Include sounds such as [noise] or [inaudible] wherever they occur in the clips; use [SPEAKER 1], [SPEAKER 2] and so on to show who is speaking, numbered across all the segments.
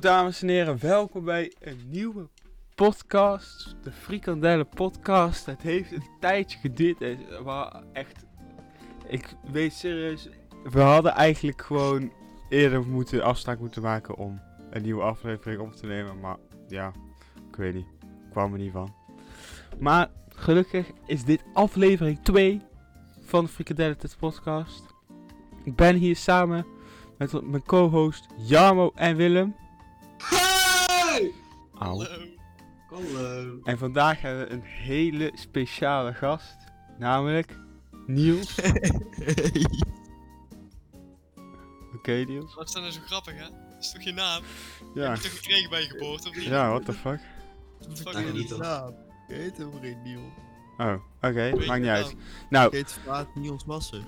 [SPEAKER 1] dames en heren, welkom bij een nieuwe podcast. De Frikandellen Podcast. Het heeft een tijdje geduurd. Het wa- echt. Ik weet serieus. We hadden eigenlijk gewoon eerder moeten afspraak moeten maken om een nieuwe aflevering op te nemen. Maar ja, ik weet niet. Ik kwam er niet van. Maar gelukkig is dit aflevering 2 van de Frikandellen Tijd Podcast. Ik ben hier samen met mijn co-host Jarmo en Willem.
[SPEAKER 2] Hey!
[SPEAKER 1] Au.
[SPEAKER 2] Hallo. Hallo.
[SPEAKER 1] En vandaag hebben we een hele speciale gast, namelijk Niels. Oké Niels.
[SPEAKER 2] Wat is dat nou zo grappig, hè? Dat is toch je naam?
[SPEAKER 1] Ja,
[SPEAKER 2] Heb je toch gekregen bij je geboorte, of niet?
[SPEAKER 1] ja, what the fuck.
[SPEAKER 2] Wat de fuck
[SPEAKER 3] Vertel
[SPEAKER 2] is
[SPEAKER 3] niet
[SPEAKER 2] dat?
[SPEAKER 3] dat. Ik heet hem geen Niel.
[SPEAKER 1] Oh, oké,
[SPEAKER 2] Weet
[SPEAKER 1] maakt niet
[SPEAKER 2] je wel.
[SPEAKER 1] uit. Nou,
[SPEAKER 3] Ik heet Vaat Niels Masser.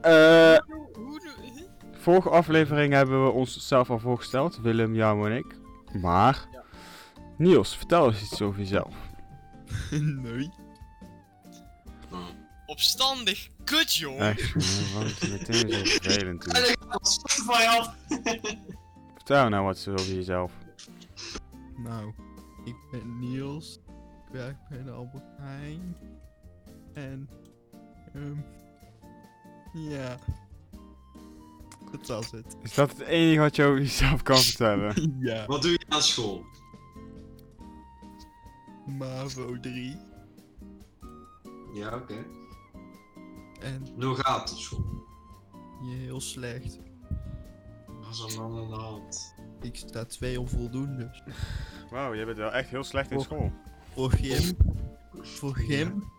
[SPEAKER 1] eh,
[SPEAKER 2] Hoe- Hoe doe je?
[SPEAKER 1] vorige aflevering hebben we onszelf al voorgesteld, Willem, Jarmo en ik. Maar,
[SPEAKER 2] Ja.
[SPEAKER 1] Niels, vertel eens iets over jezelf.
[SPEAKER 3] nee.
[SPEAKER 2] Opstandig kut, joh!
[SPEAKER 1] Echt, jongen, want meteen zo
[SPEAKER 2] [laughs]
[SPEAKER 1] vervelend. joh.
[SPEAKER 2] van je af!
[SPEAKER 1] Vertel nou wat over jezelf.
[SPEAKER 3] Nou, ik ben Niels. Ik werk bij de Albert Heijn. En, ehm, ja. Dat was
[SPEAKER 1] [laughs]
[SPEAKER 3] het.
[SPEAKER 1] Is dat het enige wat je over jezelf kan
[SPEAKER 2] [laughs]
[SPEAKER 1] vertellen?
[SPEAKER 3] ja.
[SPEAKER 4] Wat doe je aan school?
[SPEAKER 3] MAVO 3.
[SPEAKER 4] Ja, oké.
[SPEAKER 3] En
[SPEAKER 4] Hoe gaat het op school?
[SPEAKER 3] je heel slecht.
[SPEAKER 4] Wat is er man aan de hand?
[SPEAKER 3] Ik sta twee onvoldoendes.
[SPEAKER 1] Wauw, jij bent wel echt heel slecht in
[SPEAKER 3] Oh.
[SPEAKER 1] school.
[SPEAKER 3] Voor gym. Voor gym.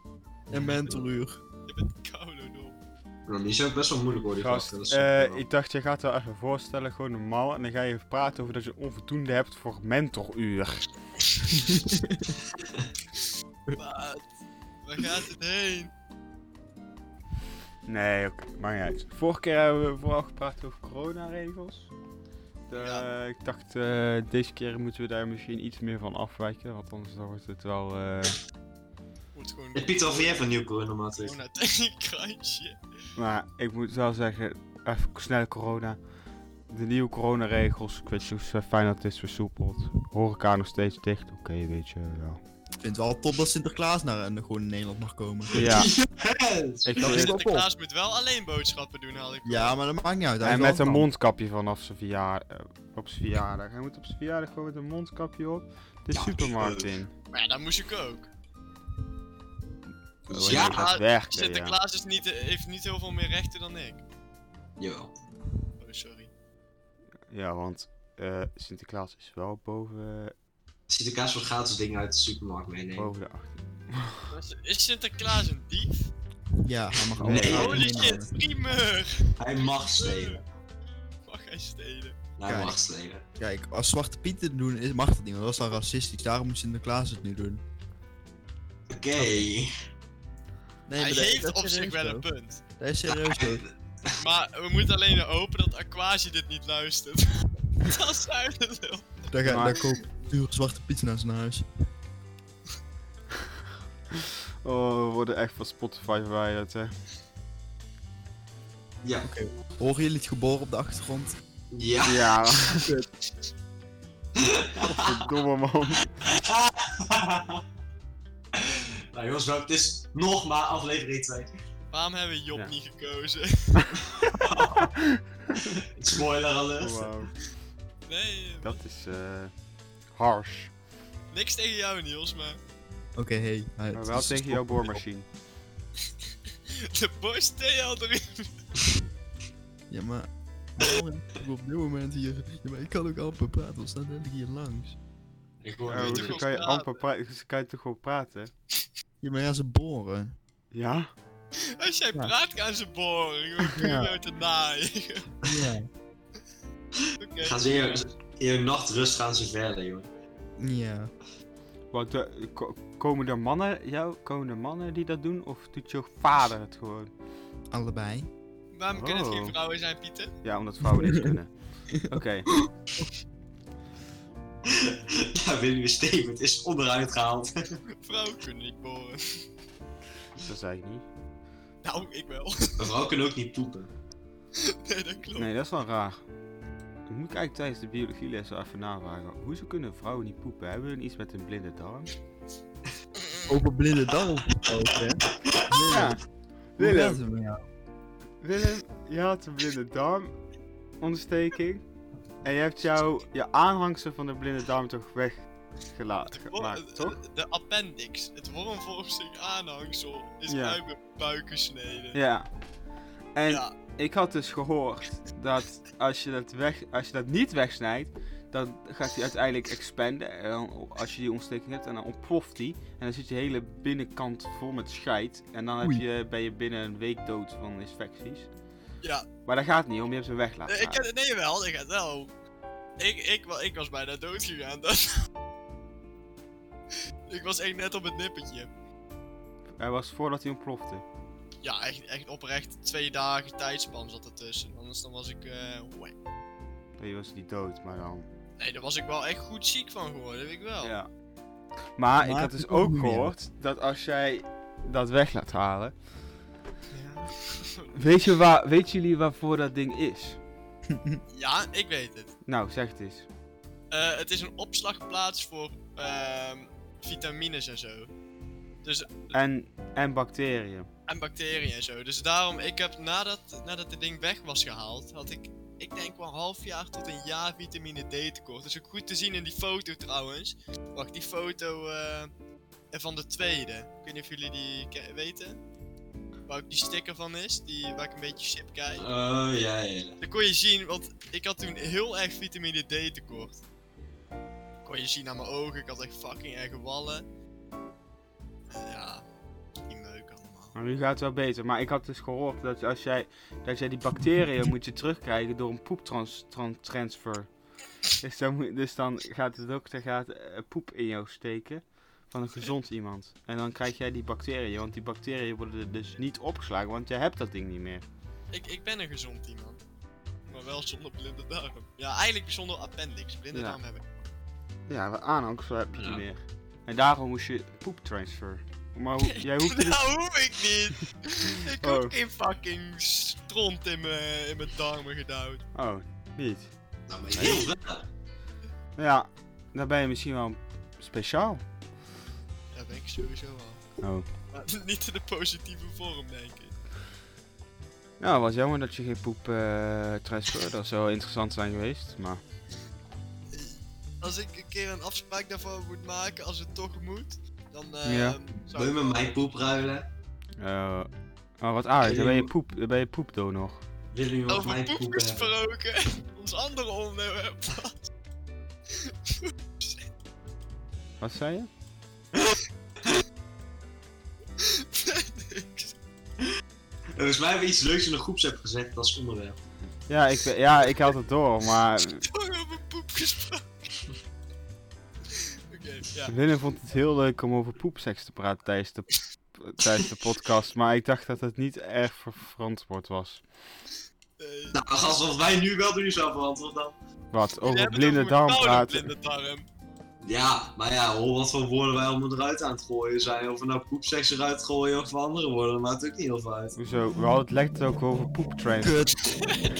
[SPEAKER 3] En mentoruur.
[SPEAKER 2] Je bent koude, joh.
[SPEAKER 4] Nou, die zijn ook best wel moeilijk hoor, die
[SPEAKER 1] Gast,
[SPEAKER 4] vakken. Dat is
[SPEAKER 1] eh,
[SPEAKER 4] echt wel.
[SPEAKER 1] ik dacht, je gaat wel even voorstellen, gewoon normaal. En dan ga je praten over dat je onvoldoende hebt voor mentoruur.
[SPEAKER 2] Maat. Waar gaat het heen?
[SPEAKER 1] Nee, oké, maakt niet uit. Vorige keer hebben we vooral gepraat over coronaregels. De-
[SPEAKER 2] Ja.
[SPEAKER 1] Ik dacht, eh, deze keer moeten we daar misschien iets meer van afwijken. Want anders dan wordt het wel... eh,
[SPEAKER 2] Wordt gewoon...
[SPEAKER 4] Hey, Eh, Pieter, of jij hebt een nieuw coronamaatregel?
[SPEAKER 2] Corona [laughs] tegen kruisje.
[SPEAKER 1] Maar ik moet wel zeggen, even snel corona. De nieuwe coronaregels, ik weet niet hoe fijn dat is versoepeld. Horeca nog steeds dicht, oké, weet je wel.
[SPEAKER 3] Ik vind het wel top dat Sinterklaas naar eh, gewoon in Nederland mag komen.
[SPEAKER 1] Ja,
[SPEAKER 4] [laughs] Yes!
[SPEAKER 1] ik
[SPEAKER 3] Dat is
[SPEAKER 1] vind
[SPEAKER 3] wel vol.
[SPEAKER 2] Sinterklaas moet wel alleen boodschappen doen, haal ik
[SPEAKER 3] Ja, maar dat maakt niet uit. hij
[SPEAKER 1] En
[SPEAKER 3] heeft
[SPEAKER 1] met
[SPEAKER 3] wel
[SPEAKER 1] een
[SPEAKER 3] plan.
[SPEAKER 1] mondkapje vanaf zijn verjaardag. Op zijn verjaardag. Hij moet op zijn verjaardag gewoon met een mondkapje op de Oh,
[SPEAKER 4] Ja,
[SPEAKER 1] supermarkt
[SPEAKER 4] leuk.
[SPEAKER 1] in.
[SPEAKER 2] Maar ja, dat moest ik ook.
[SPEAKER 1] Wanneer
[SPEAKER 4] Ja,
[SPEAKER 1] dat werkt, hè, eh, ja.
[SPEAKER 2] Sinterklaas is niet, heeft niet heel veel meer rechten dan ik.
[SPEAKER 4] Jawel.
[SPEAKER 2] Oh, sorry.
[SPEAKER 1] Ja, want eh, Sinterklaas is wel boven,
[SPEAKER 4] Sinterklaas wil gratis dingen uit de supermarkt meenemen.
[SPEAKER 1] boven de 18.
[SPEAKER 2] Is Sinterklaas een dief?
[SPEAKER 3] Ja, hij mag
[SPEAKER 4] Nee.
[SPEAKER 3] alles
[SPEAKER 2] Holy
[SPEAKER 3] meenemen.
[SPEAKER 2] shit, primeur!
[SPEAKER 4] Hij mag stelen.
[SPEAKER 2] Mag hij stelen?
[SPEAKER 4] Hij
[SPEAKER 3] Kijk.
[SPEAKER 4] mag stelen.
[SPEAKER 3] Kijk, als Zwarte Piet het doen, is- mag dat niet, want dat is dan racistisch. Daarom moet Sinterklaas het nu doen.
[SPEAKER 4] Oké.
[SPEAKER 3] Nee,
[SPEAKER 2] hij
[SPEAKER 3] maar dat-
[SPEAKER 2] heeft
[SPEAKER 3] dat is
[SPEAKER 2] op zich
[SPEAKER 3] serieus,
[SPEAKER 2] wel een
[SPEAKER 3] hoor.
[SPEAKER 2] punt.
[SPEAKER 3] Dat is serieus hoor.
[SPEAKER 2] [laughs] Maar we moeten alleen hopen dat Aquasi dit niet luistert. [laughs] dat is eigenlijk wel.
[SPEAKER 3] Daar, ga,
[SPEAKER 1] Maar-
[SPEAKER 3] daar koopt duur Zwarte Piet naar zijn huis.
[SPEAKER 1] Oh, we worden echt van Spotify verwijderd, hè.
[SPEAKER 4] Ja.
[SPEAKER 3] Horen jullie het geboren op de achtergrond?
[SPEAKER 4] Ja.
[SPEAKER 1] Ja. Verdomme man.
[SPEAKER 4] nou jongens, wel, het is nog maar aflevering 2.
[SPEAKER 2] Waarom hebben we Job
[SPEAKER 1] Ja.
[SPEAKER 2] niet gekozen? [laughs]
[SPEAKER 4] Spoiler alert.
[SPEAKER 1] Oh, Wauw.
[SPEAKER 2] Nee,
[SPEAKER 1] Dat is eh harsh.
[SPEAKER 2] niks tegen jou Niels, maar
[SPEAKER 3] Oké, hey. hij-
[SPEAKER 1] Maar
[SPEAKER 3] het
[SPEAKER 1] wel
[SPEAKER 3] is-
[SPEAKER 1] tegen jouw boormachine.
[SPEAKER 2] de Bosch TL3.
[SPEAKER 3] Ja, maar. Waarom heb ik op dit moment hier. Ja, maar ik kan ook amper praten, want staan net hier langs.
[SPEAKER 4] Ik hoor
[SPEAKER 1] Oh,
[SPEAKER 4] het
[SPEAKER 2] je
[SPEAKER 1] dan
[SPEAKER 4] niet.
[SPEAKER 1] kan je
[SPEAKER 2] praten?
[SPEAKER 1] amper praten. Dus kan je toch gewoon praten?
[SPEAKER 3] Ja, maar ja, ze boren.
[SPEAKER 1] Ja?
[SPEAKER 2] Als jij
[SPEAKER 3] Ja.
[SPEAKER 2] praat gaan ze boren,
[SPEAKER 1] [laughs]
[SPEAKER 2] gewoon puur
[SPEAKER 3] Ja.
[SPEAKER 2] uit de naai.
[SPEAKER 3] Ja.
[SPEAKER 2] [laughs] Oké.
[SPEAKER 4] Gaan ze eer, eer nachtrust gaan ze verder, joh. [laughs]
[SPEAKER 3] Ja.
[SPEAKER 1] Want eh, ko- komen er mannen, jou, komen er mannen die dat doen? Of doet jouw vader het gewoon?
[SPEAKER 3] Allebei.
[SPEAKER 2] Waarom kunnen het
[SPEAKER 1] Oh.
[SPEAKER 2] geen vrouwen zijn, Pieter?
[SPEAKER 1] Ja, omdat vrouwen niks kunnen. Oké.
[SPEAKER 4] Ja, Willem Steven, het is onderuit gehaald.
[SPEAKER 2] Vrouwen kunnen niet boren. [laughs]
[SPEAKER 1] Dat zei ik niet.
[SPEAKER 2] Nou, ik wel. [laughs]
[SPEAKER 4] Mevrouw kan ook niet poepen.
[SPEAKER 2] Nee, dat klopt.
[SPEAKER 1] Nee, dat is wel raar. Dat moet ik eigenlijk tijdens de biologieles wel even navragen. Hoezo kunnen vrouwen niet poepen? Hebben hun iets met een blinde darm?
[SPEAKER 3] Over blinde darm gesproken, hè?
[SPEAKER 1] Ja.
[SPEAKER 3] Hoe gaat
[SPEAKER 1] Willem,
[SPEAKER 3] het met jou?
[SPEAKER 1] Willem, je had een blinde darmontsteking. En je hebt jouw je aanhangsel van de blinde darm toch weggelaten,
[SPEAKER 2] Oh,
[SPEAKER 1] gemaakt, toch?
[SPEAKER 2] eh, De appendix, het wormvormstuk aanhangsel, is
[SPEAKER 1] Ja.
[SPEAKER 2] uit mijn buik gesneden.
[SPEAKER 1] Ja. En
[SPEAKER 2] Ja.
[SPEAKER 1] ik had dus gehoord dat als je dat, weg, als je dat niet wegsnijdt, dan gaat die uiteindelijk expanden. En dan, als je die ontsteking hebt, en dan ontploft die. En dan zit je hele binnenkant vol met scheid. En dan heb
[SPEAKER 3] Oei.
[SPEAKER 1] je, ben je binnen een week dood van infecties.
[SPEAKER 2] Ja.
[SPEAKER 1] Maar dat gaat niet om, je hebt ze weg laten
[SPEAKER 2] Nee, Eh, ik
[SPEAKER 1] gaan.
[SPEAKER 2] ken, nee wel, ik het wel. Ik, ik, wa- ik was bijna dood gegaan. Dat... [laughs] ik was echt net op het nippertje.
[SPEAKER 1] Hij was voordat hij ontplofte.
[SPEAKER 2] Ja, echt, echt oprecht twee dagen tijdspan zat ertussen. Anders dan was ik... eh, wack.
[SPEAKER 1] Nee, was niet dood, maar dan...
[SPEAKER 2] nee, daar was ik wel echt goed ziek van geworden, weet ik wel.
[SPEAKER 1] Ja. Maar ik
[SPEAKER 3] Maar
[SPEAKER 1] had
[SPEAKER 3] het
[SPEAKER 1] dus
[SPEAKER 3] komt
[SPEAKER 1] ook
[SPEAKER 3] niet meer.
[SPEAKER 1] gehoord dat als jij dat weg laat halen, Weet, je waar, weet jullie waarvoor dat ding is?
[SPEAKER 2] Ja, ik weet het.
[SPEAKER 1] Nou, zeg het eens.
[SPEAKER 2] Eh, het is een opslagplaats voor ehm, vitamines en zo. Dus,
[SPEAKER 1] En, en bacteriën.
[SPEAKER 2] en bacteriën en zo. Dus daarom, ik heb nadat, nadat het ding weg was gehaald, had ik, ik denk wel een half jaar tot een jaar vitamine D tekort. Dat is ook goed te zien in die foto trouwens. Wacht, die foto eh, van de tweede. Ik weet niet of jullie die ke- weten. Waar ook die sticker van is, die, waar ik een beetje chip kijk.
[SPEAKER 4] Oh, ja, ja.
[SPEAKER 2] Dan kon je zien, want ik had toen heel erg vitamine D tekort. Kon je zien aan mijn ogen, ik had echt fucking erge wallen. En ja, die meuk allemaal.
[SPEAKER 1] Maar nu gaat het wel beter. Maar ik had dus gehoord dat als jij, dat jij die bacteriën moet je terugkrijgen door een poeptransfer. Dus dan, moet- dus dan gaat de dokter gaat, eh, poep in jou steken van een gezond iemand. En dan krijg jij die bacteriën. Want die bacteriën worden er dus niet opgeslagen, want jij hebt dat ding niet meer.
[SPEAKER 2] Ik, ik ben een gezond iemand. Maar wel zonder blinde darm. Ja, eigenlijk zonder appendix. Blinde
[SPEAKER 1] Ja.
[SPEAKER 2] darm
[SPEAKER 1] [laughs]
[SPEAKER 2] heb ik. [laughs]
[SPEAKER 1] Ja, wat aanhangsel heb je
[SPEAKER 4] Ja.
[SPEAKER 1] niet meer. En daarom moest je poeptransfer. Maar hoe- jij hoeft dus-
[SPEAKER 2] Nou, hoef ik niet! ik
[SPEAKER 1] Oh.
[SPEAKER 2] heb geen fucking stront in mijn, in mijn darmen gedouwd.
[SPEAKER 1] Oh, niet.
[SPEAKER 4] Nou, maar heel wel.
[SPEAKER 1] Ja, dan ben je misschien wel speciaal.
[SPEAKER 2] Dat ben ik sowieso al.
[SPEAKER 1] Oh.
[SPEAKER 2] Maar [laughs] niet in de positieve vorm, denk ik.
[SPEAKER 1] Nou, was jammer dat je geen poep eh transfer. Dat zou wel interessant zijn geweest, maar...
[SPEAKER 2] Als ik een keer een afspraak daarvoor moet maken, als het toch moet, dan eh,
[SPEAKER 1] Ja.
[SPEAKER 2] zou
[SPEAKER 4] Wil je
[SPEAKER 2] ik...
[SPEAKER 4] met mij poep ruilen?
[SPEAKER 1] eh oh, wat aardig. Dan ben je, poep, dan ben je poepdonor.
[SPEAKER 4] Wil je met
[SPEAKER 2] Over
[SPEAKER 4] mij
[SPEAKER 2] poep
[SPEAKER 4] poep hebben?
[SPEAKER 2] gesproken, [laughs] ons andere onderwerp [laughs] was.
[SPEAKER 1] Wat zei je?
[SPEAKER 2] niks.
[SPEAKER 4] Volgens mij hebben we iets leuks in de groepsapp gezegd als onderwerp.
[SPEAKER 1] Ja, ik, ben- ja, ik had het door, maar...
[SPEAKER 2] Toch over poep gesproken. [laughs] Oké, ja.
[SPEAKER 1] Willem vond het heel leuk om over poepseks te praten tijdens de, tijdens de podcast. Maar ik dacht dat het niet erg ver- verantwoord was.
[SPEAKER 2] nee.
[SPEAKER 4] Nou, gast, wat wij nu wel doen zou verantwoord dan.
[SPEAKER 1] Wat?
[SPEAKER 2] Jullie hebben
[SPEAKER 1] Over
[SPEAKER 2] het
[SPEAKER 1] blinde
[SPEAKER 2] over
[SPEAKER 1] darm
[SPEAKER 2] mijn
[SPEAKER 1] praten?
[SPEAKER 2] blinde darm. [laughs]
[SPEAKER 4] Ja, maar ja, hoor wat voor woorden wij allemaal eruit aan het gooien zijn. Of we nou poepseks eruit gooien of andere woorden, maakt ook niet heel veel uit.
[SPEAKER 1] Hoezo? We hadden het lekker ook over
[SPEAKER 3] [laughs]
[SPEAKER 1] poeptrains.
[SPEAKER 3] Kut.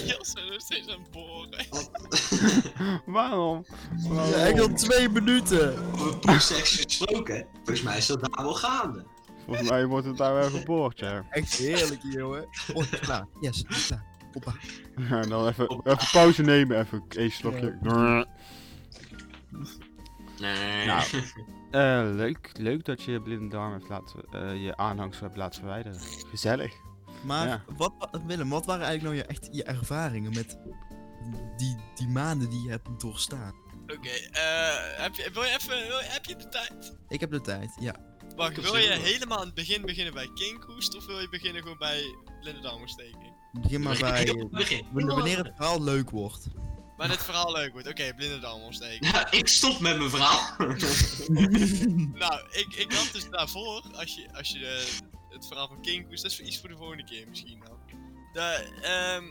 [SPEAKER 2] Jels zijn nog steeds aan het boren.
[SPEAKER 1] Waarom? Waarom?
[SPEAKER 3] Ja, ik had twee minuten.
[SPEAKER 4] Over poepseks [laughs] gesproken, volgens mij is dat daar wel gaande.
[SPEAKER 1] Volgens mij wordt het daar wel geboord, ja.
[SPEAKER 3] Echt heerlijk, hier, jongen. Oh, klaar. Yes, klaar. Hoppa.
[SPEAKER 1] Ja, dan even, even pauze nemen, even één slokje.
[SPEAKER 4] Nee.
[SPEAKER 1] Nou.
[SPEAKER 2] [laughs]
[SPEAKER 1] Eh, leuk, leuk dat je je blinde darm hebt laten, eh, je aanhangsel hebt laten verwijderen. Gezellig.
[SPEAKER 3] Maar
[SPEAKER 1] Ja.
[SPEAKER 3] wat, wa- Willem, wat waren eigenlijk nou je, echt je ervaringen met die, die maanden die je hebt doorstaan?
[SPEAKER 2] Oké, eh, heb je- wil je even, wil je- heb je de tijd?
[SPEAKER 3] Ik heb de tijd, ja.
[SPEAKER 2] Wacht,
[SPEAKER 4] heb
[SPEAKER 2] wil
[SPEAKER 4] zin
[SPEAKER 2] je
[SPEAKER 4] in.
[SPEAKER 2] helemaal aan het begin beginnen bij kinkhoest of wil je beginnen gewoon bij blinde darmontsteking?
[SPEAKER 3] Begin maar [laughs] bij eh,
[SPEAKER 4] Begin.
[SPEAKER 3] wanneer wanneer het verhaal leuk [laughs] wordt.
[SPEAKER 2] Maar dit verhaal leuk wordt. Oké, blinde darm ontsteken.
[SPEAKER 4] Ja, ik stop met mijn verhaal.
[SPEAKER 2] nou, ik, ik had dus daarvoor, als je, als je de, het verhaal van Kinkoes, dat is voor iets voor de volgende keer misschien dan. De, ehm,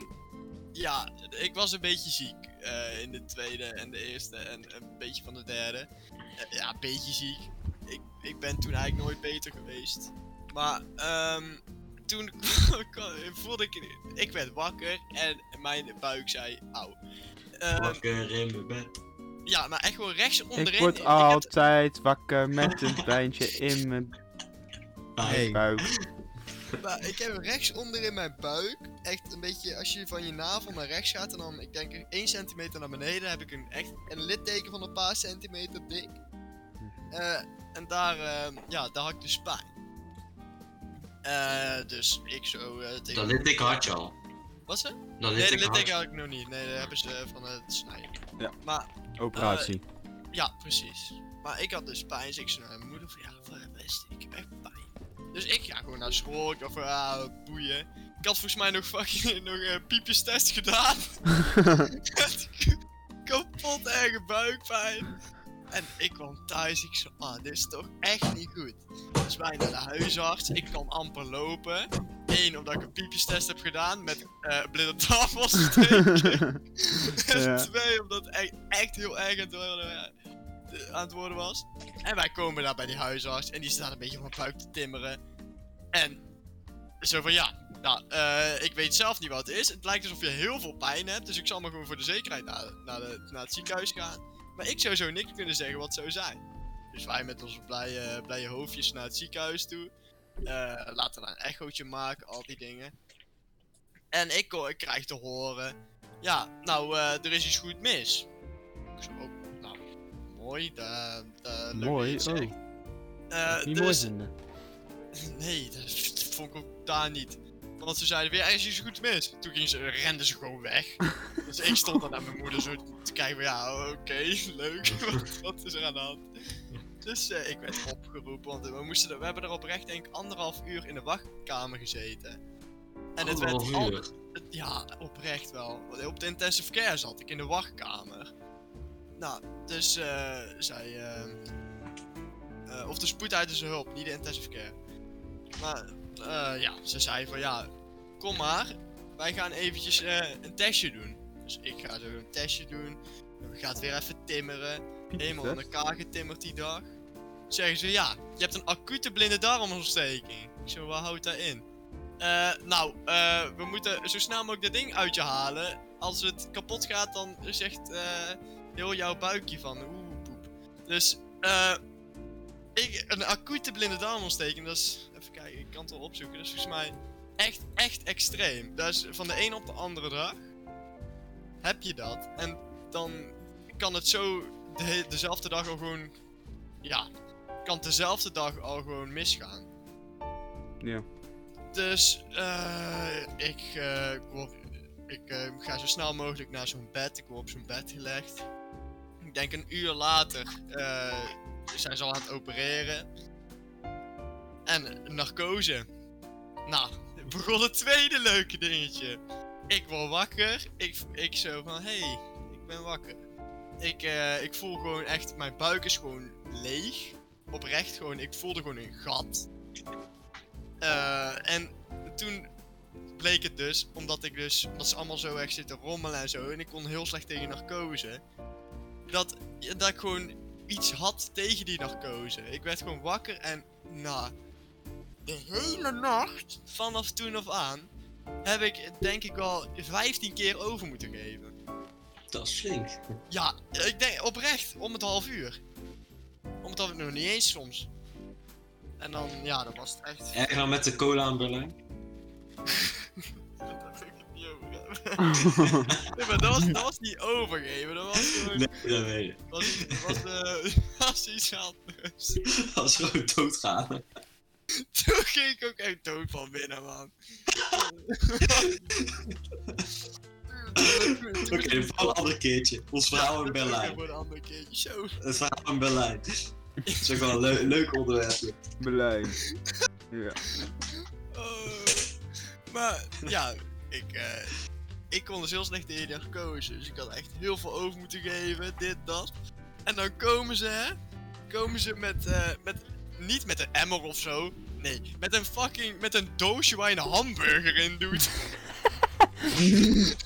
[SPEAKER 2] ja, ik was een beetje ziek eh, in de tweede en de eerste en een beetje van de derde. Eh, ja, een beetje ziek. Ik, ik ben toen eigenlijk nooit beter geweest. Maar ehm, toen [laughs] kwam- kwam- voelde ik, ik werd wakker en mijn buik zei auw. Ehm,
[SPEAKER 4] Wakker in mijn bed.
[SPEAKER 2] ja, maar echt gewoon rechts onderin.
[SPEAKER 1] Ik word
[SPEAKER 2] heb-
[SPEAKER 1] altijd wakker met
[SPEAKER 2] [laughs]
[SPEAKER 1] een pijntje in mijn
[SPEAKER 3] Hey.
[SPEAKER 2] Eh,
[SPEAKER 1] buik.
[SPEAKER 2] Maar ik heb rechts onder in mijn buik, echt een beetje, als je van je navel naar rechts gaat en dan, ik denk 1 centimeter naar beneden, heb ik een, echt een litteken van een paar centimeter dik. Eh, en daar, eh, ja, daar had ik dus pijn. Eh, dus ik zo eh, tegen...
[SPEAKER 4] Dat litteken had je al.
[SPEAKER 2] Was ze?
[SPEAKER 4] Dat
[SPEAKER 2] Nee,
[SPEAKER 4] litteken
[SPEAKER 2] dat
[SPEAKER 4] had
[SPEAKER 2] litteken
[SPEAKER 4] je
[SPEAKER 2] had ik nog niet. Nee, dat hebben ze eh, van het snijden.
[SPEAKER 1] Ja.
[SPEAKER 2] Maar, [laughs]
[SPEAKER 1] Operatie.
[SPEAKER 2] ja, precies. Maar ik had dus pijn, dus ik zei naar mijn moeder van, ja, wat is dit? Ik heb echt pijn. Dus ik ga gewoon naar school, ik dacht van, ah, boeien. Ik had volgens mij nog fucking nog een piepjestest gedaan. [laughs] Met kapot erge buikpijn. En ik kwam thuis, ik zo, ah, dit is toch echt niet goed. Dus wij naar de huisarts, ik kan amper lopen. Eén, omdat ik een piepjestest heb gedaan met eh blinde [laughs] tafelsteek. [laughs] En
[SPEAKER 1] Ja.
[SPEAKER 2] twee, omdat het echt, echt heel erg aan het, worden, eh, te- aan het worden was. En wij komen daar bij die huisarts en die staat een beetje op mijn buik te timmeren. En zo van ja, nou, eh, ik weet zelf niet wat het is. Het lijkt alsof je heel veel pijn hebt, dus ik zal maar gewoon voor de zekerheid naar, naar, de, naar het ziekenhuis gaan. Maar ik zou zo niks kunnen zeggen wat het zou zijn. Dus wij met onze blije, blije hoofdjes naar het ziekenhuis toe. Eh, laten we daar een echootje maken, al die dingen. En ik, ko- ik krijg te horen. Ja, nou, eh, er is iets goed mis. Ik zo, oh, nou, mooi. da- da- leuk dat je
[SPEAKER 1] Mooi,
[SPEAKER 2] het
[SPEAKER 1] oh.
[SPEAKER 2] zegt. Eh,
[SPEAKER 1] Niet
[SPEAKER 2] dus-
[SPEAKER 1] mooi vinden.
[SPEAKER 2] Nee, dat vond ik ook daar niet. Want ze zeiden weer, er is iets goed mis. Toen gingen ze, renden ze gewoon
[SPEAKER 4] [laughs]
[SPEAKER 2] weg. dus ik stond dan naar mijn moeder zo te kijken van, ja, oké, [laughs] leuk. wat, wat is er aan de hand? Dus eh, ik werd opgeroepen, want we, moesten er, we hebben er oprecht denk ik anderhalf uur in de wachtkamer gezeten. En het werd
[SPEAKER 4] Anderhalf
[SPEAKER 2] al-
[SPEAKER 4] uur.
[SPEAKER 2] het- ja, oprecht wel. Want Op de intensive care zat ik in de wachtkamer. Nou, dus eh, zij. eh, eh, of de spoedeisende hulp, niet de intensive care. Maar eh, ja, ze zei van ja, kom maar, wij gaan eventjes eh, een testje doen. Dus ik ga zo een testje doen. We gaan het weer even timmeren. Helemaal aan
[SPEAKER 1] Piepjes,
[SPEAKER 2] elkaar getimmerd die dag. Zeggen ze, ja, je hebt een acute blinde darmontsteking. Ik zo, wat houdt dat in? Eh, nou, eh, we moeten zo snel mogelijk dat ding uit je halen. Als het kapot gaat, dan zegt eh, heel jouw buikje van oeh, poep. Dus, eh, ik, een acute blinde darmontsteking, dat is, even kijken, ik kan het wel opzoeken. Dat is volgens mij echt, echt extreem. Dat is van de een op de andere dag heb je dat. En dan kan het zo de he- dezelfde dag al gewoon, ja, kan het dezelfde dag al gewoon misgaan.
[SPEAKER 1] Ja.
[SPEAKER 2] Dus eh, ik, eh, ik word, ik eh, ga zo snel mogelijk naar zo'n bed. Ik word op zo'n bed gelegd. Ik denk een uur later eh, zijn ze al aan het opereren. En narcose. Nou, begon het tweede leuke dingetje. Ik word wakker. Ik, ik zo van, hé, hey, ik ben wakker. Ik, eh, ik voel gewoon echt, mijn buik is gewoon leeg. Oprecht gewoon, ik voelde gewoon een gat. Eh, en toen bleek het dus, omdat ik dus, omdat ze allemaal zo erg zitten rommelen en zo, en ik kon heel slecht tegen narcose, dat, dat ik gewoon iets had tegen die narcose. Ik werd gewoon wakker en, nou, de hele nacht, vanaf toen af aan, heb ik het denk ik wel 15 keer over moeten geven.
[SPEAKER 4] Dat is flink.
[SPEAKER 2] Ja, ik denk oprecht, om het half uur. Om het half uur, nog niet eens soms. En dan, ja, dan was het echt...
[SPEAKER 4] Erg dan met de cola in Berlijn.
[SPEAKER 2] Daar wil [laughs] ik het niet
[SPEAKER 4] [laughs]
[SPEAKER 2] over hebben. nee, maar dat was, dat was niet overgeven, dat was gewoon...
[SPEAKER 4] Nee, dat weet ik.
[SPEAKER 2] Dat
[SPEAKER 4] [laughs]
[SPEAKER 2] was, dat was, eh, [laughs] was iets anders.
[SPEAKER 4] Dat is gewoon doodgaan.
[SPEAKER 2] [laughs] Toen ging ik ook echt dood van binnen, man.
[SPEAKER 4] [laughs]
[SPEAKER 2] [laughs]
[SPEAKER 4] Oké, voor een ander keertje. Ons verhaal in Berlijn.
[SPEAKER 2] Voor een ander keertje. Zo.
[SPEAKER 4] Het verhaal in Berlijn. Dat is ook wel een leu- leuk onderwerp.
[SPEAKER 2] [laughs]
[SPEAKER 1] Beleid. Ja.
[SPEAKER 2] Oh. Maar ja, ik, eh, ik kon dus heel slecht de hele dag kozen. Dus ik had echt heel veel over moeten geven, dit, dat. En dan komen ze, hè? Komen ze met, eh, met niet met een emmer of zo. Nee, met een fucking, met een doosje waar je een hamburger in doet. [laughs]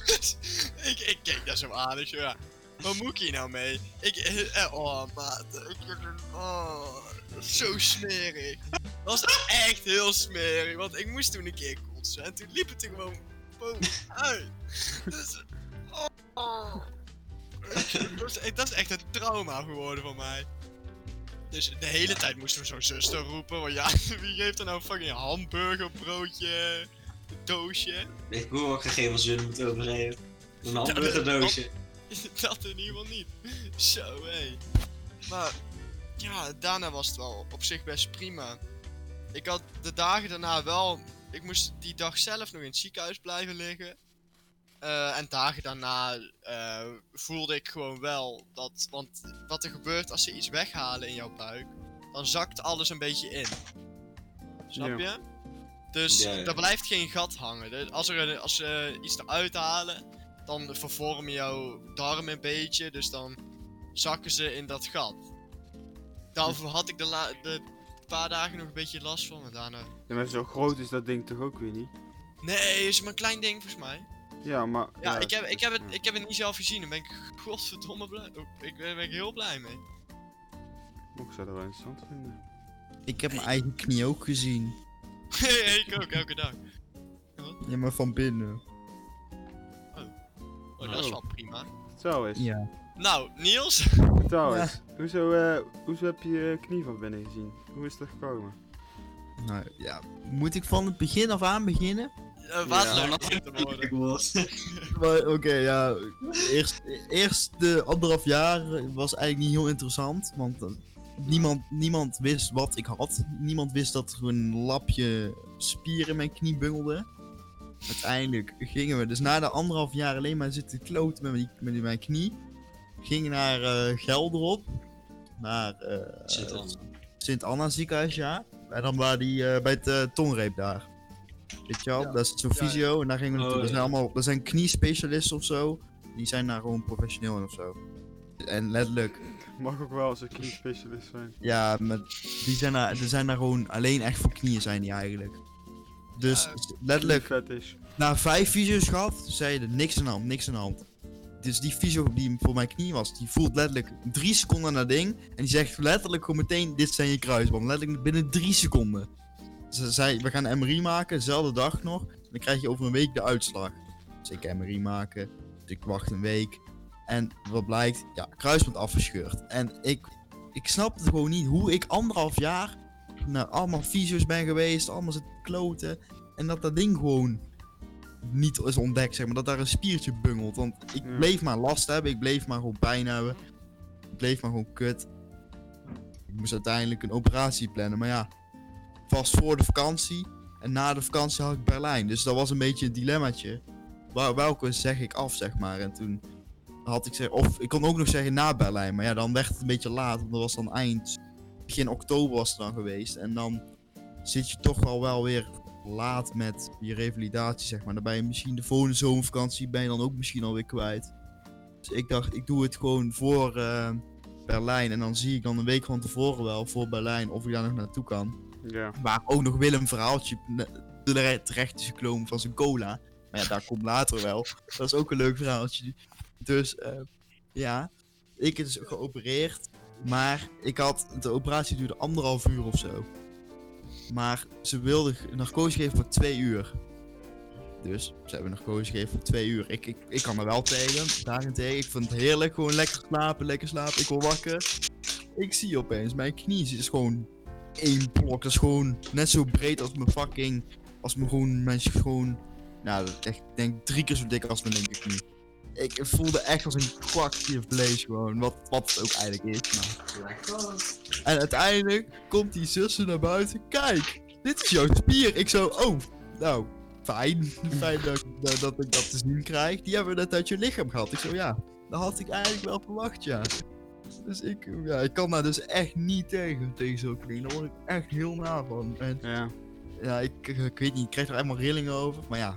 [SPEAKER 2] Dus ik, ik keek daar zo aan, dus ja. Wat moet ik hier nou mee? Ik, eh, oh maat, ik, oh, zo smerig. Dat was echt heel smerig, want ik moest toen een keer [laughs] kotsen en toen liep het er gewoon bovenuit. Dus, oh, dat, is, eh, dat is echt een trauma geworden van mij. Dus de hele tijd moesten we zo'n zuster roepen. Want ja, [laughs] wie geeft er nou fucking hamburgerbroodje? Doosje?
[SPEAKER 4] Ik hoor ook gegeven als jullie moeten overheen. Een hamburgerdoosje.
[SPEAKER 2] [laughs] dat in ieder geval niet. Zo, hé. Maar ja, daarna was het wel op zich best prima. Ik had de dagen daarna wel... Ik moest die dag zelf nog in het ziekenhuis blijven liggen. Eh, en dagen daarna eh, voelde ik gewoon wel dat... Want wat er gebeurt als ze iets weghalen in jouw buik... Dan zakt alles een beetje in. Snap je? Dus
[SPEAKER 4] Ja, ja.
[SPEAKER 2] er blijft geen gat hangen. Dus als, er, een- als ze iets eruit halen... Dan vervormen jouw darmen een beetje. Dus dan zakken ze in dat gat. Daarvoor had ik de, la- de paar dagen nog een beetje last van, maar daarna...
[SPEAKER 1] Ja, maar zo groot is dat ding toch ook weer niet?
[SPEAKER 2] Nee, is maar een klein ding volgens mij.
[SPEAKER 1] Ja, maar...
[SPEAKER 2] Ja, ik, heb,
[SPEAKER 1] dat-
[SPEAKER 2] ik, heb het,
[SPEAKER 1] ja.
[SPEAKER 2] ik heb het niet zelf gezien, daar ben ik godverdomme blij... oh, Ik ben, ben ik heel blij mee. [laughs]
[SPEAKER 1] Ik zou dat wel interessant vinden.
[SPEAKER 3] Ik heb mijn eigen knie ook gezien.
[SPEAKER 2] ik ook, elke dag.
[SPEAKER 3] Ja, maar van binnen.
[SPEAKER 2] Oh, dat is wel prima.
[SPEAKER 1] Vertel eens.
[SPEAKER 3] Ja.
[SPEAKER 2] Nou, Niels,
[SPEAKER 1] Vertel
[SPEAKER 3] Ja.
[SPEAKER 1] eens. Hoezo, eh, hoezo heb je je knie van binnen gezien? Hoe is dat gekomen?
[SPEAKER 3] Nou ja, moet ik van het begin af aan beginnen?
[SPEAKER 2] eh, wat
[SPEAKER 4] Ja.
[SPEAKER 2] leuk om te
[SPEAKER 4] Ik
[SPEAKER 2] worden.
[SPEAKER 4] was. [laughs]
[SPEAKER 3] Maar, Oké, ja. Eerst, eerst de anderhalf jaar was eigenlijk niet heel interessant. Want eh, niemand, niemand wist wat ik had. Niemand wist dat er een lapje spier in mijn knie bungelde. Uiteindelijk gingen we dus na de anderhalf jaar alleen maar zitten kloten met, mijn- met mijn knie. Gingen naar eh, Gelderop. Naar eh,
[SPEAKER 4] Zit dan.
[SPEAKER 3] Sint-Anna ziekenhuis, ja. En dan waren die eh, bij het eh, tongreep daar. Weet je wel,
[SPEAKER 2] Ja.
[SPEAKER 3] dat is zo'n
[SPEAKER 2] Ja, ja.
[SPEAKER 3] visio. En daar gingen we
[SPEAKER 4] Oh,
[SPEAKER 3] naartoe. Dat zijn
[SPEAKER 4] ja.
[SPEAKER 3] allemaal, dat zijn kniespecialisten of zo. Die zijn daar gewoon professioneel in of zo. En letterlijk,
[SPEAKER 1] [laughs] Mag ook wel als een knie specialist zijn.
[SPEAKER 3] ja, met, die zijn daar, die zijn daar gewoon alleen echt voor knieën zijn die eigenlijk. Dus
[SPEAKER 2] Ja.
[SPEAKER 3] letterlijk,
[SPEAKER 1] vet is.
[SPEAKER 3] na vijf fysio's gehad, zei er niks aan de hand, niks aan de hand. Dus die fysio die voor mijn knie was, die voelt letterlijk drie seconden naar ding. En die zegt letterlijk gewoon meteen, dit zijn je kruisband. Letterlijk binnen drie seconden. Ze zei, we gaan een MRI maken, dezelfde dag nog. En dan krijg je over een week de uitslag. Dus ik MRI maken, dus ik wacht een week. En wat blijkt, ja, kruisband afgescheurd. En ik, ik snap het gewoon niet hoe ik anderhalf jaar naar allemaal fysio's ben geweest, allemaal zitten kloten. En dat dat ding gewoon niet is ontdekt, zeg maar. Dat daar een spiertje bungelt. Want ik
[SPEAKER 1] Ja.
[SPEAKER 3] bleef maar last hebben, ik bleef maar gewoon pijn hebben. Ik bleef maar gewoon kut. Ik moest uiteindelijk een operatie plannen, maar ja. Vast voor de vakantie. En na de vakantie had ik Berlijn. Dus dat was een beetje een dilemmaatje. Waar, welke zeg ik af, zeg maar. En toen had ik zeg, of ik kon ook nog zeggen na Berlijn. Maar ja, dan werd het een beetje laat. Want dat was dan eind, begin oktober was het dan geweest. En dan zit je toch wel wel weer laat met je revalidatie, zeg maar. Dan ben je misschien de volgende zomervakantie ben je dan ook misschien alweer kwijt. Dus ik dacht, ik doe het gewoon voor eh, Berlijn. En dan zie ik dan een week van tevoren wel voor Berlijn of ik daar nog naartoe kan.
[SPEAKER 1] Ja.
[SPEAKER 3] Waar ook nog Willem verhaaltje ne- tere- terecht is gekomen van zijn cola. Maar ja, daar komt later wel. Dat is ook een leuk verhaaltje. Dus eh, ja, ik is geopereerd. Maar ik had, de operatie duurde anderhalf uur of zo. Maar ze wilden g- narcose geven voor twee uur. Dus ze hebben narcose gegeven voor twee uur. Ik, ik, ik kan er wel tegen. Daarentegen, ik vond het heerlijk. Gewoon lekker slapen, lekker slapen. Ik word wakker. Ik zie opeens, mijn knie is gewoon één blok. Dat is gewoon net zo breed als mijn fucking. Als mijn gewoon. Mijn gewoon. Nou, dat is echt, ik denk drie keer zo dik als mijn linkerknie. Ik voelde echt als een kwakje vlees gewoon. Wat, wat het ook eigenlijk is. Maar.
[SPEAKER 4] Lekker.
[SPEAKER 3] En uiteindelijk komt die zussen naar buiten. Kijk, dit is jouw spier. Ik zo, oh, nou, fijn. [laughs] Fijn dat, ik- dat, dat ik dat te zien krijg. Die hebben we net uit je lichaam gehad. Ik zo, ja, dat had ik eigenlijk wel verwacht, ja. Dus ik, ja, ik kan daar dus echt niet tegen, tegen zo'n kling. Daar word ik echt heel na van. En
[SPEAKER 1] Ja.
[SPEAKER 3] ja, ik, eh, ik weet niet, ik krijg er helemaal rillingen over. Maar ja,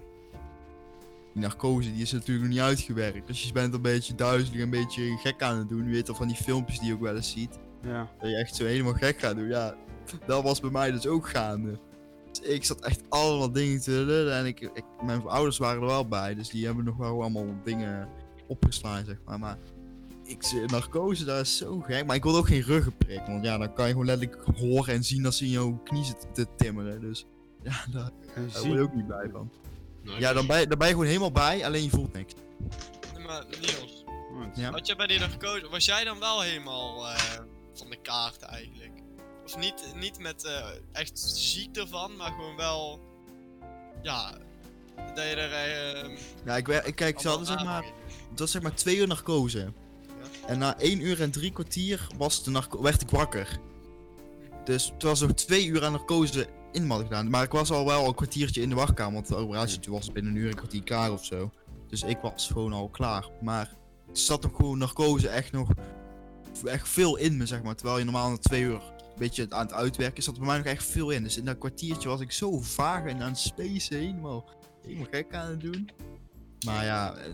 [SPEAKER 3] die narcose die is natuurlijk nog niet uitgewerkt. Dus je bent een beetje duizelig, een beetje gek aan het doen. Je weet al van die filmpjes die je ook wel eens ziet.
[SPEAKER 1] Ja.
[SPEAKER 3] Dat je echt zo helemaal gek gaat doen. Ja, dat was bij mij dus ook gaande. Dus ik zat echt allemaal dingen te lullen. En ik, ik, mijn ouders waren er wel bij. Dus die hebben nog wel allemaal dingen opgeslagen, zeg maar. Maar ik, ze- narcose, dat is zo gek. Maar ik wilde ook geen ruggenprik. Want ja, dan kan je gewoon letterlijk horen en zien dat ze in jouw knie zitten te timmeren. Dus ja, daar,
[SPEAKER 1] En
[SPEAKER 3] daar word je
[SPEAKER 1] zie.
[SPEAKER 3] ook niet bij van. Ja, dan ben, je, dan ben je gewoon helemaal bij, alleen je voelt niks.
[SPEAKER 2] Eh, Maar Niels,
[SPEAKER 3] Ja.
[SPEAKER 2] Had jij bij die nog gekozen? Was jij dan wel helemaal eh, van de kaart eigenlijk? Of niet, niet met eh, echt ziek ervan, maar gewoon wel. Ja, dat je er. eh,
[SPEAKER 3] Ja, ik, wer- ik kijk, ze hadden
[SPEAKER 2] allemaal
[SPEAKER 3] zeg maar,
[SPEAKER 2] aandacht in.
[SPEAKER 3] het was zeg maar twee uur narcose. En na één uur en drie kwartier was de narco werd ik wakker. Dus het was nog twee uur aan narcose in me had gedaan. Maar ik was al wel een kwartiertje in de wachtkamer, want de operatie was binnen een uur en een kwartier klaar of zo. Dus ik was gewoon al klaar. Maar het zat nog gewoon narcose echt nog echt veel in me, zeg maar. Terwijl je normaal na twee uur een beetje aan het uitwerken zat er bij mij nog echt veel in. Dus in dat kwartiertje was ik zo vaag en aan het spacen helemaal, helemaal gek aan het doen. Maar ja, eh,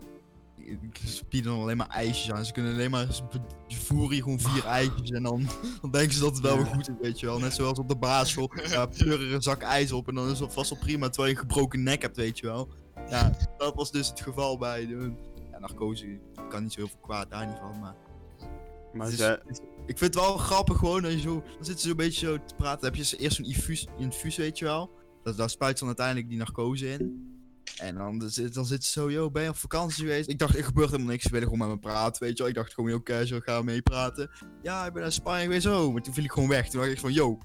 [SPEAKER 3] ik- ze bieden dan alleen maar ijsjes aan. Ze kunnen alleen maar ze be- voeren hier gewoon vier ijsjes en dan, [laughs] dan denken ze dat het wel weer goed is, weet je wel. Net zoals op de basisschool, ja, pleuren een zak ijs op en dan is het vast wel prima, terwijl je een gebroken nek hebt, weet je wel. Ja, dat was dus het geval bij de... Ja, narcose kan niet zo heel veel kwaad, daar niet van, maar...
[SPEAKER 1] Maar
[SPEAKER 3] Dus-
[SPEAKER 1] ze,
[SPEAKER 3] Ik vind het wel grappig gewoon, als je zo, dan zitten ze een beetje zo te praten. Dan heb je ze eerst zo'n infuus, infuus, weet je wel. Dat, daar spuit ze dan uiteindelijk die narcose in. En dan, zit- dan zit ze zo, yo, ben je op vakantie geweest? Ik dacht, er gebeurt helemaal niks, ze willen gewoon met me praten, weet je wel. Ik dacht gewoon heel casual, ga meepraten. Ja, ik ben naar Spanje geweest, oh. Maar toen viel ik gewoon weg. Toen dacht ik van, yo.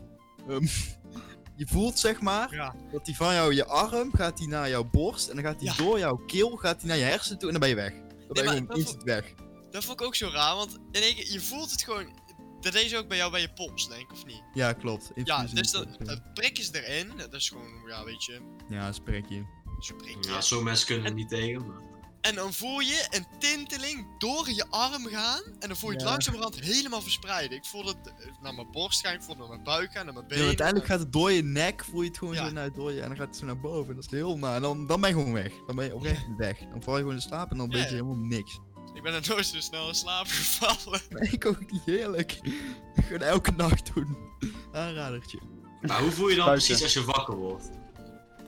[SPEAKER 3] ehm, [laughs] je voelt, zeg maar,
[SPEAKER 2] Ja.
[SPEAKER 3] dat die van jou, je arm, gaat die naar jouw borst. En dan gaat die
[SPEAKER 2] Ja.
[SPEAKER 3] door jouw keel, gaat die naar je hersenen toe en dan ben je weg. Dan ben je
[SPEAKER 2] maar
[SPEAKER 3] gewoon
[SPEAKER 2] dat
[SPEAKER 3] instant weg.
[SPEAKER 2] Dat vond ik ook zo raar, want in één keer, je voelt het gewoon. Dat deed ze ook bij jou bij je pols, denk ik, of niet?
[SPEAKER 3] Ja, klopt.
[SPEAKER 2] Ja,
[SPEAKER 3] Infuus in
[SPEAKER 2] dus
[SPEAKER 3] de
[SPEAKER 2] dan,
[SPEAKER 3] keel.
[SPEAKER 2] dan prikken ze erin. Dat is gewoon, ja, weet je,
[SPEAKER 3] Ja, spreek je.
[SPEAKER 2] zo'n prikje.
[SPEAKER 4] Ja, zo'n mensen kunnen er niet tegen, maar...
[SPEAKER 2] En dan voel je een tinteling door je arm gaan. En dan voel je het
[SPEAKER 3] Ja.
[SPEAKER 2] langzamerhand helemaal verspreiden. Ik voel het eh, naar mijn borst gaan, ik voel het naar mijn buik gaan, naar mijn
[SPEAKER 3] Ja,
[SPEAKER 2] benen.
[SPEAKER 3] maar uiteindelijk gaat het door je nek, voel je het gewoon
[SPEAKER 2] Ja.
[SPEAKER 3] zo naar door je en dan gaat het zo naar boven. En dat is heel na. En dan, dan ben je gewoon weg. Dan ben je oprecht weg. Dan val je gewoon in slaap en dan
[SPEAKER 2] Ja,
[SPEAKER 3] weet je
[SPEAKER 2] ja.
[SPEAKER 3] helemaal niks.
[SPEAKER 2] Ik ben er nooit zo snel in slaap gevallen.
[SPEAKER 3] Nee, ik ook niet heerlijk. [laughs] Gewoon elke nacht doen. Aanradertje.
[SPEAKER 4] Maar hoe voel je dan
[SPEAKER 1] Spuiten.
[SPEAKER 4] precies als je wakker wordt?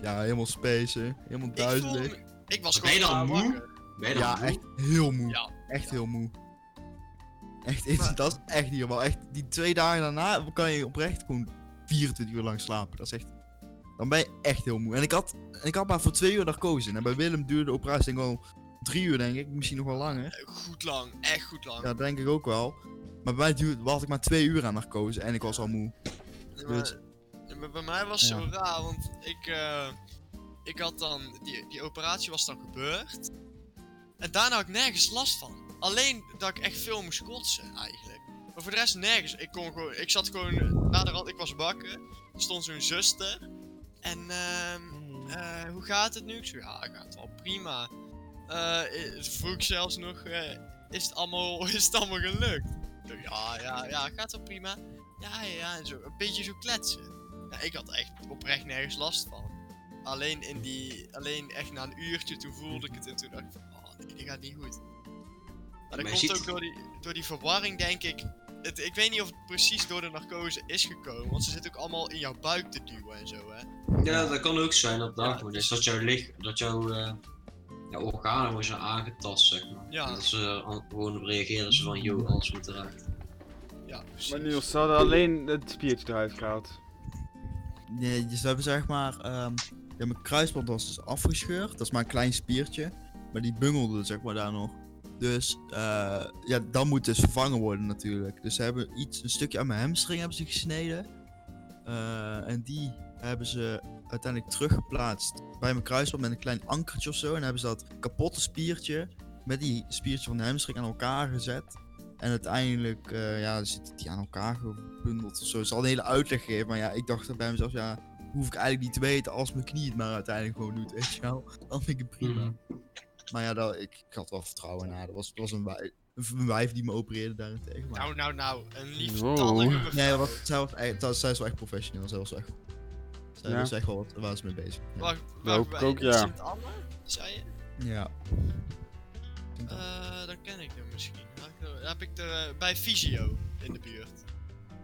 [SPEAKER 3] Ja, helemaal spacen. Helemaal
[SPEAKER 2] Ik, voelde
[SPEAKER 3] duizelig.
[SPEAKER 2] me, ik was
[SPEAKER 4] Ben
[SPEAKER 2] gewoon
[SPEAKER 4] je
[SPEAKER 2] zwaar
[SPEAKER 4] dan moe?
[SPEAKER 2] wakker.
[SPEAKER 4] Ben je dan
[SPEAKER 3] Ja,
[SPEAKER 4] moe?
[SPEAKER 3] echt heel moe.
[SPEAKER 2] Ja.
[SPEAKER 3] Echt heel moe. Echt, is- [laughs] dat is echt niet normaal. Echt, die twee dagen daarna kan je oprecht gewoon 24 uur lang slapen. Dat is echt... Dan ben je echt heel moe. En ik had, en ik had maar voor twee uur narcose. in. En bij Willem duurde de operatie denk ik wel drie uur, denk ik. Misschien nog wel langer.
[SPEAKER 2] Goed lang, echt goed lang.
[SPEAKER 3] Ja, dat denk ik ook wel. Maar bij mij duurde, had ik maar twee uur aan narcose. En ik was al moe.
[SPEAKER 2] Ja, maar-
[SPEAKER 3] Dus-
[SPEAKER 2] ja, maar bij mij was het
[SPEAKER 3] Ja.
[SPEAKER 2] zo raar, want ik, eh, ik had dan, die, die operatie was dan gebeurd. En daarna had ik nergens last van. Alleen dat ik echt veel moest kotsen eigenlijk. Maar voor de rest nergens. Ik, kon gewoon, ik zat gewoon eh, na de rand, ik was bakken. Er stond zo'n zuster. En ehm,
[SPEAKER 3] Hmm.
[SPEAKER 2] eh, hoe gaat het nu? Ik zei, ja, gaat wel prima. Eh, eh, Ze vroeg zelfs nog, eh, is, het allemaal, [laughs] is het allemaal gelukt? Ik dacht, ja, ja, ja, gaat wel prima. Ja, ja, ja, en zo, een beetje zo kletsen. Nou, ik had echt oprecht nergens last van. Alleen, in die, alleen echt na een uurtje toen voelde ik het en toen dacht ik van, oh nee, dit gaat niet goed. Maar dat
[SPEAKER 4] Maar je
[SPEAKER 2] komt
[SPEAKER 4] ziet-
[SPEAKER 2] ook door die, door die verwarring, denk ik. Het, ik weet niet of het precies door de narcose is gekomen, want ze zitten ook allemaal in jouw buik te duwen en zo, hè.
[SPEAKER 4] Ja, dat kan ook zijn dat dat
[SPEAKER 2] Ja,
[SPEAKER 4] gewoon
[SPEAKER 2] dus-
[SPEAKER 4] is. Dat jouw licht, dat jouw eh, ja, organen worden zijn aangetast, zeg maar.
[SPEAKER 2] Ja.
[SPEAKER 4] En dat ze er an- gewoon op reageren, zo van, yo, alles moet eruit.
[SPEAKER 2] Ja, precies.
[SPEAKER 1] maar Niels, ze hadden alleen het spiertje eruit gehaald.
[SPEAKER 3] Nee, dus we hebben zeg maar. ehm, ja, mijn kruisband was dus afgescheurd. Dat is maar een klein spiertje. Maar die bungelde zeg maar daar nog. Dus eh, ja, dan moet dus vervangen worden natuurlijk. Dus ze hebben iets, een stukje aan mijn hamstring hebben ze gesneden. Eh, en die hebben ze uiteindelijk teruggeplaatst bij mijn kruisband met een klein ankertje of zo. En dan hebben ze dat kapotte spiertje met die spiertje van de hamstring aan elkaar gezet. En uiteindelijk eh, ja, zit die aan elkaar gebundeld of zo. Ze hadden een hele uitleg gegeven, maar ja, ik dacht dan bij mezelf, ja, hoef ik eigenlijk niet te weten als mijn knie het maar uiteindelijk gewoon doet, weet je wel. [laughs] Dan vind ik het prima.
[SPEAKER 4] Mhm.
[SPEAKER 3] Maar ja, dat, ik, ik had wel vertrouwen in haar. Dat was, het was een, wij- een wijf die me opereerde daarentegen. Maar...
[SPEAKER 2] Nou, nou, nou, een lief
[SPEAKER 1] Wow.
[SPEAKER 2] tanden
[SPEAKER 3] Nee, wat, zij, was, echt- dat, zij is wel echt professioneel. Zij was wel echt. Zij
[SPEAKER 1] Ja.
[SPEAKER 3] was echt wel wat waar ze mee bezig. Ja.
[SPEAKER 2] Wacht,
[SPEAKER 1] hoop
[SPEAKER 2] wacht,
[SPEAKER 1] ik
[SPEAKER 2] wacht.
[SPEAKER 1] ook, ja.
[SPEAKER 2] Sint-Anne, zei je?
[SPEAKER 3] ja.
[SPEAKER 2] Eh, dat ken ik hem misschien. Heb ik er- Heb ik er bij Visio in de buurt.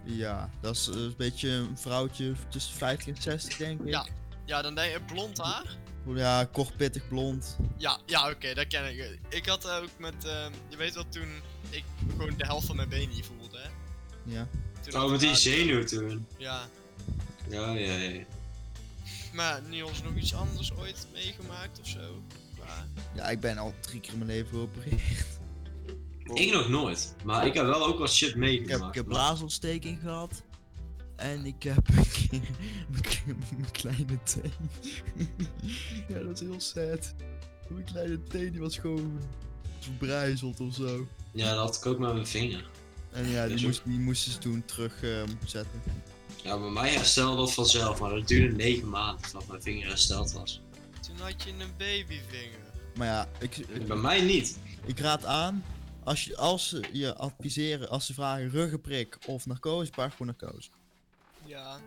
[SPEAKER 3] Ja, dat is eh, een beetje een vrouwtje tussen 50 en 60, denk ik.
[SPEAKER 2] Ja. Ja, dan denk je blond haar.
[SPEAKER 3] Ja, kort, pittig, blond.
[SPEAKER 2] Ja, ja oké, dat ken ik. Ik had ook met, ehm, je weet wel, toen ik gewoon de helft van mijn been niet voelde, hè.
[SPEAKER 3] Ja.
[SPEAKER 2] Toen had
[SPEAKER 4] Oh, met
[SPEAKER 2] ik
[SPEAKER 4] die
[SPEAKER 2] haar-
[SPEAKER 4] zenuw toen.
[SPEAKER 2] Ja.
[SPEAKER 4] Ja, ja, ja.
[SPEAKER 2] Maar Niels nog iets anders ooit meegemaakt of zo. Maar,
[SPEAKER 3] ja, ik ben al drie keer in mijn leven geopereerd.
[SPEAKER 4] Ik nog nooit. Maar ik heb wel ook wat shit
[SPEAKER 3] Ik heb,
[SPEAKER 4] meegemaakt.
[SPEAKER 3] ik heb
[SPEAKER 4] maar-
[SPEAKER 3] blaasontsteking gehad. En ik heb een keer [laughs] mijn k- mijn kleine teen. [laughs] ja, dat is heel sad. Mijn kleine teen die was gewoon verbrijzeld of zo.
[SPEAKER 4] Ja, dat had ik ook met mijn vinger.
[SPEAKER 3] En ja,
[SPEAKER 4] Is
[SPEAKER 3] die,
[SPEAKER 4] ook-
[SPEAKER 3] moest, die moesten ze toen ehm, terugzetten.
[SPEAKER 4] Ja, bij mij herstelde dat vanzelf, maar dat duurde negen maanden voordat mijn vinger hersteld was.
[SPEAKER 2] Toen had je een babyvinger.
[SPEAKER 3] maar ja, ik, ik,
[SPEAKER 4] Bij mij niet.
[SPEAKER 3] ik raad aan. Als, je, als ze je adviseren, als ze vragen ruggenprik of narcose, pak gewoon narcose.
[SPEAKER 2] Ja.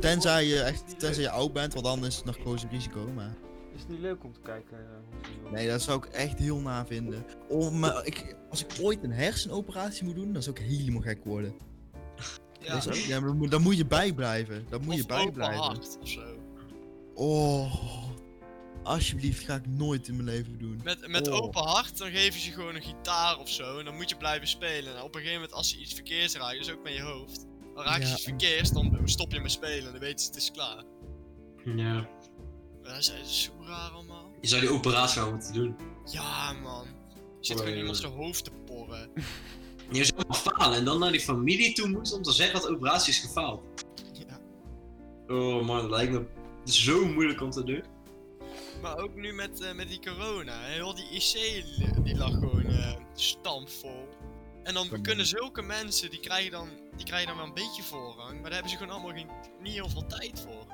[SPEAKER 3] Tenzij je, echt, tenzij je oud bent, want dan is het narcose risico. Maar...
[SPEAKER 1] Is het niet leuk om te kijken? eh, hoe ze doen?
[SPEAKER 3] Nee, dat zou ik echt heel na vinden. Om, eh, ik, als ik ooit een hersenoperatie moet doen, dan zou ik helemaal gek worden.
[SPEAKER 2] ja.
[SPEAKER 3] Dat is ook- ja, maar dan moet- dan moet je bijblijven. Dan moet
[SPEAKER 2] Of
[SPEAKER 3] je bijblijven.
[SPEAKER 2] openhart of zo.
[SPEAKER 3] Oh, alsjeblieft, ga ik nooit in mijn leven doen.
[SPEAKER 2] Met, met
[SPEAKER 3] Oh.
[SPEAKER 2] open hart, dan geven ze je gewoon een gitaar of zo. En dan moet je blijven spelen. En op een gegeven moment, als ze iets verkeerds raken, dus ook met je hoofd. Dan raak je
[SPEAKER 3] Ja.
[SPEAKER 2] iets verkeerds, dan stop je met spelen. En dan weten ze het is klaar.
[SPEAKER 4] Ja.
[SPEAKER 2] Wij zijn zo raar allemaal.
[SPEAKER 4] Je zou die operatie wel moeten doen.
[SPEAKER 2] Ja, man. Je zit
[SPEAKER 4] Oh,
[SPEAKER 2] gewoon
[SPEAKER 4] ja.
[SPEAKER 2] iemand zijn hoofd te porren.
[SPEAKER 4] Je zou maar falen en dan naar die familie toe moeten om te zeggen dat de operatie is gefaald.
[SPEAKER 2] Ja.
[SPEAKER 4] Oh man, dat lijkt me zo moeilijk om te doen.
[SPEAKER 2] Maar ook nu met, eh, met die corona. hè, Heel die IC li- die lag gewoon eh stampvol. En dan
[SPEAKER 3] Kan
[SPEAKER 2] kunnen zulke mensen, die krijgen, dan, die krijgen dan wel een beetje voorrang. Maar daar hebben ze gewoon allemaal geen, niet heel veel tijd voor.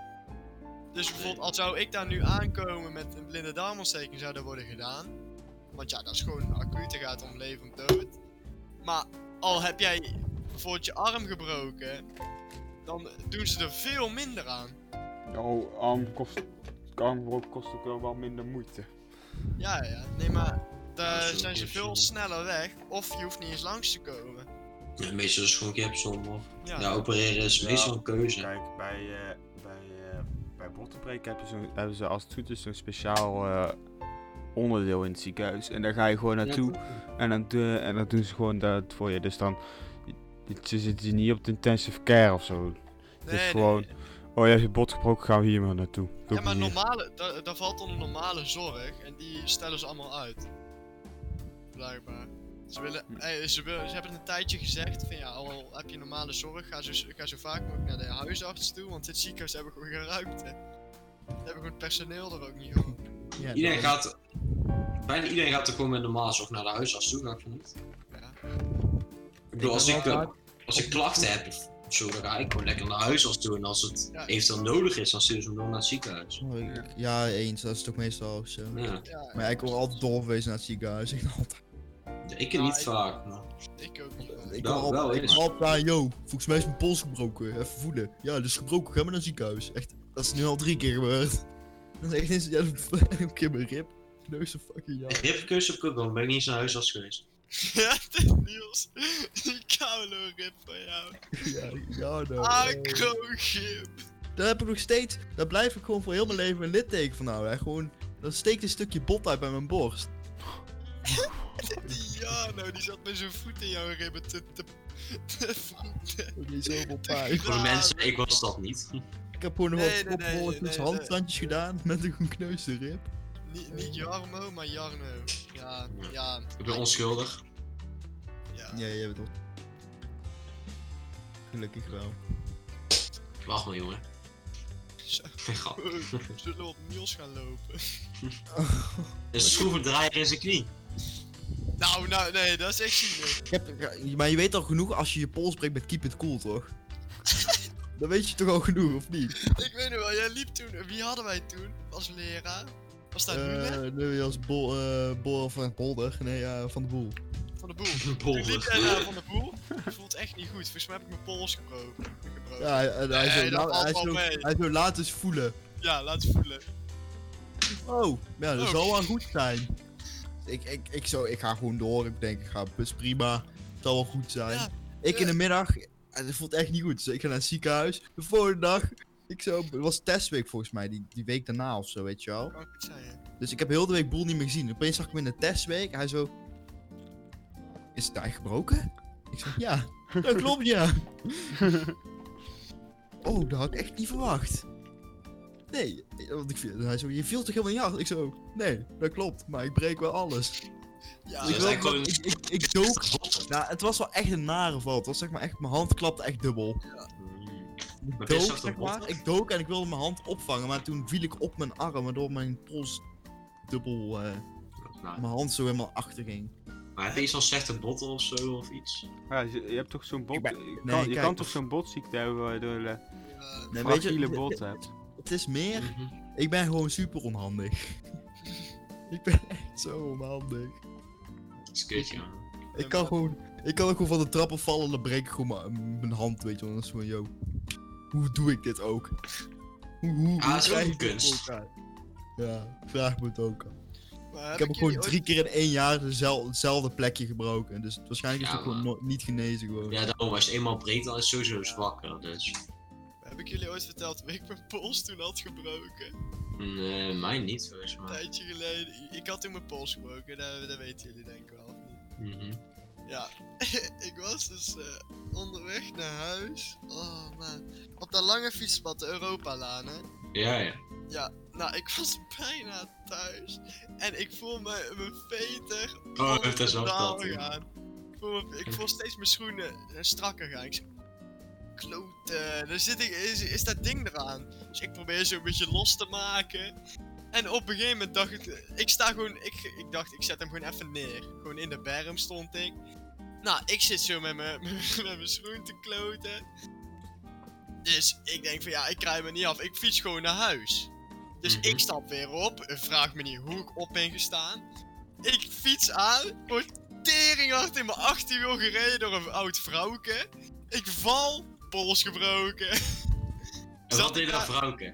[SPEAKER 2] Dus bijvoorbeeld, al zou ik daar nu aankomen met een blinde darmontsteking, zou dat worden gedaan. Want ja, dat is gewoon acuut, dat gaat om leven of dood. Maar al heb jij bijvoorbeeld je arm gebroken, dan doen ze er veel minder aan.
[SPEAKER 1] Nou, arm kost, arm kost ook wel, wel minder moeite.
[SPEAKER 2] Ja, ja. Nee, maar
[SPEAKER 4] Ja,
[SPEAKER 2] daar
[SPEAKER 4] zo
[SPEAKER 2] zijn ze
[SPEAKER 4] is
[SPEAKER 2] veel
[SPEAKER 4] het.
[SPEAKER 2] sneller weg. Of je hoeft niet eens langs te komen.
[SPEAKER 4] Ja, meestal is het gewoon capsom of...
[SPEAKER 2] Ja.
[SPEAKER 4] Ja, opereren is
[SPEAKER 1] Ja.
[SPEAKER 4] meestal een keuze.
[SPEAKER 1] Kijk, bij, eh, bij, eh bij bottenbreek hebben ze, hebben ze als het goed is zo'n speciaal eh, onderdeel in het ziekenhuis. En daar ga je gewoon naartoe en, dan, doe- en dan doen ze gewoon dat voor je. Dus dan ze zitten je niet op de intensive care of zo.
[SPEAKER 2] nee,
[SPEAKER 1] is
[SPEAKER 2] nee,
[SPEAKER 1] gewoon-
[SPEAKER 2] nee.
[SPEAKER 1] Oh, je hebt je bot gebroken, gaan we hier maar naartoe. Doe
[SPEAKER 2] Ja, maar
[SPEAKER 1] plezier.
[SPEAKER 2] normale, da- daar valt onder normale zorg. En die stellen ze allemaal uit. Blijkbaar. Ze, willen,
[SPEAKER 1] Hm.
[SPEAKER 2] eh, ze, wil- ze hebben een tijdje gezegd van ja, al heb je normale zorg, ga zo, ga zo vaak mogelijk naar de huisarts toe. Want dit ziekenhuis hebben gewoon geen ruimte. Ze hebben gewoon personeel er ook niet voor.
[SPEAKER 3] Ja,
[SPEAKER 4] Iedereen
[SPEAKER 3] dat-
[SPEAKER 4] gaat... Bijna iedereen gaat er gewoon met normaal zorg naar de huisarts toe, ga ik van niet.
[SPEAKER 2] Ja.
[SPEAKER 4] Ik bedoel, als
[SPEAKER 3] ben
[SPEAKER 4] ik,
[SPEAKER 3] wel
[SPEAKER 4] eh,
[SPEAKER 3] vaak-
[SPEAKER 4] als ik klachten heb of zo, dan ga ik gewoon lekker naar de huisarts toe. En als het
[SPEAKER 2] Ja.
[SPEAKER 4] eventueel nodig is, dan sturen ze hem door naar het ziekenhuis.
[SPEAKER 3] Oh, ik- Ja, eens. Dat is toch meestal ook zo.
[SPEAKER 4] Ja,
[SPEAKER 2] Ja, dus
[SPEAKER 3] Maar ja, ik word altijd doorverwezen naar het ziekenhuis. [laughs] Ik, altijd,
[SPEAKER 4] ik niet
[SPEAKER 2] ik-
[SPEAKER 4] vaak, maar...
[SPEAKER 2] ik ook niet.
[SPEAKER 3] ik
[SPEAKER 4] Wel-
[SPEAKER 3] word altijd,
[SPEAKER 4] wel
[SPEAKER 3] ik
[SPEAKER 4] eens.
[SPEAKER 3] word altijd aan, yo, volgens mij is mijn pols gebroken. Even voelen. Ja, dat is gebroken. Ga maar naar het ziekenhuis. Echt, dat is nu al drie keer gebeurd. [laughs] Dan zeg ik eens, ja, een keer mijn rib. No, zo
[SPEAKER 2] [laughs]
[SPEAKER 3] fucking ja.
[SPEAKER 4] Ripkeus op Google, dan ben ik niet eens naar de huisarts geweest.
[SPEAKER 2] [laughs] Ja, dit is Niels. [laughs] Die koude rip van jou.
[SPEAKER 3] Ja, ja, nou.
[SPEAKER 2] Ah,
[SPEAKER 3] eh.
[SPEAKER 2] Acrogip.
[SPEAKER 3] Daar heb ik nog steeds, daar blijf ik gewoon voor heel mijn leven een litteken van houden. Hè. Gewoon, dan steekt een stukje bot uit bij mijn borst.
[SPEAKER 2] Die Jano, nou, die zat met zijn voet in jouw ribben te... te, te
[SPEAKER 3] Dat is zoveel
[SPEAKER 2] [laughs]
[SPEAKER 3] pijn.
[SPEAKER 4] Voor de
[SPEAKER 2] Ja.
[SPEAKER 4] mensen, ik was dat niet.
[SPEAKER 3] Ik heb gewoon nog
[SPEAKER 2] Nee,
[SPEAKER 3] wat
[SPEAKER 2] nee, nee,
[SPEAKER 3] opgehoord
[SPEAKER 2] nee,
[SPEAKER 3] tussen
[SPEAKER 2] nee.
[SPEAKER 3] handstandjes gedaan [laughs] met een gekneusde rib.
[SPEAKER 2] niet, niet Jarmo, maar Jarno. Ja,
[SPEAKER 3] [laughs]
[SPEAKER 2] ja,
[SPEAKER 4] Ik ben onschuldig.
[SPEAKER 2] ja.
[SPEAKER 3] Ja, jij bent wel. Gelukkig wel.
[SPEAKER 4] Wacht maar, jongen.
[SPEAKER 2] Zo.
[SPEAKER 4] Grap.
[SPEAKER 2] Oh, we Zullen we op Niels gaan lopen?
[SPEAKER 4] Een schroevendraaier in zijn knie.
[SPEAKER 2] Nou, nou, nee, dat is echt zielig.
[SPEAKER 3] Ik heb, ja, maar je weet al genoeg als je je pols breekt met Keep It
[SPEAKER 2] [laughs]
[SPEAKER 3] Cool, toch? dan weet je toch al genoeg, of niet?
[SPEAKER 2] Ik weet nog wel, jij liep toen... Wie hadden wij toen als leraar? Was dat Lule?
[SPEAKER 3] Eh nee, als bol, eh bol van Bolder. Nee, ja, van de boel.
[SPEAKER 2] Van de Boel. Toen liep jij naar
[SPEAKER 4] Bolder.
[SPEAKER 2] Van de Boel. Ik voel het echt niet goed. Volgens mij heb ik mijn pols gebroken. gebroken.
[SPEAKER 3] Ja, en hij
[SPEAKER 2] Nee,
[SPEAKER 3] zo
[SPEAKER 2] dat
[SPEAKER 3] la-
[SPEAKER 2] valt
[SPEAKER 3] hij
[SPEAKER 2] wel
[SPEAKER 3] zo-
[SPEAKER 2] mee.
[SPEAKER 3] hij zo laat eens voelen.
[SPEAKER 2] ja, laat het voelen.
[SPEAKER 3] Oh, ja, dat
[SPEAKER 2] Oh.
[SPEAKER 3] zal wel goed zijn. Ik, ik, ik, zou, ik ga gewoon door. Ik denk, ik ga bus prima. Het zal wel goed zijn.
[SPEAKER 2] Ja,
[SPEAKER 3] ik in
[SPEAKER 2] ja.
[SPEAKER 3] de middag, en dat voelt echt niet goed. Dus ik ga naar het ziekenhuis. De volgende dag, ik zo, het was testweek volgens mij, die, die week daarna of zo, weet je wel.
[SPEAKER 2] Kan ik het zeggen?
[SPEAKER 3] Dus ik heb heel de week Boel niet meer gezien. Opeens zag ik hem in de testweek. Hij zo, is het eigenlijk gebroken? Ik zeg, ja, dat klopt ja. [laughs] oh, dat had ik echt niet verwacht. Nee, want ik viel, hij zo, je viel toch helemaal niet af? Ik zo, nee, dat klopt, maar ik breek wel alles.
[SPEAKER 2] Ja,
[SPEAKER 4] Dus
[SPEAKER 2] dat-
[SPEAKER 3] ik,
[SPEAKER 4] dat is
[SPEAKER 3] wil-
[SPEAKER 4] echt gewoon-
[SPEAKER 3] ik, ik, ik dook. Nou, het was wel echt een nare val. Het was zeg maar echt, mijn hand klapte echt dubbel.
[SPEAKER 4] Maar dit is
[SPEAKER 3] dook,
[SPEAKER 4] toch
[SPEAKER 3] zeg
[SPEAKER 4] een
[SPEAKER 3] maar.
[SPEAKER 4] bot?
[SPEAKER 3] Ik dook en ik wilde mijn hand opvangen, maar toen viel ik op mijn arm, waardoor mijn pols dubbel, eh,
[SPEAKER 4] Nou,
[SPEAKER 3] mijn hand zo helemaal achter ging.
[SPEAKER 4] maar heb je zo'n slechte botten of zo of iets?
[SPEAKER 1] Ja, je, je hebt toch zo'n bot...
[SPEAKER 3] Ik ben-
[SPEAKER 1] je kan,
[SPEAKER 3] nee,
[SPEAKER 1] je
[SPEAKER 3] kijk,
[SPEAKER 1] kan toch
[SPEAKER 3] of-
[SPEAKER 1] zo'n botziekte hebben waardoor je
[SPEAKER 2] eh,
[SPEAKER 3] Nee, weet je,
[SPEAKER 1] fragiele
[SPEAKER 3] het-
[SPEAKER 1] bot hebt?
[SPEAKER 3] Het is meer,
[SPEAKER 4] Mhm.
[SPEAKER 3] ik ben gewoon super onhandig. [laughs] ik ben echt zo onhandig.
[SPEAKER 4] Dat is kut, ja.
[SPEAKER 3] Ik kan gewoon, ik kan ook gewoon van de trap afvallen en dan breek ik gewoon mijn, mijn hand, weet je wel. Dan is het van, yo, hoe doe ik dit ook? Hoe, hoe,
[SPEAKER 4] Ah,
[SPEAKER 3] hoe
[SPEAKER 4] dat is ook
[SPEAKER 3] krijg
[SPEAKER 4] een
[SPEAKER 3] ik dit
[SPEAKER 4] kunst.
[SPEAKER 3] voor elkaar? Ja, vraag me het ook aan.
[SPEAKER 2] maar
[SPEAKER 3] Ik
[SPEAKER 2] hebben
[SPEAKER 3] heb ook gewoon
[SPEAKER 2] jullie
[SPEAKER 3] drie keer in één jaar dezel- hetzelfde plekje gebroken. Dus waarschijnlijk is
[SPEAKER 4] Ja,
[SPEAKER 3] het ook gewoon nooit- niet genezen gewoon.
[SPEAKER 4] Ja, daarom, als je eenmaal breekt, dan is het sowieso zwakker, dus...
[SPEAKER 2] ooit- Heb ik jullie ooit verteld hoe ik mijn pols toen had gebroken?
[SPEAKER 4] Nee, mm, eh, mij niet, volgens
[SPEAKER 2] Een
[SPEAKER 4] mij.
[SPEAKER 2] tijdje geleden. Ik had toen mijn pols gebroken, dat, dat weten jullie denk ik wel. of niet? [laughs]
[SPEAKER 4] Mhm.
[SPEAKER 2] Ja, ik was dus eh, onderweg naar huis. Oh man. Op dat lange fietspad, de Europalaan, hè?
[SPEAKER 4] Ja, ja.
[SPEAKER 2] Ja, nou, ik was [laughs] bijna thuis. En ik voel me- mijn veter
[SPEAKER 4] Oh, dat is wel
[SPEAKER 2] Totaal
[SPEAKER 4] dat, ja.
[SPEAKER 2] gaan. Ik voel, me- ik voel steeds mijn schoenen eh, strakker gaan. Ik zeg, klote, dan zit ik, is, is dat ding eraan. Dus ik probeer zo een beetje los te maken. En op een gegeven moment dacht ik, ik sta gewoon, ik, ik dacht, ik zet hem gewoon even neer. Gewoon in de berm stond ik. Nou, ik zit zo met mijn [laughs] met mijn schoen te kloten. Dus ik denk van ja, ik krijg me niet af. Ik fiets gewoon naar huis. Dus
[SPEAKER 4] Mhm.
[SPEAKER 2] ik stap weer op. Vraag me niet hoe ik op ben gestaan. Ik fiets aan. Word teringhard in mijn achterwiel gereden door een oud vrouwke. Ik val. Pols gebroken.
[SPEAKER 4] En
[SPEAKER 2] Zat
[SPEAKER 4] wat deed
[SPEAKER 2] ik
[SPEAKER 4] dat
[SPEAKER 2] daar-
[SPEAKER 4] vrouwke?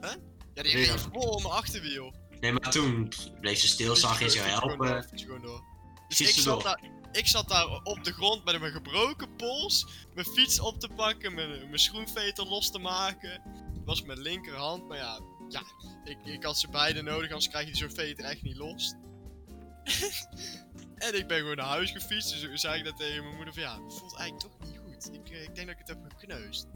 [SPEAKER 2] Ja, die
[SPEAKER 4] Nee,
[SPEAKER 2] reed
[SPEAKER 4] dat-
[SPEAKER 2] vol op mijn achterwiel.
[SPEAKER 4] Nee, maar toen bleef ze stil,
[SPEAKER 2] Dus
[SPEAKER 4] zag je
[SPEAKER 2] ik
[SPEAKER 4] ze
[SPEAKER 2] fiets gewoon door,
[SPEAKER 4] helpen.
[SPEAKER 2] fiets gewoon door. Dus
[SPEAKER 4] Fiets
[SPEAKER 2] ik
[SPEAKER 4] ze
[SPEAKER 2] zat,
[SPEAKER 4] door.
[SPEAKER 2] daar, ik zat daar op de grond met mijn gebroken pols, mijn fiets op te pakken, mijn, mijn schoenveter los te maken. Het was mijn linkerhand, maar ja, ja ik, ik had ze beide nodig, anders krijg je zo'n veter echt niet
[SPEAKER 4] [laughs]
[SPEAKER 2] los. en ik ben gewoon naar huis gefietst, dus toen zei ik dat tegen mijn moeder van ja, het voelt eigenlijk toch niet goed. Ik, eh, ik denk dat ik het heb gekneusd.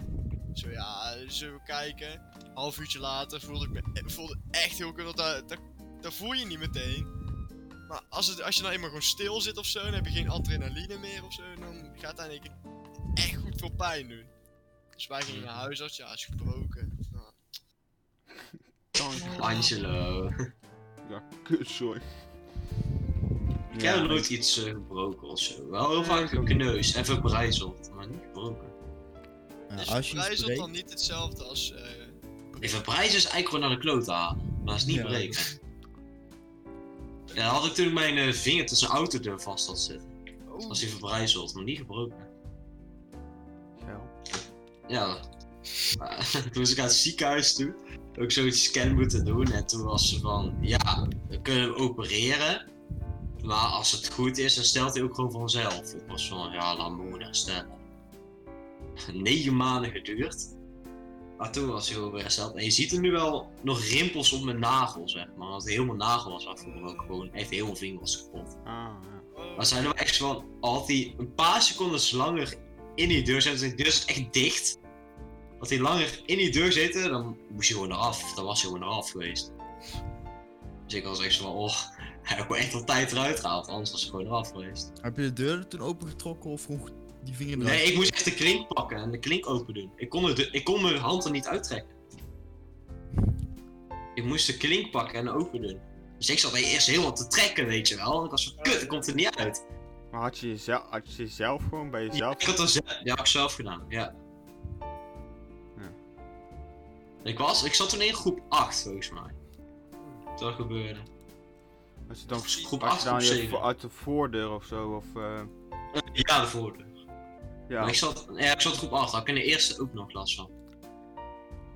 [SPEAKER 2] Zo ja, zullen we kijken. Half uurtje later voelde ik me eh, voelde echt heel kut, want dat, dat, dat voel je niet meteen. Maar als, het, als je nou eenmaal gewoon stil zit of zo, dan heb je geen adrenaline meer of zo, dan gaat dat in één keer echt goed veel pijn doen. Dus wij gingen naar huisarts, ja, is gebroken. Nou,
[SPEAKER 1] Kanker.
[SPEAKER 4] Angelo.
[SPEAKER 1] Ja, kutzooi.
[SPEAKER 4] Ik heb nog nooit iets eh, gebroken of zo. Wel heel vaak gekneusd en verbrijzeld, maar niet gebroken.
[SPEAKER 3] Ja,
[SPEAKER 2] is
[SPEAKER 3] als je iets
[SPEAKER 2] verbrijzeld Dus dan
[SPEAKER 3] breekt,
[SPEAKER 2] niet hetzelfde als... eh,
[SPEAKER 4] Nee, verbrijzelen is dus eigenlijk gewoon naar de kloot halen. Maar dat is niet
[SPEAKER 3] Ja.
[SPEAKER 4] breken. Ja, dan had ik toen mijn eh, vinger tussen de autodeur vast had zitten.
[SPEAKER 2] oh,
[SPEAKER 4] Als hij verbrijzeld, maar niet gebroken. Ja. Maar [laughs] toen was ik aan het ziekenhuis toe. Ook zoiets scan moeten doen. En toen was ze van, ja, we kunnen hem opereren. Maar als het goed is, dan stelt hij ook gewoon vanzelf. Ik was van, ja, laat mijn moeder stellen. Negen maanden geduurd. Maar toen was hij gewoon weer hersteld. En je ziet er nu wel nog rimpels op mijn nagel, zeg maar. Want heel mijn nagel was afgebroken. Gewoon echt heel mijn vinger was kapot.
[SPEAKER 1] Ah, ja.
[SPEAKER 2] oh,
[SPEAKER 4] Maar zijn er wel echt van, had hij een paar seconden langer in die deur zitten, die deur zit echt dicht. Had hij langer in die deur zitten, dan moest hij gewoon eraf. Dan was hij gewoon eraf geweest. Dus ik was echt zo van, oh, [laughs] hij heeft gewoon echt al tijd eruit gehaald, anders was hij gewoon eraf geweest.
[SPEAKER 3] heb je de deur toen opengetrokken of gewoon die vinger eruit?
[SPEAKER 4] Nee, ik moest echt de klink pakken en de klink open doen. Ik kon, de, ik kon mijn hand er niet uittrekken. Ik moest de klink pakken en open doen. Dus ik zat eerst heel wat te trekken, weet je wel. Ik was van, kut, ik komt er niet uit.
[SPEAKER 1] Maar had je, jezelf, had je jezelf gewoon bij
[SPEAKER 4] Ja,
[SPEAKER 1] jezelf?
[SPEAKER 4] ik had dat zelf, ja, ik zelf gedaan, ja.
[SPEAKER 1] Ja.
[SPEAKER 4] Ik, was, ik zat toen in groep 8, volgens mij. Dat gebeurde.
[SPEAKER 1] Als je dan,
[SPEAKER 4] Groep
[SPEAKER 1] als
[SPEAKER 4] acht,
[SPEAKER 1] je dan
[SPEAKER 4] groep
[SPEAKER 1] je,
[SPEAKER 4] zeven.
[SPEAKER 1] vo- uit de voordeur of zo, of eh,
[SPEAKER 4] Ja, de voordeur.
[SPEAKER 1] ja.
[SPEAKER 4] Maar ik zat, ja, ik zat in groep 8, daar had ik in de eerste ook nog last van.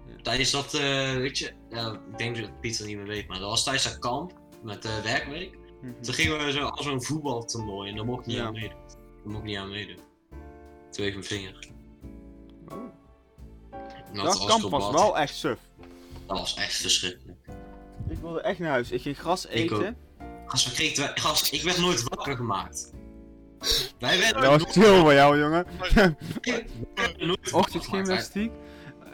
[SPEAKER 1] Ja.
[SPEAKER 4] Tijdens dat, eh, weet je, ja, ik denk dat Pieter niet meer weet, maar dat was tijdens dat kamp met eh, werkweek.
[SPEAKER 1] Mhm.
[SPEAKER 4] Toen gingen we zo als een voetbaltoernooi en daar mocht ik niet
[SPEAKER 1] Ja.
[SPEAKER 4] aan meedoen. Daar mocht ik niet aan meedoen. Toen heeft mijn vinger.
[SPEAKER 1] Oh.
[SPEAKER 4] En
[SPEAKER 1] Dat
[SPEAKER 4] was
[SPEAKER 1] kamp
[SPEAKER 4] heel
[SPEAKER 1] was
[SPEAKER 4] bad.
[SPEAKER 1] wel echt suf.
[SPEAKER 4] Dat was echt verschrikkelijk.
[SPEAKER 1] Ik wilde echt naar huis. Ik ging gras
[SPEAKER 4] ook.
[SPEAKER 1] eten.
[SPEAKER 4] Gast, we kregen twa- gast, ik werd nooit wakker gemaakt. Wij werden
[SPEAKER 1] Dat was chill voor jou, jongen.
[SPEAKER 4] nooit wakker gemaakt.
[SPEAKER 1] Ochtendgymnastiek.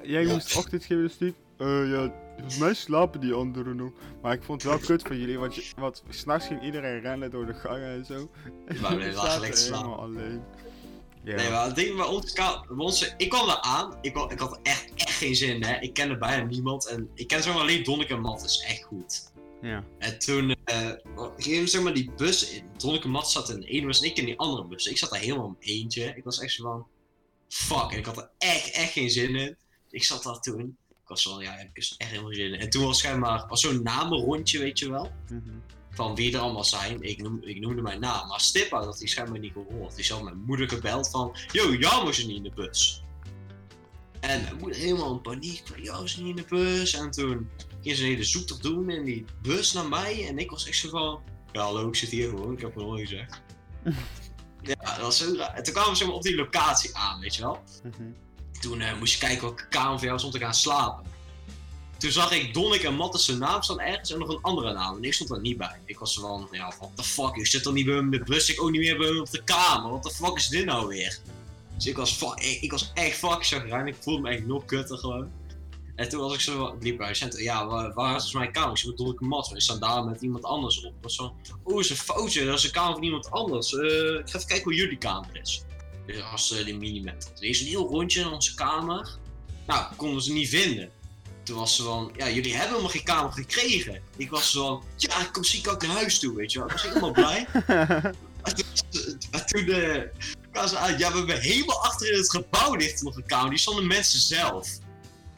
[SPEAKER 1] Jij
[SPEAKER 4] Ja.
[SPEAKER 1] moest ochtendgymnastiek. Eh, ja, volgens mij slapen die anderen nog. Maar ik vond het wel kut van jullie, want, je- want s'nachts ging iedereen rennen door de gangen en zo. En [laughs]
[SPEAKER 4] Maar we
[SPEAKER 1] jullie
[SPEAKER 4] lagen
[SPEAKER 1] zaten
[SPEAKER 4] lekker te slapen.
[SPEAKER 1] helemaal alleen. Ja.
[SPEAKER 4] Nee, maar het ding bij ons, ka- bij ons- ik kwam daar aan, ik, kwam- ik had echt, echt geen zin, hè. Ik kende bijna niemand en ik ken zomaar alleen Donneke en Mattis, echt goed.
[SPEAKER 1] ja.
[SPEAKER 4] En toen eh ging hem zeg maar die bus in. Donneke en Mattis zat in de ene bus en ik in die andere bus. Ik zat daar helemaal in mijn eentje. Ik was echt zo van, fuck, en ik had er echt, echt geen zin in. Ik zat daar toen, ik was van, ja, heb ik dus echt helemaal geen zin in. En toen was schijnbaar, was zo'n namenrondje, weet je wel.
[SPEAKER 1] Mhm.
[SPEAKER 4] van wie er allemaal zijn. Ik, noem, ik noemde mijn naam, maar Stippa had die schijnbaar niet gehoord. Die had mijn moeder gebeld van, yo, jou was er niet in de bus. En mijn moeder helemaal in paniek, van, jou is niet in de bus. En toen ging ze een hele zoektocht doen in die bus naar mij. En ik was echt zo van, ja hallo, ik zit hier gewoon, ik heb het nooit gezegd. ja, dat was zo raar. En toen kwamen we zeg maar, op die locatie aan, weet je wel
[SPEAKER 1] Mhm.
[SPEAKER 4] toen eh, moest je kijken welke kamer voor jou was om te gaan slapen. Toen zag ik Donnik en Mattis zijn naam staan ergens en nog een andere naam. En ik stond er niet bij. Ik was van, ja, what the fuck, ik zit er niet bij hem in de bus, ik ook niet meer bij hem op de kamer. What the fuck is dit nou weer? Dus ik was, fa- ik, ik was echt fucking chagrijnig. Ik voelde me echt nog kutter gewoon. En toen was ik zo, ik liep bij het centrum. Ja, waar, waar is mijn kamer? Ik zei, Donnik en Mattis, we staan daar met iemand anders op. Ik was zo, oeh, is een foutje, dat is een kamer van iemand anders. Eh, ik ga even kijken hoe jullie kamer is. Dus als eh, de minimet. Er is een heel rondje in onze kamer. Nou, konden ze niet vinden. Toen was ze van, ja, jullie hebben helemaal geen kamer gekregen. Ik was zo van, ja, ik kom misschien kan ik naar huis toe, weet je wel. Ik was helemaal blij. En toen- en toen eh, kwamen ze aan, ja, we hebben helemaal achter in het gebouw ligt nog een kamer. Die stonden mensen zelf. Toen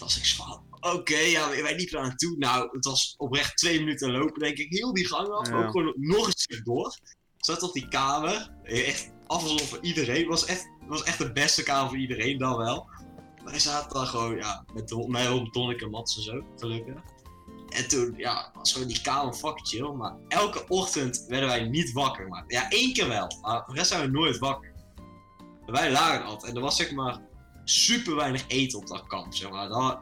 [SPEAKER 4] was ik zo van, oké, ja, wij liepen daar naartoe. Nou, het was oprecht twee minuten lopen, denk ik. Heel die gang af,
[SPEAKER 1] Ja.
[SPEAKER 4] ook gewoon nog een stuk door. Zat op die kamer, echt af alsof voor iedereen. Was echt, was echt de beste kamer voor iedereen dan wel. Wij zaten dan gewoon, ja, met Don- mij om Donneke en Mats en zo, gelukkig. En toen, ja, was gewoon die kamer fucking chill. Maar elke ochtend werden wij niet wakker. Maar ja, één keer wel. Maar de rest zijn we nooit wakker. En wij lagen altijd. En er was zeg maar super weinig eten op dat kamp, zeg maar. Dan,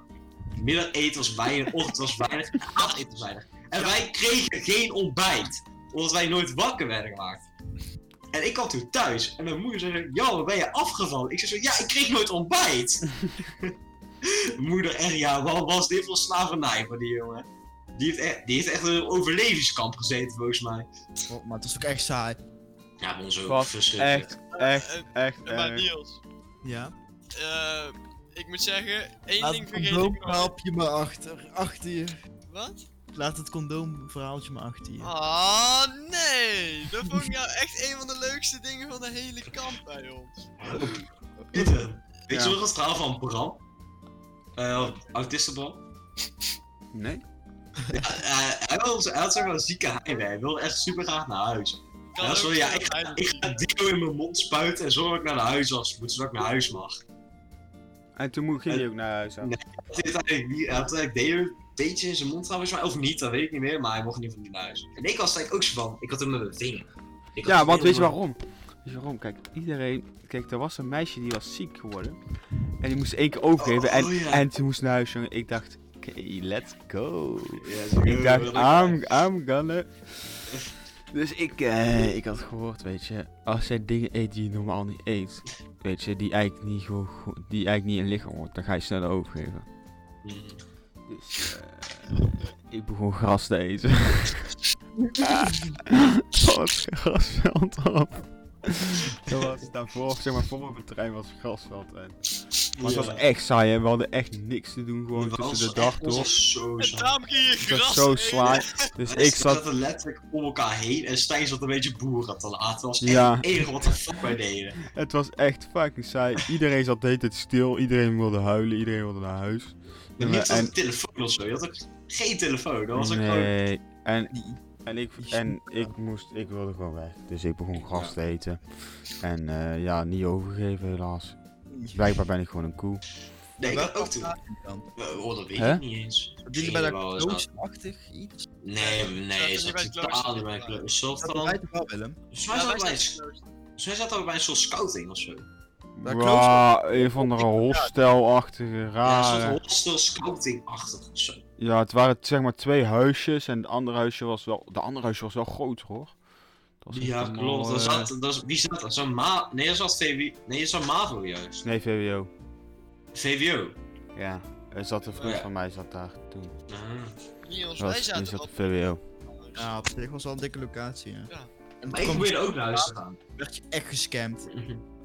[SPEAKER 4] middag eten was weinig, ochtend was weinig, en avondeten was weinig. En wij kregen geen ontbijt. Omdat wij nooit wakker werden gemaakt. En ik kwam toen thuis en mijn moeder zei: zo, Yo, ben je afgevallen? Ik zei zo: Ja, ik kreeg nooit ontbijt. [laughs] moeder, echt ja, wat was dit voor slavernij voor die jongen? Die heeft echt, die heeft echt in een overlevingskamp gezeten, volgens mij.
[SPEAKER 3] Oh, maar het is ook echt saai.
[SPEAKER 4] Ja, bij ons ook
[SPEAKER 1] Was
[SPEAKER 4] verschrikkelijk.
[SPEAKER 1] Echt, echt,
[SPEAKER 2] Eh,
[SPEAKER 1] echt,
[SPEAKER 2] maar
[SPEAKER 1] echt.
[SPEAKER 2] Niels,
[SPEAKER 3] Ja.
[SPEAKER 2] eh, ik moet zeggen, één
[SPEAKER 3] Laat
[SPEAKER 2] ding
[SPEAKER 3] het
[SPEAKER 2] vergeet ik nog.
[SPEAKER 3] condoomverhaaltje maar achter, achter je.
[SPEAKER 2] Wat?
[SPEAKER 3] Laat het condoomverhaaltje maar achter je.
[SPEAKER 2] Ah, nee! Dat vond ik nou echt een van de leukste dingen van de hele kamp bij ons.
[SPEAKER 4] Dit, eh, Weet
[SPEAKER 1] Ja.
[SPEAKER 4] je nog het verhaal van Bram? Eh autistenbram?
[SPEAKER 1] Nee?
[SPEAKER 4] Eh, hij, was, hij had zeg maar een zieke heimwee. Hij wilde echt super graag naar huis.
[SPEAKER 2] Kan
[SPEAKER 4] Ja,
[SPEAKER 2] ook
[SPEAKER 4] sorry, ja,
[SPEAKER 2] zijn dat hij dat
[SPEAKER 4] Ik ga
[SPEAKER 2] niet-
[SPEAKER 4] deel in mijn mond spuiten en zorg dat ik naar huis was. Moet zodat ik naar huis mag.
[SPEAKER 1] En toen mo- ging hij ook naar huis. hè?
[SPEAKER 4] Nee. Hij had eigenlijk niet- hij had eigenlijk de hele beetje in zijn mond trouwens, maar of niet, dat weet ik niet meer, maar hij mocht in ieder geval niet naar huis. En ik was eigenlijk ook zo van, ik had hem met mijn vinger. Ik had
[SPEAKER 1] Ja,
[SPEAKER 4] hem
[SPEAKER 1] want
[SPEAKER 4] met
[SPEAKER 1] weet je
[SPEAKER 4] mijn-
[SPEAKER 1] waarom? Weet je waarom? Kijk, iedereen... Kijk, er was een meisje die was ziek geworden. En die moest één keer overgeven.
[SPEAKER 4] Oh,
[SPEAKER 1] en,
[SPEAKER 4] ja.
[SPEAKER 1] en toen moest naar huis, jongen. Ik dacht, oké, let's go.
[SPEAKER 4] Ja, zo-
[SPEAKER 1] Ik dacht,
[SPEAKER 4] Ja,
[SPEAKER 1] I'm, I'm gonna...
[SPEAKER 4] [laughs]
[SPEAKER 1] Dus ik, eh, ik had gehoord, weet je, als jij dingen eet die je normaal niet eet, weet je, die eigenlijk niet, gewoon, goed- die eigenlijk niet in je lichaam hoort, dan ga je sneller overgeven. Dus eh, ik begon gras te eten. [laughs] Oh, Dat was grasveld af. Dat was daarvoor, zeg maar, voor mijn trein was het grasveld. En, maar het was echt saai, hè? we hadden echt niks te doen gewoon
[SPEAKER 4] Dat was
[SPEAKER 1] tussen de
[SPEAKER 4] echt-
[SPEAKER 1] dag
[SPEAKER 4] dat
[SPEAKER 1] door.
[SPEAKER 4] was zo
[SPEAKER 2] En
[SPEAKER 4] saai.
[SPEAKER 2] daarom ging je
[SPEAKER 1] Het was
[SPEAKER 2] gras
[SPEAKER 1] zo
[SPEAKER 2] eten.
[SPEAKER 1] saai. [laughs] Dus
[SPEAKER 4] Wij
[SPEAKER 1] ik zat,
[SPEAKER 4] zaten letterlijk om elkaar heen en Stijn zat een beetje boeren te laten. Dat was echt
[SPEAKER 1] Ja.
[SPEAKER 4] Ah, het enige wat de fuck wij deden.
[SPEAKER 1] het was echt fucking saai. Iedereen zat de hele tijd stil, iedereen wilde huilen, iedereen wilde naar huis.
[SPEAKER 4] En niet
[SPEAKER 1] en-
[SPEAKER 4] een telefoon of zo, je had ook geen telefoon. Dat was ook gewoon...
[SPEAKER 1] Nee, en,
[SPEAKER 3] Die-
[SPEAKER 1] en, ik, en ik, moest, ik wilde gewoon weg. Dus ik begon gras te eten. En eh, ja, niet overgeven helaas. Blijkbaar ben ik gewoon een koe.
[SPEAKER 4] Nee, ik had ook toen...
[SPEAKER 3] dan.
[SPEAKER 4] Oh, dat weet
[SPEAKER 1] Hè?
[SPEAKER 4] ik niet eens.
[SPEAKER 3] Wat jullie bij dat
[SPEAKER 4] Jawel, is dat-
[SPEAKER 3] kloosachtig iets?
[SPEAKER 4] Nee,
[SPEAKER 2] Dat
[SPEAKER 4] nee,
[SPEAKER 2] is
[SPEAKER 4] dat
[SPEAKER 2] niet bij
[SPEAKER 4] is totaal
[SPEAKER 2] Kloos.
[SPEAKER 4] niet bij Kloos. Een soort
[SPEAKER 3] Dat
[SPEAKER 4] van...
[SPEAKER 3] wij toch wel, Willem?
[SPEAKER 4] Volgens mij
[SPEAKER 2] Ja,
[SPEAKER 4] zat
[SPEAKER 2] wij
[SPEAKER 4] het bij een
[SPEAKER 2] zaten in
[SPEAKER 4] Volgens mij zat dat ook bij een soort scouting of zo.
[SPEAKER 3] Daar
[SPEAKER 1] Ja, een van de hostelachtige
[SPEAKER 4] ja, een
[SPEAKER 1] rare.
[SPEAKER 4] soort hostel scouting-achtig of zo.
[SPEAKER 1] Ja, het waren zeg maar twee huisjes en het andere huisje was wel, de andere huisje was wel groot hoor. Dat was echt
[SPEAKER 4] Ja,
[SPEAKER 1] allemaal,
[SPEAKER 4] klopt. Daar
[SPEAKER 1] eh,
[SPEAKER 4] zat, daar, wie zat er? Zo'n Ma... Nee, dat zat VW... Nee, dat zat MAVO juist.
[SPEAKER 1] Nee, VWO.
[SPEAKER 4] VWO.
[SPEAKER 1] Ja. Er zat een vriend
[SPEAKER 4] Ja.
[SPEAKER 1] van mij zat daar toen.
[SPEAKER 4] Ah.
[SPEAKER 2] Niet
[SPEAKER 1] Dat
[SPEAKER 2] als wij
[SPEAKER 1] was- die
[SPEAKER 2] zaten
[SPEAKER 1] zat
[SPEAKER 2] op
[SPEAKER 1] op VWO.
[SPEAKER 3] Ja, op zich was wel een dikke locatie, hè.
[SPEAKER 2] Ja.
[SPEAKER 3] En
[SPEAKER 4] Maar
[SPEAKER 3] toen
[SPEAKER 4] ik
[SPEAKER 3] kwam,
[SPEAKER 4] probeerde ook naar huis te gaan.
[SPEAKER 3] werd je echt gescamd.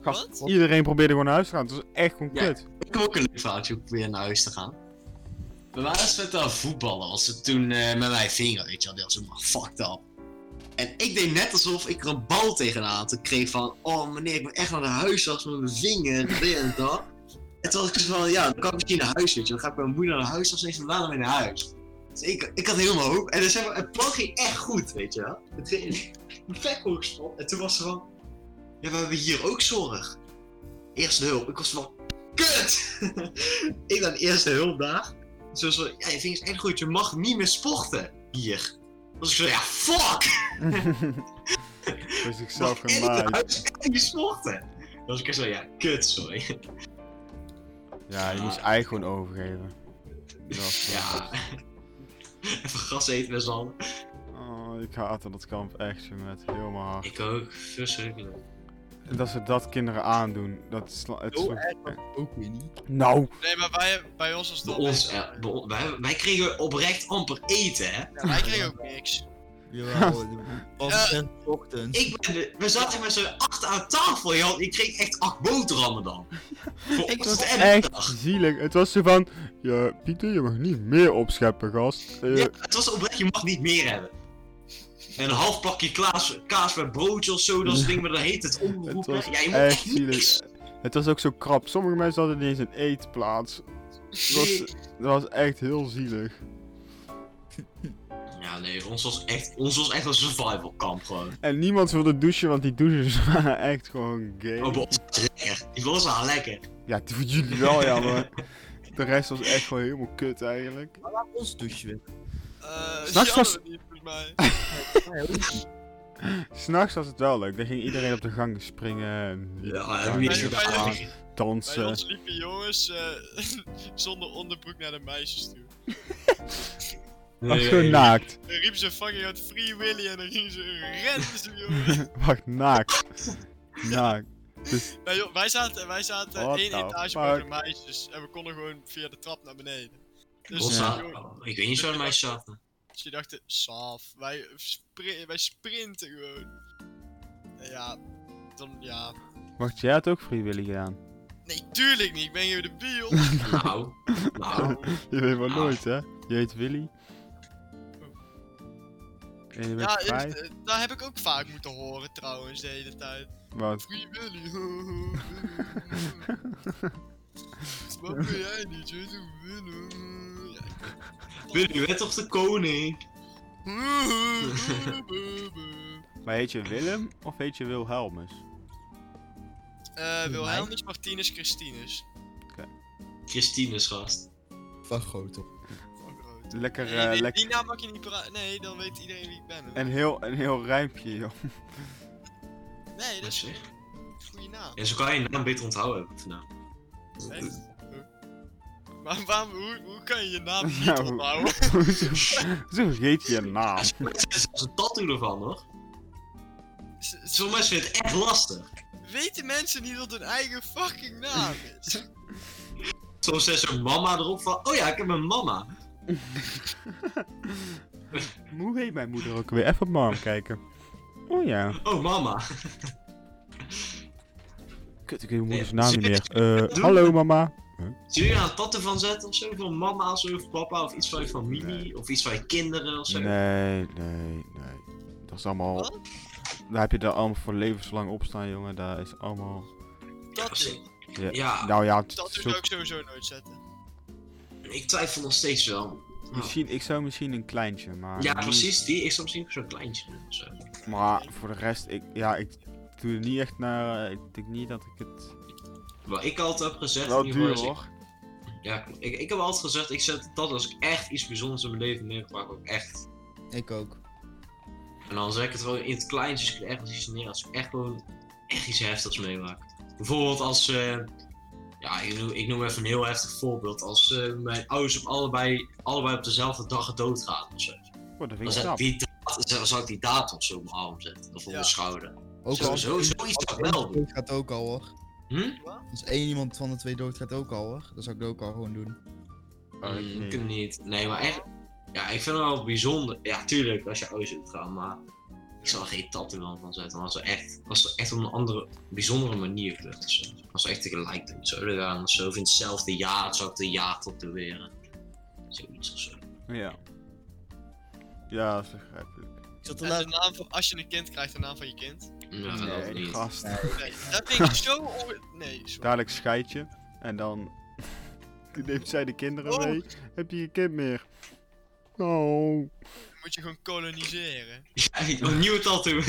[SPEAKER 2] Wat?
[SPEAKER 1] Iedereen probeerde gewoon naar huis te gaan. Het was echt gewoon
[SPEAKER 4] Ja.
[SPEAKER 1] kut.
[SPEAKER 4] Ik heb ook een leuk verhaaltje om weer naar huis te gaan. We waren eens met dat voetballen als ze toen eh, met mij vingen, weet je wel. Die was helemaal fucked up. En ik deed net alsof ik er een bal tegenaan te kreeg van... Oh meneer, ik ben echt naar de huis als met mijn vinger en dit en dat. En toen was ik zo van, ja, dan kan ik misschien naar huis, weet je wel. Dan ga ik met mijn moeder naar huis als ze even later mee naar huis. Dus ik, ik had helemaal hoop. En dus, zeg maar, het plan ging echt goed, weet je wel. Het ging perfect hoogspot. En toen was ze van... Ja, we hebben hier ook zorg. Eerste hulp. Ik was van, kut! [laughs] ik dan eerste hulpdag. Ze was zo, ja, je vingers echt goed, je mag niet meer sporten hier. Dus ik zo, ja, fuck!
[SPEAKER 1] Dus ik
[SPEAKER 4] Mag
[SPEAKER 1] zelf
[SPEAKER 4] in het
[SPEAKER 1] gemaakt.
[SPEAKER 4] huis echt niet meer sporten? Dan was ik echt zo, ja, kut, sorry. [laughs]
[SPEAKER 1] Ja, je moest eigenlijk gewoon overgeven. Dat was-
[SPEAKER 4] Ja. Even gras eten met z'n allen.
[SPEAKER 1] Oh, ik haatte dat kamp echt, jongen. Het helemaal hard.
[SPEAKER 4] Ik ook, verschrikkelijk.
[SPEAKER 1] En dat ze dat kinderen aandoen, dat sla- het
[SPEAKER 3] Zo
[SPEAKER 1] sloeg-
[SPEAKER 3] erg was het ook weer
[SPEAKER 2] [laughs]
[SPEAKER 3] niet.
[SPEAKER 1] Nou,
[SPEAKER 2] Nee, maar wij, bij ons was het
[SPEAKER 4] Bij
[SPEAKER 2] wel-
[SPEAKER 4] ons, eh, bij on- wij, wij kregen oprecht amper eten, hè.
[SPEAKER 2] Ja, wij kregen ook niks.
[SPEAKER 3] Jawel, het was zes ochtends.
[SPEAKER 4] Ik ben, de- we zaten met z'n acht aan tafel, joh. Ik kreeg echt acht boterhammen
[SPEAKER 1] [laughs]
[SPEAKER 4] dan. Voor
[SPEAKER 1] het was
[SPEAKER 4] ons en-
[SPEAKER 1] echt zielig. Het was zo van, ja, Pieter, je mag niet meer opscheppen, gast. Eh,
[SPEAKER 4] Ja, het was oprecht, je mag niet meer hebben. En een half plakje kaas, kaas met broodje of zo, dat soort dingen, maar dan heet het
[SPEAKER 1] het
[SPEAKER 4] omroepen.
[SPEAKER 1] was
[SPEAKER 4] Ja, je moet
[SPEAKER 1] echt
[SPEAKER 4] echt
[SPEAKER 1] zielig.
[SPEAKER 4] niks.
[SPEAKER 1] Het was ook zo krap. Sommige mensen hadden niet eens een eetplaats. Het was,
[SPEAKER 4] Nee.
[SPEAKER 1] dat was echt heel zielig.
[SPEAKER 4] Ja, nee, ons was echt, ons was echt een survival kamp gewoon.
[SPEAKER 1] En niemand wilde douchen, want die douches [laughs] waren echt gewoon
[SPEAKER 4] Oh, bij
[SPEAKER 1] gay.
[SPEAKER 4] ons was het lekker. Die was wel lekker.
[SPEAKER 1] Ja, die voor jullie wel, ja, maar de rest was echt gewoon helemaal kut eigenlijk.
[SPEAKER 3] ons douchen weer.
[SPEAKER 2] Eh,
[SPEAKER 1] S'nachts
[SPEAKER 2] die hadden
[SPEAKER 1] was-
[SPEAKER 2] we niet, volgens
[SPEAKER 4] [laughs]
[SPEAKER 2] mij.
[SPEAKER 1] S'nachts was het wel leuk. Dan ging iedereen op de gang springen. en
[SPEAKER 4] Ja, we hebben niks
[SPEAKER 2] bij-
[SPEAKER 4] gedaan.
[SPEAKER 2] Bij
[SPEAKER 1] Dansen.
[SPEAKER 2] ons liepen jongens eh, [laughs] zonder onderbroek naar de meisjes toe.
[SPEAKER 1] Was gewoon naakt.
[SPEAKER 2] Dan riepen ze fucking uit Free Willy en dan gingen ze renden ze jongens.
[SPEAKER 4] [laughs]
[SPEAKER 1] Wacht, naakt. Naakt. Dus
[SPEAKER 2] Nee, joh, wij zaten, wij zaten
[SPEAKER 1] What
[SPEAKER 2] één
[SPEAKER 1] the
[SPEAKER 2] etage
[SPEAKER 1] fuck?
[SPEAKER 2] boven de meisjes en we konden gewoon via de trap naar beneden. Dus
[SPEAKER 4] Ons
[SPEAKER 2] eh,
[SPEAKER 4] zaten-
[SPEAKER 2] jongen,
[SPEAKER 4] oh, Ik weet niet zo mij zaten.
[SPEAKER 2] dus je dacht, saaf, wij, spri- wij sprinten gewoon. Ja, dan ja.
[SPEAKER 1] wacht, jij had ook Free Willy gedaan.
[SPEAKER 2] Nee, tuurlijk niet, ik ben geen
[SPEAKER 1] [laughs]
[SPEAKER 2] debiel.
[SPEAKER 4] Nou, nou.
[SPEAKER 1] Je weet
[SPEAKER 2] Ah.
[SPEAKER 1] maar nooit, hè? Je heet Willy. En je bent
[SPEAKER 2] ja,
[SPEAKER 1] kwijt.
[SPEAKER 2] eh, daar heb ik ook vaak moeten horen trouwens de hele tijd.
[SPEAKER 1] Wat?
[SPEAKER 2] Free Willy.
[SPEAKER 1] [laughs]
[SPEAKER 2] Wat wil jij niet? Je doet winnen. [laughs] Ja,
[SPEAKER 4] Willy, je bent toch de koning?
[SPEAKER 1] Maar heet je Willem of heet je Wilhelmus?
[SPEAKER 2] Eh, Wilhelmus, Martinus, Christinus.
[SPEAKER 4] Christine, gast.
[SPEAKER 3] Van groot op.
[SPEAKER 2] Fuck rood.
[SPEAKER 1] Lekker,
[SPEAKER 2] Nee,
[SPEAKER 1] eh,
[SPEAKER 2] nee,
[SPEAKER 1] lekker.
[SPEAKER 2] Die naam mag je niet praten. Nee, dan weet iedereen wie ik ben. hoor.
[SPEAKER 1] Een heel, een heel rijmpje, joh. [laughs]
[SPEAKER 2] Nee, dat
[SPEAKER 4] Wat
[SPEAKER 2] is
[SPEAKER 4] zeg?
[SPEAKER 2] een goede naam.
[SPEAKER 4] Ja, zo kan je je naam beter onthouden, heb ik vandaag.
[SPEAKER 2] Echt? Maar waarom, hoe, hoe kan je je naam niet
[SPEAKER 1] Ja, hoe-
[SPEAKER 2] [laughs] onthouden?
[SPEAKER 1] Zo vergeet je je naam.
[SPEAKER 4] Er is zelfs een tattoo ervan, hoor.
[SPEAKER 2] Z- z-
[SPEAKER 4] Sommige mensen vinden het echt lastig.
[SPEAKER 2] Weten mensen niet wat hun eigen fucking naam is?
[SPEAKER 4] Soms zet zo'n mama erop van, oh ja, ik heb een mama.
[SPEAKER 1] Hoe heet mijn moeder ook weer? Even op mom kijken. Oh ja.
[SPEAKER 4] Oh, mama.
[SPEAKER 1] Kut, ik weet mijn moeders
[SPEAKER 4] Nee,
[SPEAKER 1] naam niet
[SPEAKER 2] [laughs]
[SPEAKER 1] meer. Eh, hallo mama.
[SPEAKER 4] Zul je daar een tattoo van zetten of zo? Van mama of zo, of papa, of iets van je familie,
[SPEAKER 1] Nee.
[SPEAKER 4] of iets van je kinderen of zo?
[SPEAKER 1] Nee, nee, nee. Dat is allemaal... Daar heb je daar allemaal voor levenslang op staan, jongen. Daar is allemaal...
[SPEAKER 2] Dat is.
[SPEAKER 1] Ja.
[SPEAKER 4] Ja,
[SPEAKER 1] Nou ja, het
[SPEAKER 2] Dat
[SPEAKER 1] is
[SPEAKER 2] zou
[SPEAKER 1] ook-
[SPEAKER 2] ik sowieso nooit zetten.
[SPEAKER 4] ik twijfel nog steeds wel.
[SPEAKER 1] misschien, ik zou misschien een kleintje, maar...
[SPEAKER 4] Oh. Ja,
[SPEAKER 1] niet-
[SPEAKER 4] precies, die is dan misschien zo'n kleintje of zo.
[SPEAKER 1] Maar voor de rest, ik, ja, ik doe er niet echt naar... eh, ik denk niet dat ik het...
[SPEAKER 4] Wat ik altijd heb gezegd,
[SPEAKER 1] Wel
[SPEAKER 4] in ieder
[SPEAKER 1] duur,
[SPEAKER 4] geval, is
[SPEAKER 1] hoor.
[SPEAKER 4] ik, ja, ik, ik heb altijd gezegd, ik zet dat als ik echt iets bijzonders in mijn leven meepak, ook echt.
[SPEAKER 3] Ik ook.
[SPEAKER 4] En dan zeg ik het gewoon in het kleintjes, ik ergens iets neer, als ik echt gewoon echt iets heftigs meemaak. Bijvoorbeeld als, eh, ja, ik noem, ik noem even een heel heftig voorbeeld, als eh, mijn ouders op allebei, allebei op dezelfde dag doodgaan of zo.
[SPEAKER 1] Oh, dat
[SPEAKER 4] Dan
[SPEAKER 1] vind ik
[SPEAKER 4] zou ik,
[SPEAKER 1] knap.
[SPEAKER 4] die datum, dan zou ik die datum zo op mijn arm zetten, of op
[SPEAKER 2] Ja.
[SPEAKER 4] mijn schouder.
[SPEAKER 3] Ook
[SPEAKER 4] Zo,
[SPEAKER 3] al.
[SPEAKER 4] zo, zoiets zou ik wel doen.
[SPEAKER 3] dood gaat ook al hoor.
[SPEAKER 4] Hm?
[SPEAKER 3] [laughs] Als één iemand van de twee dood gaat ook al hoor. Dat zou ik ook al gewoon doen.
[SPEAKER 1] Oh, ik
[SPEAKER 4] Mm,
[SPEAKER 1] niet.
[SPEAKER 4] ik hem niet. Nee, maar echt. Ja, ik vind het wel bijzonder. Ja, tuurlijk, als je ouders zult gaan, maar ik zal er geen tattoo dan van zetten. Maar als we echt, als we echt op een andere, bijzondere manier vluchten. of zo. Als we echt tegelijk doen, zouden gaan of zo. Of in hetzelfde jaar, zou ik de jaar tatoeëren. Zoiets of zo.
[SPEAKER 1] Ja. Ja, dat is begrijpelijk.
[SPEAKER 3] Ik zat te
[SPEAKER 2] En de
[SPEAKER 3] laat.
[SPEAKER 2] naam van- als je een kind krijgt, de naam van je kind.
[SPEAKER 4] Ja, dat
[SPEAKER 1] nee,
[SPEAKER 4] niet.
[SPEAKER 1] gast.
[SPEAKER 2] Nee, dat vind ik zo onge... Nee, sorry.
[SPEAKER 1] Dadelijk scheid je. En dan [laughs] neemt zij de kinderen
[SPEAKER 2] Oh.
[SPEAKER 1] mee. Heb je je kind meer? Oh.
[SPEAKER 2] Dan moet je gewoon koloniseren.
[SPEAKER 4] Ja, een nieuwe [laughs] tattoo.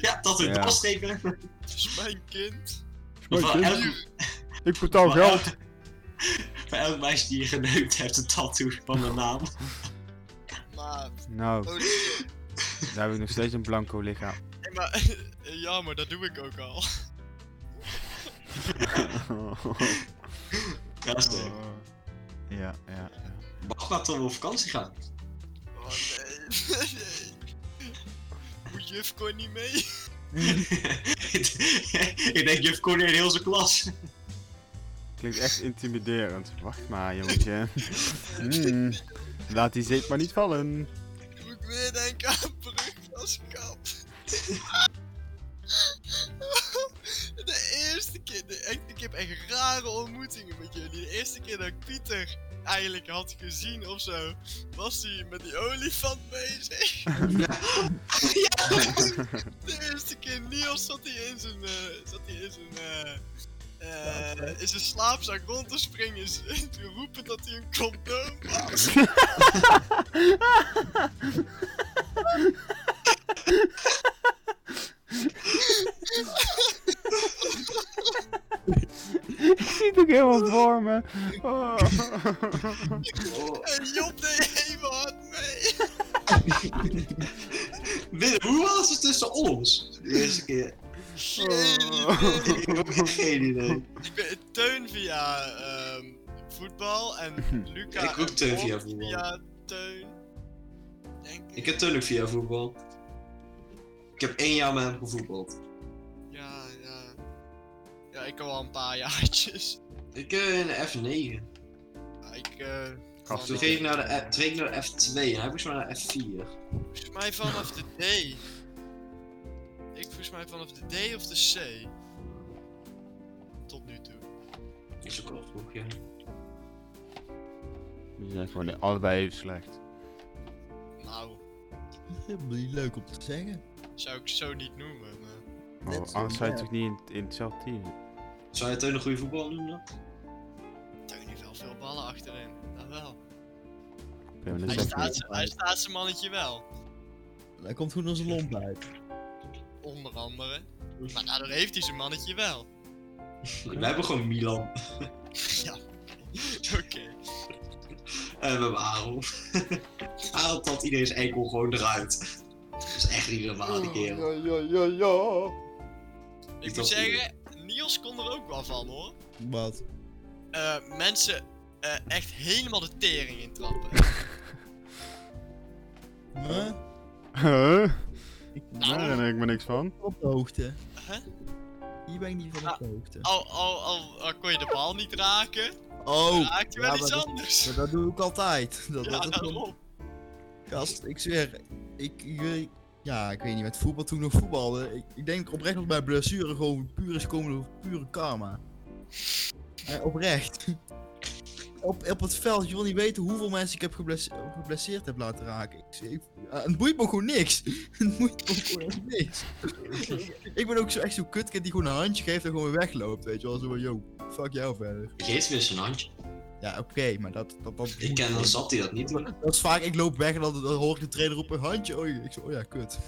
[SPEAKER 4] ja, tattoo
[SPEAKER 1] Ja.
[SPEAKER 4] doorsteken.
[SPEAKER 2] Het is mijn kind.
[SPEAKER 1] Mijn
[SPEAKER 4] [laughs] Voor
[SPEAKER 1] kind.
[SPEAKER 4] elk,
[SPEAKER 1] Ik betaal
[SPEAKER 4] Maar-
[SPEAKER 1] geld.
[SPEAKER 4] voor elk meisje die je geneukt hebt, een tattoo van de naam.
[SPEAKER 2] Maar...
[SPEAKER 1] Nou,
[SPEAKER 2] Oh, nee.
[SPEAKER 1] daar heb ik nog steeds een blanco lichaam. [laughs]
[SPEAKER 2] Nee, maar... [laughs] Ja, maar dat doe ik ook al.
[SPEAKER 4] Oh. Ja, dat is leuk.
[SPEAKER 1] Ja, ja.
[SPEAKER 4] Wacht maar tot we op vakantie gaan. [laughs]
[SPEAKER 2] Oh, nee. [laughs] nee. Moet juf kon niet mee?
[SPEAKER 4] ik denk, juf Corny in heel zijn klas.
[SPEAKER 1] Klinkt echt intimiderend. Wacht maar, [laughs] jongetje. Hmm. Laat die zeep maar niet vallen.
[SPEAKER 2] Moet ik weer denken aan brugklaskap. De eerste keer, de, ik, ik heb echt rare ontmoetingen met jullie. De eerste keer dat ik Pieter eigenlijk had gezien of zo, was hij met die olifant bezig. De eerste keer Niels zat hij in zijn, eh, zat hij in zijn, eh, eh, in zijn slaapzak rond te springen en te roepen dat hij een condoom was.
[SPEAKER 1] Ik zie het ook helemaal voor me.
[SPEAKER 4] Oh,
[SPEAKER 2] En Job deed even hard mee.
[SPEAKER 4] Willem, hoe was het tussen ons? De eerste keer.
[SPEAKER 2] Geen idee.
[SPEAKER 4] ik heb ook geen idee.
[SPEAKER 2] [laughs] Ik ben Teun via ehm, voetbal en Luca.
[SPEAKER 4] Ik ook
[SPEAKER 2] en
[SPEAKER 4] Teun
[SPEAKER 2] Bob
[SPEAKER 4] via voetbal.
[SPEAKER 2] Via Teun. Denk ik.
[SPEAKER 4] Ik heb toen ook via voetbal. Ik heb één jaar met hem gevoetbald.
[SPEAKER 2] Ja, ja. Ja, ik kan wel een paar [laughs] jaartjes.
[SPEAKER 4] Ik eh, in de F9.
[SPEAKER 2] Ja, ik. eh
[SPEAKER 1] Gast,
[SPEAKER 4] Toen
[SPEAKER 2] vanaf-
[SPEAKER 4] ging ik naar de, F, toen ging ik naar de F2 en hij moest maar naar de F4.
[SPEAKER 2] Volgens mij vanaf de D. Ik volgens mij vanaf de D of de C. Tot nu toe.
[SPEAKER 4] Is ook al vroeg, ja.
[SPEAKER 1] Die zijn gewoon allebei even slecht.
[SPEAKER 2] Nou,
[SPEAKER 3] Helemaal niet leuk om te zeggen.
[SPEAKER 2] zou ik zo niet noemen, maar.
[SPEAKER 1] Maar
[SPEAKER 3] Net zo
[SPEAKER 1] Oh, anders zijn je
[SPEAKER 3] bad.
[SPEAKER 1] toch niet in, in hetzelfde team?
[SPEAKER 4] Zou je toen een goede voetbal noemen?
[SPEAKER 2] Teun heeft wel veel ballen achterin. Dat wel.
[SPEAKER 1] Ik ben
[SPEAKER 3] Hij
[SPEAKER 1] net
[SPEAKER 2] Hij
[SPEAKER 1] zeggen.
[SPEAKER 2] staat, zijn- hij staat zijn mannetje wel.
[SPEAKER 3] Hij komt goed onze lomp uit.
[SPEAKER 2] Onder andere. Maar daardoor heeft hij zijn mannetje wel. [laughs]
[SPEAKER 4] Wij hebben gewoon Milan.
[SPEAKER 2] Oké.
[SPEAKER 4] En we hebben [laughs] Aaron. Aaron tat iedereen zijn enkel gewoon eruit. Dat is echt niet normaal, Ah, die kerel.
[SPEAKER 1] ja, ja, ja.
[SPEAKER 2] Ik
[SPEAKER 4] dacht
[SPEAKER 2] moet zeggen, Niels kon er ook wel van hoor.
[SPEAKER 3] Wat?
[SPEAKER 2] Eh, mensen eh, echt helemaal de tering in trappen.
[SPEAKER 3] Huh?
[SPEAKER 1] Huh?
[SPEAKER 3] Ik
[SPEAKER 1] Daar herinner ik me niks van.
[SPEAKER 3] op de hoogte.
[SPEAKER 2] Huh?
[SPEAKER 3] Hier ben ik niet
[SPEAKER 4] Ah.
[SPEAKER 3] van op de hoogte.
[SPEAKER 2] Al, al, al, al kon je de bal niet raken,
[SPEAKER 3] Oh!
[SPEAKER 4] Ah.
[SPEAKER 2] raakte je wel
[SPEAKER 3] ja,
[SPEAKER 2] iets
[SPEAKER 3] maar dat-
[SPEAKER 2] anders.
[SPEAKER 3] Maar dat doe ik altijd.
[SPEAKER 2] [laughs]
[SPEAKER 3] Dat,
[SPEAKER 2] ja,
[SPEAKER 3] dat is gewoon-
[SPEAKER 2] daarom.
[SPEAKER 3] Gast, ik zweer. Ik, ik- ja, ik weet niet, met voetbal toen ik nog voetbalde. Ik, ik denk oprecht dat mijn blessure gewoon puur is komen door pure karma. Eh, oprecht. Op, op het veld, je wil niet weten hoeveel mensen ik heb geblesse- geblesseerd heb laten raken. Ik, ik, eh, het boeit me gewoon niks. [laughs] het boeit me gewoon echt niks. ik ben ook zo, echt zo'n kutkind die gewoon een handje geeft en gewoon weer wegloopt. Weet je wel, zo van, yo, fuck jou verder.
[SPEAKER 4] Je geeft weer zijn handje.
[SPEAKER 3] Ja, oké, maar dat... dat, dat
[SPEAKER 4] Ik ken dan zat hij dat niet doen.
[SPEAKER 3] dat is vaak, ik loop weg en dan, dan hoor ik de trainer roepen, handje, oh, ik zo, oh ja, kut.
[SPEAKER 4] eh,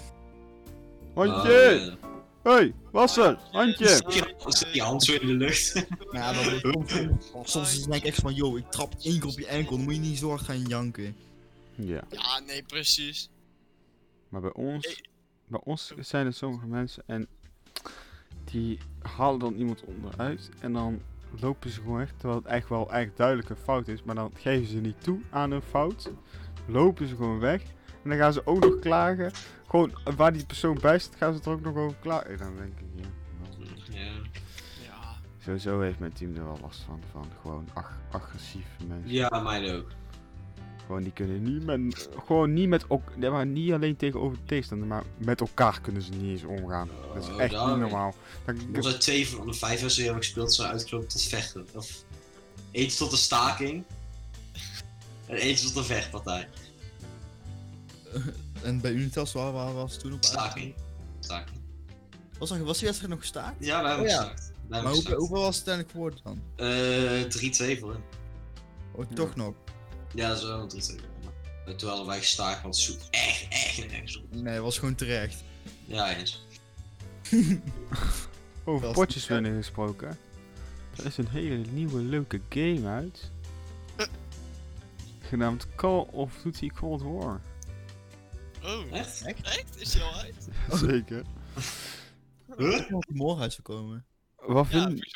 [SPEAKER 1] Handje! Hey, Wasser! Handje!
[SPEAKER 4] Ah, ja. Dan zit die hand zo in de lucht.
[SPEAKER 3] Ja,
[SPEAKER 2] [laughs]
[SPEAKER 3] maar soms, soms denk ik echt van, yo, ik trap één keer op je enkel, dan moet je niet zo hard gaan janken.
[SPEAKER 1] Ja,
[SPEAKER 2] Ja, nee, precies.
[SPEAKER 1] maar bij ons, bij ons zijn er sommige mensen en die halen dan iemand onderuit en dan lopen ze gewoon echt, terwijl het echt wel echt duidelijk een fout is, maar dan geven ze niet toe aan hun fout, lopen ze gewoon weg en dan gaan ze ook nog klagen. Gewoon eh, waar die persoon bij zit, gaan ze er ook nog over klagen. En dan denk ik, ja.
[SPEAKER 4] Ja.
[SPEAKER 2] Ja.
[SPEAKER 1] Sowieso heeft mijn team er wel last van. van gewoon ag- agressieve mensen.
[SPEAKER 4] Ja, mij ook.
[SPEAKER 1] Gewoon die kunnen niet met. Gewoon niet met. elk- nee, maar niet alleen tegenover de tegenstander, maar met elkaar kunnen ze niet eens omgaan. Dat is
[SPEAKER 4] Oh,
[SPEAKER 1] echt
[SPEAKER 4] daar-
[SPEAKER 1] niet normaal. Dan,
[SPEAKER 4] Ons uit twee van de vijf als we hebben gespeeld zijn uitgelopen tot vechten. Of eentje tot een staking. En eentje tot een vechtpartij.
[SPEAKER 3] En bij Unitas waar, waar was het toen op?
[SPEAKER 4] Staking. Staking.
[SPEAKER 3] Was, er- was die wedstrijd nog gestaakt?
[SPEAKER 4] Ja, wij hebben
[SPEAKER 3] Oh ja.
[SPEAKER 4] gestaakt. Wij hebben
[SPEAKER 3] Maar hoe,
[SPEAKER 4] gestaakt.
[SPEAKER 3] hoeveel was het uiteindelijk geworden dan?
[SPEAKER 4] Eh, 3-2 voor hem.
[SPEAKER 3] Oh,
[SPEAKER 1] Ja.
[SPEAKER 3] toch nog?
[SPEAKER 4] Ja, dat is wel een 3-2 voor hem. En toen hadden wij gestaakt, want het zoek echt, echt nergens op.
[SPEAKER 3] Nee, het was gewoon terecht.
[SPEAKER 4] Ja, eens.
[SPEAKER 1] over
[SPEAKER 3] Wel
[SPEAKER 1] potjes
[SPEAKER 3] stiekem.
[SPEAKER 1] winnen gesproken. Er is een hele nieuwe leuke game uit. Genaamd Call of Duty Cold War.
[SPEAKER 2] Oh,
[SPEAKER 4] Echt?
[SPEAKER 2] echt? Is die al uit?
[SPEAKER 1] Zeker.
[SPEAKER 4] Huh?
[SPEAKER 3] Ik had morgen uit gekomen.
[SPEAKER 1] Wat,
[SPEAKER 2] Ja,
[SPEAKER 1] vind-
[SPEAKER 2] volgens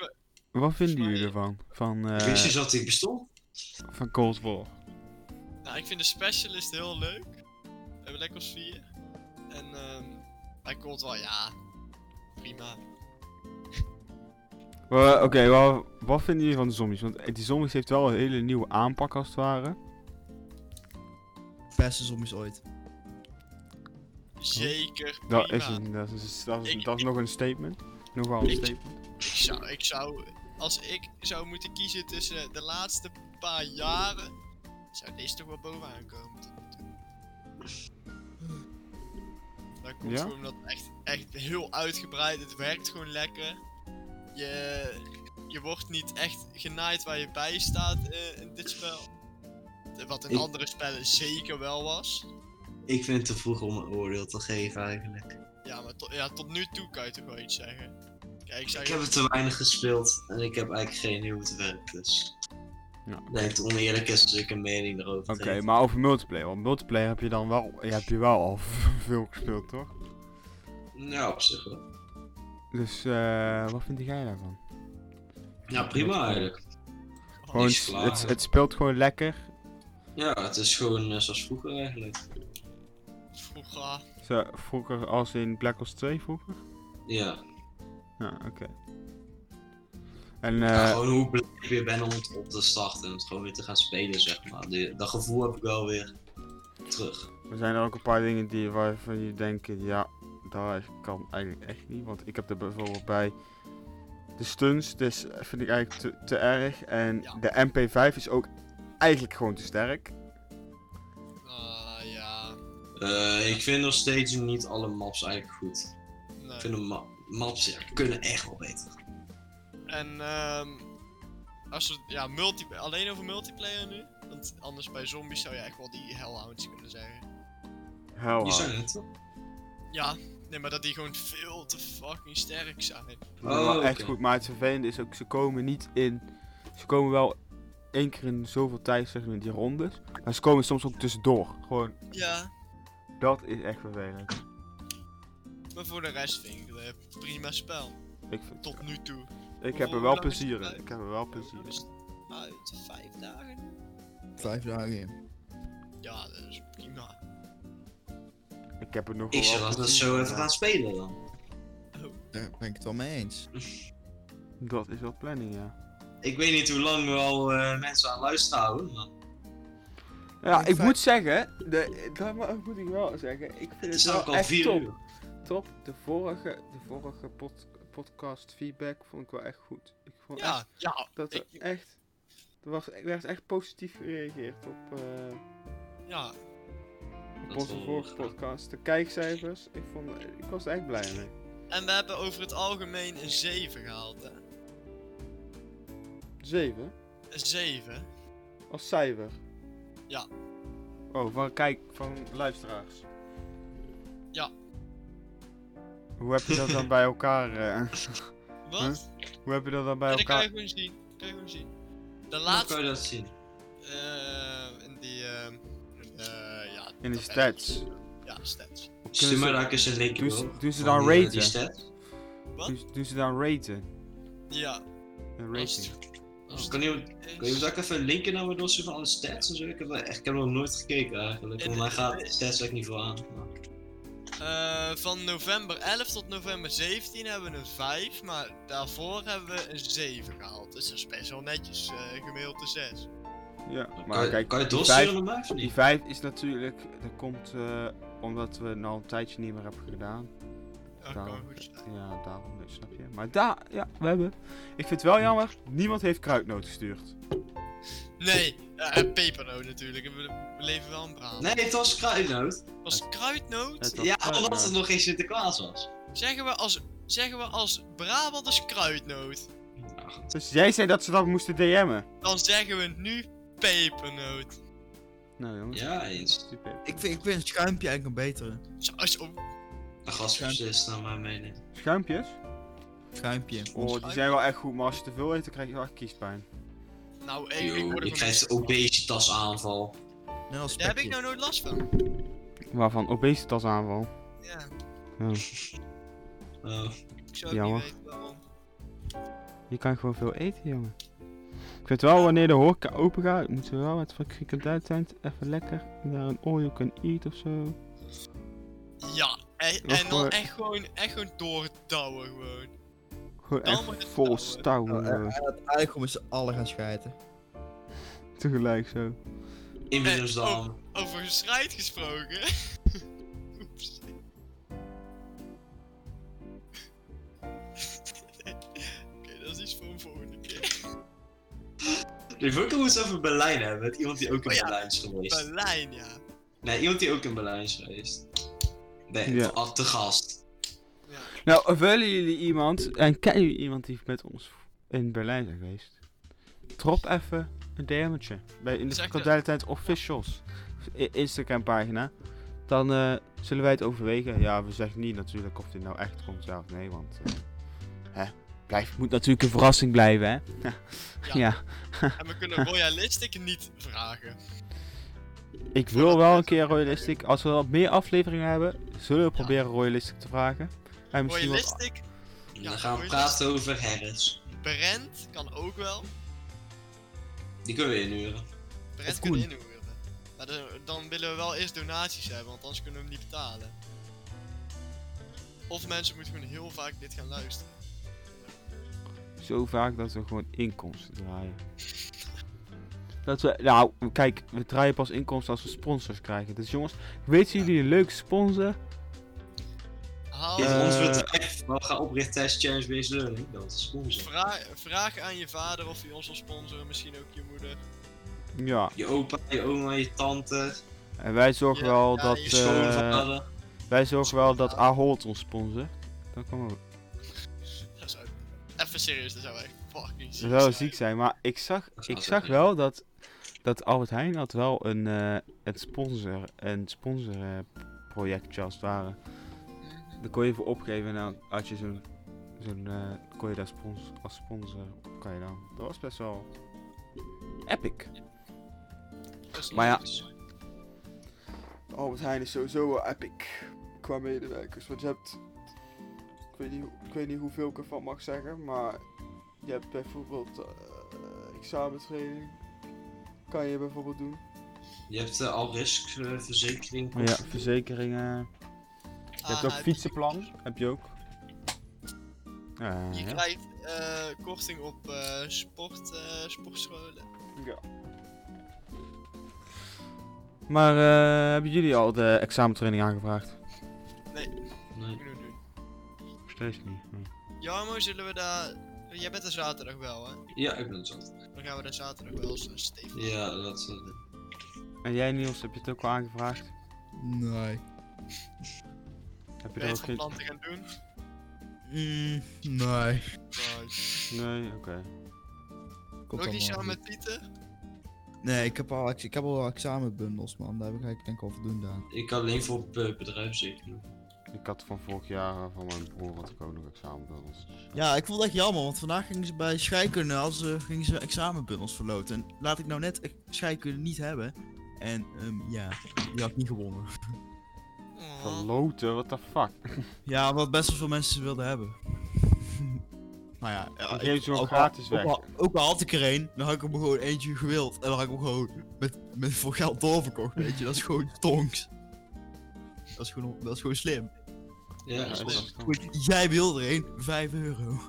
[SPEAKER 2] mij-
[SPEAKER 1] wat vinden
[SPEAKER 2] maar-
[SPEAKER 1] jullie ervan? Van, eh,
[SPEAKER 4] Wist je dat die bestond?
[SPEAKER 1] van Cold War?
[SPEAKER 2] nou, ik vind de specialist heel leuk. We hebben lekker als vier. En ehm hij komt wel, ja, prima.
[SPEAKER 3] Hm.
[SPEAKER 1] Wa- Oké, wa- wat vinden jullie van de zombies? Want eh, die zombies heeft wel een hele nieuwe aanpak als het ware.
[SPEAKER 3] Beste zombies ooit.
[SPEAKER 2] Zeker prima.
[SPEAKER 1] Dat is, een, dat, is, dat, is,
[SPEAKER 2] Ik-
[SPEAKER 1] dat is nog een statement. Nogal een
[SPEAKER 2] Ik-
[SPEAKER 1] statement.
[SPEAKER 2] Ik zou, ik zou, als ik zou moeten kiezen tussen de laatste paar jaren, zou deze toch wel bovenaan komen. tot nu toe. Dat komt
[SPEAKER 1] Ja?
[SPEAKER 2] gewoon omdat het echt, echt heel uitgebreid, het werkt gewoon lekker. Je, je wordt niet echt genaaid waar je bij staat eh, in dit spel. Wat in
[SPEAKER 4] Ik-
[SPEAKER 2] andere spellen zeker wel was.
[SPEAKER 4] Ik vind het te vroeg om een oordeel te geven eigenlijk.
[SPEAKER 2] Ja, maar tot, ja, tot nu toe kan je toch wel iets zeggen. Kijk, ik zou
[SPEAKER 4] Ik heb het te weinig gespeeld en ik heb eigenlijk geen idee hoe het werkt. Dus
[SPEAKER 1] Ja.
[SPEAKER 4] ik denk het oneerlijk is als ik een mening erover
[SPEAKER 1] Oké,
[SPEAKER 4] geef.
[SPEAKER 1] maar over multiplayer. Want multiplayer heb je dan wel, ja, heb je wel al [laughs] veel gespeeld, toch?
[SPEAKER 4] Ja, op zich wel.
[SPEAKER 1] Dus eh, wat vind jij daarvan?
[SPEAKER 4] Ja, prima eigenlijk.
[SPEAKER 1] Gewoon,
[SPEAKER 4] niks
[SPEAKER 1] s-
[SPEAKER 4] klaar.
[SPEAKER 1] het, het speelt gewoon lekker.
[SPEAKER 4] Ja, het is gewoon eh, zoals vroeger eigenlijk.
[SPEAKER 2] vroeger.
[SPEAKER 1] Zo, vroeger als in Black Ops 2 vroeger.
[SPEAKER 4] Ja,
[SPEAKER 1] Ja, oké. En
[SPEAKER 4] Ja,
[SPEAKER 1] eh,
[SPEAKER 4] gewoon hoe blij ik weer ben om het op te starten en het gewoon weer te gaan spelen, zeg maar. Die- dat gevoel heb ik wel weer terug.
[SPEAKER 1] er zijn er ook een paar dingen die, waarvan je denkt, ja, dat kan eigenlijk echt niet. Want ik heb er bijvoorbeeld bij de stunts, dus vind ik eigenlijk te, te erg. En
[SPEAKER 2] Ja.
[SPEAKER 1] de MP5 is ook eigenlijk gewoon te sterk.
[SPEAKER 2] Ah ja,
[SPEAKER 4] Eh, ik vind nog steeds niet alle maps eigenlijk goed.
[SPEAKER 2] nee.
[SPEAKER 4] Ik vind de ma- maps ja, kunnen echt wel beter.
[SPEAKER 2] En ehm als we ja, multi alleen over multiplayer nu, want anders bij zombies zou je echt wel die hellhounds kunnen zeggen.
[SPEAKER 1] Hell
[SPEAKER 4] Je zijn het
[SPEAKER 1] Oh,
[SPEAKER 4] toch?
[SPEAKER 2] Ja, nee, maar dat die gewoon veel te fucking sterk zijn.
[SPEAKER 1] Ze zijn wel
[SPEAKER 4] Oh,
[SPEAKER 1] echt
[SPEAKER 4] oké.
[SPEAKER 1] goed, maar het vervelende is ook, ze komen niet in. Ze komen wel één keer in zoveel tijd, zeg maar, die rondes. Maar ze komen soms ook tussendoor. Gewoon,
[SPEAKER 2] Ja.
[SPEAKER 1] dat is echt vervelend.
[SPEAKER 2] Maar voor de rest vind ik het een prima spel.
[SPEAKER 1] Ik, vind,
[SPEAKER 2] Tot nu toe.
[SPEAKER 1] ik heb er
[SPEAKER 2] Hoe
[SPEAKER 4] Oh,
[SPEAKER 1] wel
[SPEAKER 2] lang is het
[SPEAKER 1] plezier in.
[SPEAKER 2] uit?
[SPEAKER 1] Ik heb er wel plezier in.
[SPEAKER 2] Dus uit vijf dagen.
[SPEAKER 3] Vijf dagen in.
[SPEAKER 2] Ja, dat is prima.
[SPEAKER 1] Ik heb er nog
[SPEAKER 4] Ik
[SPEAKER 1] wel
[SPEAKER 4] zou dat
[SPEAKER 1] plezier
[SPEAKER 4] dus zo
[SPEAKER 1] in,
[SPEAKER 4] even
[SPEAKER 1] ja.
[SPEAKER 4] gaan spelen dan.
[SPEAKER 3] Daar ben ik het wel mee eens.
[SPEAKER 1] Dat is wel planning, ja.
[SPEAKER 4] Ik weet niet hoe lang we al eh, mensen aan luisteren houden. maar
[SPEAKER 1] Ja,
[SPEAKER 3] In
[SPEAKER 1] ik
[SPEAKER 3] feite-
[SPEAKER 1] moet zeggen, de, dat mo- moet ik wel zeggen. Ik
[SPEAKER 4] Het
[SPEAKER 1] vind het
[SPEAKER 4] is ook
[SPEAKER 1] wel
[SPEAKER 4] al
[SPEAKER 1] echt
[SPEAKER 4] vier
[SPEAKER 1] Nou, top.
[SPEAKER 4] uur.
[SPEAKER 1] Top, de vorige, de vorige pod- podcast feedback vond ik wel echt goed. Ik vond echt
[SPEAKER 2] Ja, ja,
[SPEAKER 1] Dat er
[SPEAKER 2] Ik-
[SPEAKER 1] echt. Er, was, er werd echt positief gereageerd op, eh,
[SPEAKER 2] ja.
[SPEAKER 1] op
[SPEAKER 4] Dat
[SPEAKER 1] onze
[SPEAKER 4] wel
[SPEAKER 1] vorige
[SPEAKER 4] graag.
[SPEAKER 1] podcast. De kijkcijfers. Ik, vond, ik was er echt blij mee.
[SPEAKER 2] En we hebben over het algemeen een 7 gehaald, hè.
[SPEAKER 1] Zeven.
[SPEAKER 2] Een 7.
[SPEAKER 1] Als cijfer.
[SPEAKER 2] Ja.
[SPEAKER 1] Oh, van kijk, van luisteraars.
[SPEAKER 2] Ja.
[SPEAKER 1] Hoe heb je dat dan bij elkaar? eh, [laughs]
[SPEAKER 2] Wat?
[SPEAKER 1] hoe heb je dat dan bij
[SPEAKER 2] Ja, dat kan je
[SPEAKER 1] elkaar?
[SPEAKER 2] gewoon zien. Dat kan je gewoon zien. De
[SPEAKER 4] Hoe
[SPEAKER 2] laatste
[SPEAKER 4] kan je dat zien?
[SPEAKER 2] Eh, in die, ehm eh, ja.
[SPEAKER 1] In de
[SPEAKER 2] dat-
[SPEAKER 1] stats.
[SPEAKER 2] Ja, stats.
[SPEAKER 4] Stuur mij daar eens een linkje
[SPEAKER 1] Doe ze,
[SPEAKER 4] bro.
[SPEAKER 1] doe ze
[SPEAKER 4] Van
[SPEAKER 1] dan
[SPEAKER 4] die, eh, die
[SPEAKER 1] raten.
[SPEAKER 4] stats.
[SPEAKER 2] Wat?
[SPEAKER 1] Doe, doe ze dan raten.
[SPEAKER 2] Ja.
[SPEAKER 1] Een
[SPEAKER 2] als het
[SPEAKER 1] rating.
[SPEAKER 2] als eh,
[SPEAKER 4] Kan
[SPEAKER 2] het
[SPEAKER 4] iemand-
[SPEAKER 2] goed is-
[SPEAKER 4] Oh, Kun je ook even linken naar wat dossier van alle stats en zo? Ik heb, er echt, ik heb er nog nooit gekeken eigenlijk,
[SPEAKER 2] En-
[SPEAKER 4] want daar gaat stats eigenlijk niet voor aan.
[SPEAKER 2] Eh, van november 11 tot november 17 hebben we een 5, maar daarvoor hebben we een 7 gehaald. Dus dat is best wel netjes, eh gemiddeld een 6.
[SPEAKER 1] Ja,
[SPEAKER 4] kan,
[SPEAKER 1] maar kijk,
[SPEAKER 4] kan je het
[SPEAKER 1] die vijf-
[SPEAKER 4] doorsturen naar mij of
[SPEAKER 1] die
[SPEAKER 4] niet?
[SPEAKER 1] 5 is natuurlijk, dat komt eh, omdat we het al een tijdje niet meer hebben gedaan.
[SPEAKER 2] Dat
[SPEAKER 1] Nou.
[SPEAKER 2] kan goed zijn.
[SPEAKER 1] Ja, daarom, nee, snap je. Maar daar, ja, we hebben. Ik vind het wel jammer, niemand heeft kruidnoot gestuurd.
[SPEAKER 2] Nee, eh, en pepernoot natuurlijk. We, we leven wel een braam.
[SPEAKER 4] Nee, het was kruidnoot.
[SPEAKER 2] Was het kruidnoot?
[SPEAKER 1] Het was
[SPEAKER 4] Ja,
[SPEAKER 1] kruidnoot.
[SPEAKER 4] omdat het nog geen Sinterklaas was.
[SPEAKER 2] Zeggen we als, zeggen we als Brabanders kruidnoot,
[SPEAKER 4] Nou, goed.
[SPEAKER 1] Dus jij zei dat ze dat moesten DM'en.
[SPEAKER 2] dan zeggen we nu pepernoot.
[SPEAKER 1] Nou jongens,
[SPEAKER 4] Ja, eens.
[SPEAKER 1] super.
[SPEAKER 3] Ik vind, ik vind het schuimpje eigenlijk een betere.
[SPEAKER 2] Zo, zo.
[SPEAKER 4] Een gastproces naar mijn mening.
[SPEAKER 1] Schuimpjes?
[SPEAKER 3] Schuimpje.
[SPEAKER 1] Oh, die zijn wel echt goed, maar als je te veel eet, dan krijg je wel echt kiespijn.
[SPEAKER 2] Nou, ik, ik
[SPEAKER 4] Yo,
[SPEAKER 2] word er
[SPEAKER 4] je
[SPEAKER 2] gewoon
[SPEAKER 4] krijgt de obesitasaanval.
[SPEAKER 3] Net als
[SPEAKER 2] Daar heb ik nou
[SPEAKER 3] spekje.
[SPEAKER 2] nooit last van.
[SPEAKER 1] Waarvan obesitas aanval.
[SPEAKER 2] Ja,
[SPEAKER 4] Oh.
[SPEAKER 2] ik zou ook
[SPEAKER 1] Jammer.
[SPEAKER 2] niet weten waarom.
[SPEAKER 1] Je kan gewoon veel eten, jongen. Ik vind wel, wanneer de horeca open gaat, moeten we wel met fucking uit zijn. Even lekker naar een all you can eat of zo.
[SPEAKER 2] Ja, en,
[SPEAKER 1] Nog
[SPEAKER 2] en
[SPEAKER 1] voor-
[SPEAKER 2] dan echt gewoon, echt gewoon doortouwen gewoon.
[SPEAKER 1] Gewoon
[SPEAKER 2] Dan
[SPEAKER 1] echt
[SPEAKER 2] wordt het
[SPEAKER 1] vol
[SPEAKER 2] wel, eh,
[SPEAKER 1] stouwen.
[SPEAKER 3] Nou, eh,
[SPEAKER 1] jongen.
[SPEAKER 3] Eigenlijk gewoon met z'n allen gaan schijten.
[SPEAKER 1] Tegelijk zo.
[SPEAKER 4] Inmiddels
[SPEAKER 2] Eh,
[SPEAKER 4] dan.
[SPEAKER 2] Over strijd gesproken. [laughs] Oeps. Oké, dat is iets voor een volgende keer.
[SPEAKER 4] Die Vulcan moet het over Berlijn hebben. Met iemand die ook in
[SPEAKER 2] Oh ja.
[SPEAKER 4] Berlijn is geweest.
[SPEAKER 2] Berlijn, ja.
[SPEAKER 4] Nee, iemand die ook in Berlijn is geweest. Nee,
[SPEAKER 1] Ja.
[SPEAKER 4] af te gast.
[SPEAKER 2] ja.
[SPEAKER 1] Nou, willen jullie iemand en kennen jullie iemand die met ons in Berlijn is geweest? Drop even een DM'tje bij in de
[SPEAKER 2] Zeg dat.
[SPEAKER 1] Verkantelijtijd Officials i- Instagram pagina. Dan eh, zullen wij het overwegen. Ja, we zeggen niet natuurlijk of dit nou echt komt, ja of nee, want eh, hè, blijft, moet natuurlijk een verrassing blijven, hè? [laughs] Ja,
[SPEAKER 2] En we
[SPEAKER 1] [laughs]
[SPEAKER 2] kunnen Royalistic niet vragen.
[SPEAKER 1] ik wil wel een keer Royalistic. Als we wat meer afleveringen hebben, zullen we proberen Royalistic te vragen. En misschien wat-
[SPEAKER 2] Royalistic,
[SPEAKER 4] En
[SPEAKER 2] Ja,
[SPEAKER 4] dan gaan we
[SPEAKER 2] mooi.
[SPEAKER 4] praten over Harris.
[SPEAKER 2] Brent kan ook wel.
[SPEAKER 4] Die kunnen we inhuren.
[SPEAKER 2] Brent kunnen inhuren. Maar dan, dan willen we wel eerst donaties hebben, want anders kunnen we hem niet betalen. Of mensen moeten gewoon heel vaak dit gaan luisteren.
[SPEAKER 1] Zo vaak dat we gewoon inkomsten draaien. Dat we, nou, kijk, we draaien pas inkomsten als we sponsors krijgen. Dus jongens, weten jullie een leuke sponsor?
[SPEAKER 2] Haal
[SPEAKER 4] Dit
[SPEAKER 1] Eh,
[SPEAKER 4] is ons bedrijf. We gaan oprichten tijdens Challenge Based Learning. Dat is sponsor.
[SPEAKER 2] Vraag, vraag aan je vader of hij ons wil sponsoren, misschien ook je moeder.
[SPEAKER 1] Ja,
[SPEAKER 4] Je opa, je oma, je tante,
[SPEAKER 1] en wij zorgen
[SPEAKER 2] Ja,
[SPEAKER 1] wel
[SPEAKER 2] ja,
[SPEAKER 1] dat.
[SPEAKER 2] je
[SPEAKER 1] eh,
[SPEAKER 4] je schoonvader.
[SPEAKER 1] wij zorgen wel dat Ahold ons sponsort. Dat kan wel.
[SPEAKER 2] Dat zou, even serieus, dat zou echt fucking
[SPEAKER 1] Dat
[SPEAKER 2] ziek
[SPEAKER 1] zou
[SPEAKER 2] zijn.
[SPEAKER 1] ziek zijn, maar ik zag,
[SPEAKER 4] Dat zou
[SPEAKER 1] ik
[SPEAKER 4] ziek
[SPEAKER 1] zag
[SPEAKER 4] zijn.
[SPEAKER 1] wel dat, dat Albert Heijn had wel een, eh een sponsor, een sponsorprojectje als het ware. Dan kon je voor opgeven en dan had je zo'n, zo'n eh, kon je daar spons, als sponsor op kan je dan. Dat was best wel epic.
[SPEAKER 2] Dat is
[SPEAKER 1] Maar ja.
[SPEAKER 2] nice.
[SPEAKER 1] Albert Heijn is sowieso wel epic qua medewerkers, want je hebt, ik weet niet, ik weet niet hoeveel ik ervan mag zeggen, maar je hebt bijvoorbeeld eh, examentraining, kan je bijvoorbeeld doen.
[SPEAKER 4] Je hebt eh, de Alrisk-verzekering.
[SPEAKER 1] Ja, verzekeringen. Je hebt ook
[SPEAKER 2] Ah,
[SPEAKER 1] fietsenplan, heb je ook.
[SPEAKER 2] Je
[SPEAKER 1] Eh, ja.
[SPEAKER 2] krijgt eh, korting op eh, sport, eh, sportscholen.
[SPEAKER 1] Maar eh, hebben jullie al de examentraining aangevraagd?
[SPEAKER 4] Nee.
[SPEAKER 2] Kunnen we doen.
[SPEAKER 1] Steeds niet.
[SPEAKER 2] Jarmo, zullen we daar... Jij bent er zaterdag wel, hè?
[SPEAKER 4] Ja, ik ben het zat.
[SPEAKER 2] Dan gaan we daar zaterdag wel eens een stevig...
[SPEAKER 4] Ja, dat eh,
[SPEAKER 1] En jij Niels, heb je het ook al aangevraagd?
[SPEAKER 3] Nee.
[SPEAKER 1] Heb je
[SPEAKER 2] Ben
[SPEAKER 1] er
[SPEAKER 2] je het
[SPEAKER 1] ook
[SPEAKER 2] van
[SPEAKER 1] geen...
[SPEAKER 2] plan te gaan doen?
[SPEAKER 3] Mm, nee.
[SPEAKER 2] Nice.
[SPEAKER 1] Nee, oké.
[SPEAKER 3] Komt
[SPEAKER 2] Nog
[SPEAKER 3] allemaal
[SPEAKER 2] niet samen
[SPEAKER 3] goed.
[SPEAKER 2] met Pieter?
[SPEAKER 3] Nee, ik heb al, ex- ik heb al examenbundels, man. Daar heb ik eigenlijk denk ik al voldoende aan.
[SPEAKER 4] ik alleen voor eh, bedrijfszeker.
[SPEAKER 1] Ik had van vorig jaar eh, van mijn broer had ik ook nog examenbubbels.
[SPEAKER 3] Ja, ik vond het echt jammer, want vandaag gingen ze bij scheikunde als, eh, gingen ze examenbundels verloten. En laat ik nou net eh, scheikunde niet hebben. En ehm, ja, die had ik niet gewonnen.
[SPEAKER 2] Oh.
[SPEAKER 1] Verloten, what the fuck?
[SPEAKER 3] Ja, wat best wel veel mensen ze wilden hebben. [laughs] maar ja, ja
[SPEAKER 1] Ik geef ze wel
[SPEAKER 3] ook al-
[SPEAKER 1] gratis
[SPEAKER 3] ook
[SPEAKER 1] weg.
[SPEAKER 3] al- Ook al had ik er één, dan had ik hem gewoon eentje gewild. En dan had ik hem gewoon met, met voor geld doorverkocht, weet je. Dat is gewoon tonks. Dat is gewoon, dat is gewoon slim.
[SPEAKER 4] Ja,
[SPEAKER 2] dat
[SPEAKER 4] dus- dat
[SPEAKER 2] is
[SPEAKER 4] is
[SPEAKER 3] Goed, jij wil er een, 5 euro.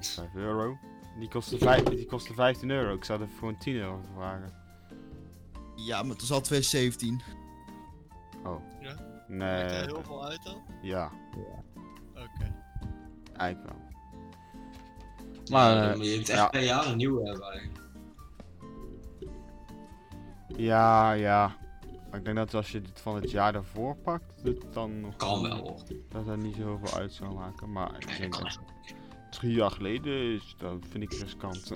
[SPEAKER 1] 5 euro. Die kostte, vijf, die kostte 15 euro. Ik zou er gewoon 10 euro voor vragen.
[SPEAKER 3] Ja, maar het is al 2017.
[SPEAKER 2] Maakt
[SPEAKER 1] Nee.
[SPEAKER 3] eh,
[SPEAKER 2] daar heel veel uit dan?
[SPEAKER 1] Ja,
[SPEAKER 2] Oké.
[SPEAKER 1] eigenlijk wel.
[SPEAKER 4] Maar
[SPEAKER 1] Maar, eh,
[SPEAKER 4] je moet echt
[SPEAKER 1] ja.
[SPEAKER 4] per jaar een nieuwe hebben eigenlijk.
[SPEAKER 1] Ja, ja. Maar ik denk dat als je het van het jaar daarvoor pakt, dat het dan nog...
[SPEAKER 4] Kan wel hoor.
[SPEAKER 1] Dat dat niet zoveel uit zou maken. Maar ik
[SPEAKER 4] Nee,
[SPEAKER 1] denk
[SPEAKER 4] kan
[SPEAKER 1] dat drie jaar geleden is, dat vind ik riskant.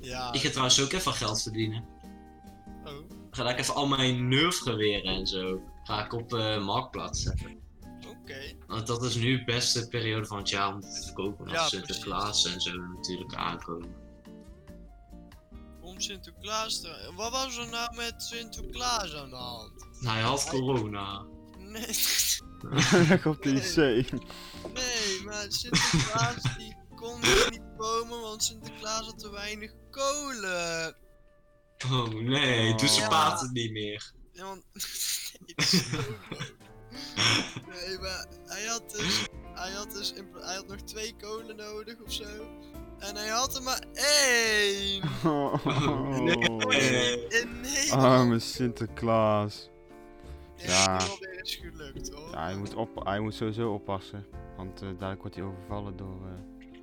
[SPEAKER 2] Ja.
[SPEAKER 4] Ik ga trouwens ook even geld verdienen.
[SPEAKER 2] Oh,
[SPEAKER 4] Ga ik even al mijn nerfgeweren en zo. Ga ik op eh marktplaats zetten.
[SPEAKER 2] oké.
[SPEAKER 4] Want dat is nu best de periode van het jaar om te verkopen. Als
[SPEAKER 2] Ja,
[SPEAKER 4] Sinterklaas en zo natuurlijk aankomen.
[SPEAKER 2] Om Sinterklaas te... Wat was er nou met Sinterklaas aan de hand?
[SPEAKER 4] Nou, Hij had corona.
[SPEAKER 2] Nee, [laughs]
[SPEAKER 1] Leg op de IC.
[SPEAKER 2] nee maar Sinterklaas die kon er niet komen, want Sinterklaas had te weinig kolen.
[SPEAKER 4] Oh nee, doet zijn
[SPEAKER 1] Ja.
[SPEAKER 4] paard het niet meer.
[SPEAKER 2] Ja, want... [laughs] Nee, dat is zo leuk. nee, maar hij had dus... Hij had dus... in pla- Hij had nog twee kolen nodig of zo. En hij had er maar één!
[SPEAKER 1] Oh,
[SPEAKER 4] Nee.
[SPEAKER 2] En nee!
[SPEAKER 1] arme Sinterklaas. ja.
[SPEAKER 2] Dat is wel weer eens gelukt hoor.
[SPEAKER 1] Ja, hij moet, op, hij moet sowieso oppassen. Want eh, dadelijk wordt hij overvallen door... eh,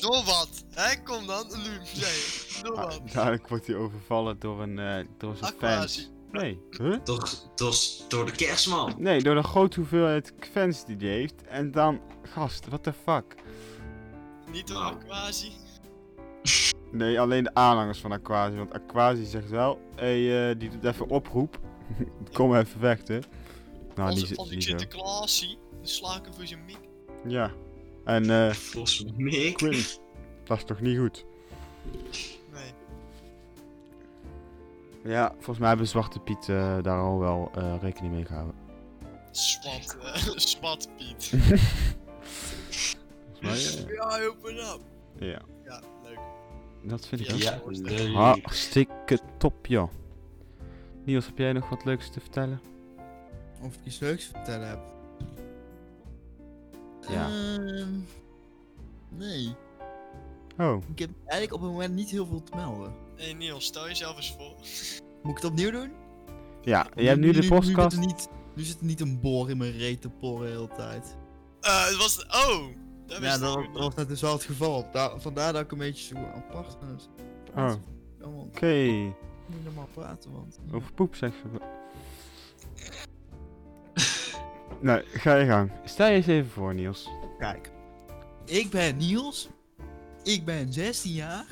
[SPEAKER 2] Door wat? Hij kom dan, nu. Nee, door wat?
[SPEAKER 1] ah, dadelijk wordt hij overvallen door, een, eh, door zijn
[SPEAKER 2] Aquasi.
[SPEAKER 1] fans. Nee, huh?
[SPEAKER 4] Toch, toch door de kerstman.
[SPEAKER 1] Nee, door de grote hoeveelheid fans die hij heeft. En dan, gast, what the fuck.
[SPEAKER 2] Niet
[SPEAKER 3] Ah.
[SPEAKER 2] door
[SPEAKER 4] Nou.
[SPEAKER 2] Aquasi.
[SPEAKER 1] Ah, Nee, alleen de aanhangers van Aquasi. Want Aquasi zegt wel, hey, eh, die doet even oproep. [laughs] Kom even vechten. Nou, die
[SPEAKER 2] als,
[SPEAKER 1] zit
[SPEAKER 2] als ik
[SPEAKER 1] niet zo.
[SPEAKER 2] Sinterklaas zie, dan sla ik hem voor zijn mik.
[SPEAKER 1] Ja. En eh,
[SPEAKER 4] Volgens mij.
[SPEAKER 1] ik weet niet. Dat is toch niet goed?
[SPEAKER 2] Nee.
[SPEAKER 1] Ja, volgens mij hebben Zwarte Piet eh, daar al wel eh, rekening mee gehouden.
[SPEAKER 2] Spat, eh, [laughs] spat Piet.
[SPEAKER 1] Volgens mij, eh,
[SPEAKER 2] Ja, open up.
[SPEAKER 1] ja.
[SPEAKER 2] Ja, leuk.
[SPEAKER 1] Dat vind ik
[SPEAKER 2] Ja.
[SPEAKER 1] ook.
[SPEAKER 4] Ja, leuk.
[SPEAKER 1] Hartstikke top, joh. Niels, heb jij nog wat leuks te vertellen?
[SPEAKER 3] Of ik iets leuks te vertellen heb.
[SPEAKER 1] Ja.
[SPEAKER 3] Ehm, nee.
[SPEAKER 1] Oh,
[SPEAKER 3] Ik heb eigenlijk op het moment niet heel veel te melden.
[SPEAKER 2] Hé hey Niels, stel jezelf eens voor.
[SPEAKER 3] Moet ik het opnieuw doen?
[SPEAKER 1] ja. Je hebt nu de podcast.
[SPEAKER 3] Nu, zit er niet, nu zit er niet een boor in mijn reet te porren de hele tijd.
[SPEAKER 2] Eh, het was. Oh! Dat
[SPEAKER 3] ja,
[SPEAKER 2] wist
[SPEAKER 3] dat,
[SPEAKER 2] ik
[SPEAKER 3] was- dat was net dus wel het geval. Da- vandaar dat ik een beetje zo apart ben. Dus-
[SPEAKER 1] Oh, oké.
[SPEAKER 3] Allemaal niet normaal praten, Oh, want...
[SPEAKER 1] Over poep zeg ze. [laughs] nou, ga je gang. Stel je eens even voor, Niels.
[SPEAKER 3] Kijk, ik ben Niels. Ik ben 16 jaar.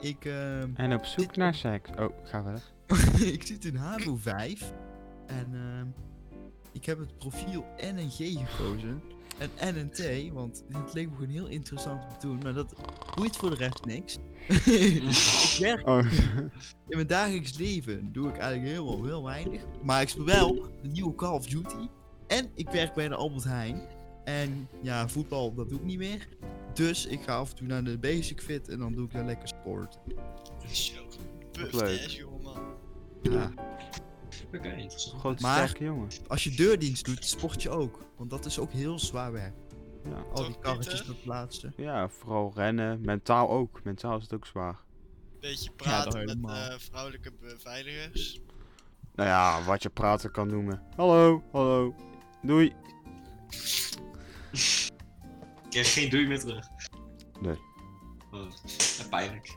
[SPEAKER 3] Ik, ehm,
[SPEAKER 1] En op zoek naar seks. Oh, ga verder.
[SPEAKER 3] [laughs] ik zit in HAVO 5. En ehm, ik heb het profiel NNG gekozen. En NNT, want het leek me gewoon heel interessant om te doen. Maar dat boeit voor de rest niks. [laughs] ik werk
[SPEAKER 1] Oh, [laughs]
[SPEAKER 3] in mijn dagelijks leven. Doe ik eigenlijk heel, heel weinig. Maar ik speel wel de nieuwe Call of Duty. En ik werk bij de Albert Heijn. En ja, voetbal, dat doe ik niet meer. Dus ik ga af en toe naar de Basic Fit en dan doe ik daar lekker sport.
[SPEAKER 2] niet. Zo.
[SPEAKER 1] leuk.
[SPEAKER 2] Buff ass, jongeman.
[SPEAKER 3] Ja.
[SPEAKER 4] Oké, interessant.
[SPEAKER 1] groot
[SPEAKER 3] Maar-
[SPEAKER 1] sterke jongen.
[SPEAKER 3] Als je deurdienst doet, sport je ook. Want dat is ook heel zwaar werk.
[SPEAKER 1] Ja.
[SPEAKER 3] Al die
[SPEAKER 2] Toch,
[SPEAKER 3] karretjes
[SPEAKER 2] Pieter?
[SPEAKER 3] verplaatsen.
[SPEAKER 1] Ja, vooral rennen. Mentaal ook. Mentaal is het ook zwaar.
[SPEAKER 2] Beetje
[SPEAKER 3] dat
[SPEAKER 2] praten met
[SPEAKER 3] helemaal.
[SPEAKER 2] eh, vrouwelijke beveiligers. [laughs]
[SPEAKER 1] Nou ja, wat je praten kan noemen. Hallo, hallo. Doei.
[SPEAKER 4] Ik heb geen doei meer terug.
[SPEAKER 1] Nee.
[SPEAKER 4] Oh, pijnlijk.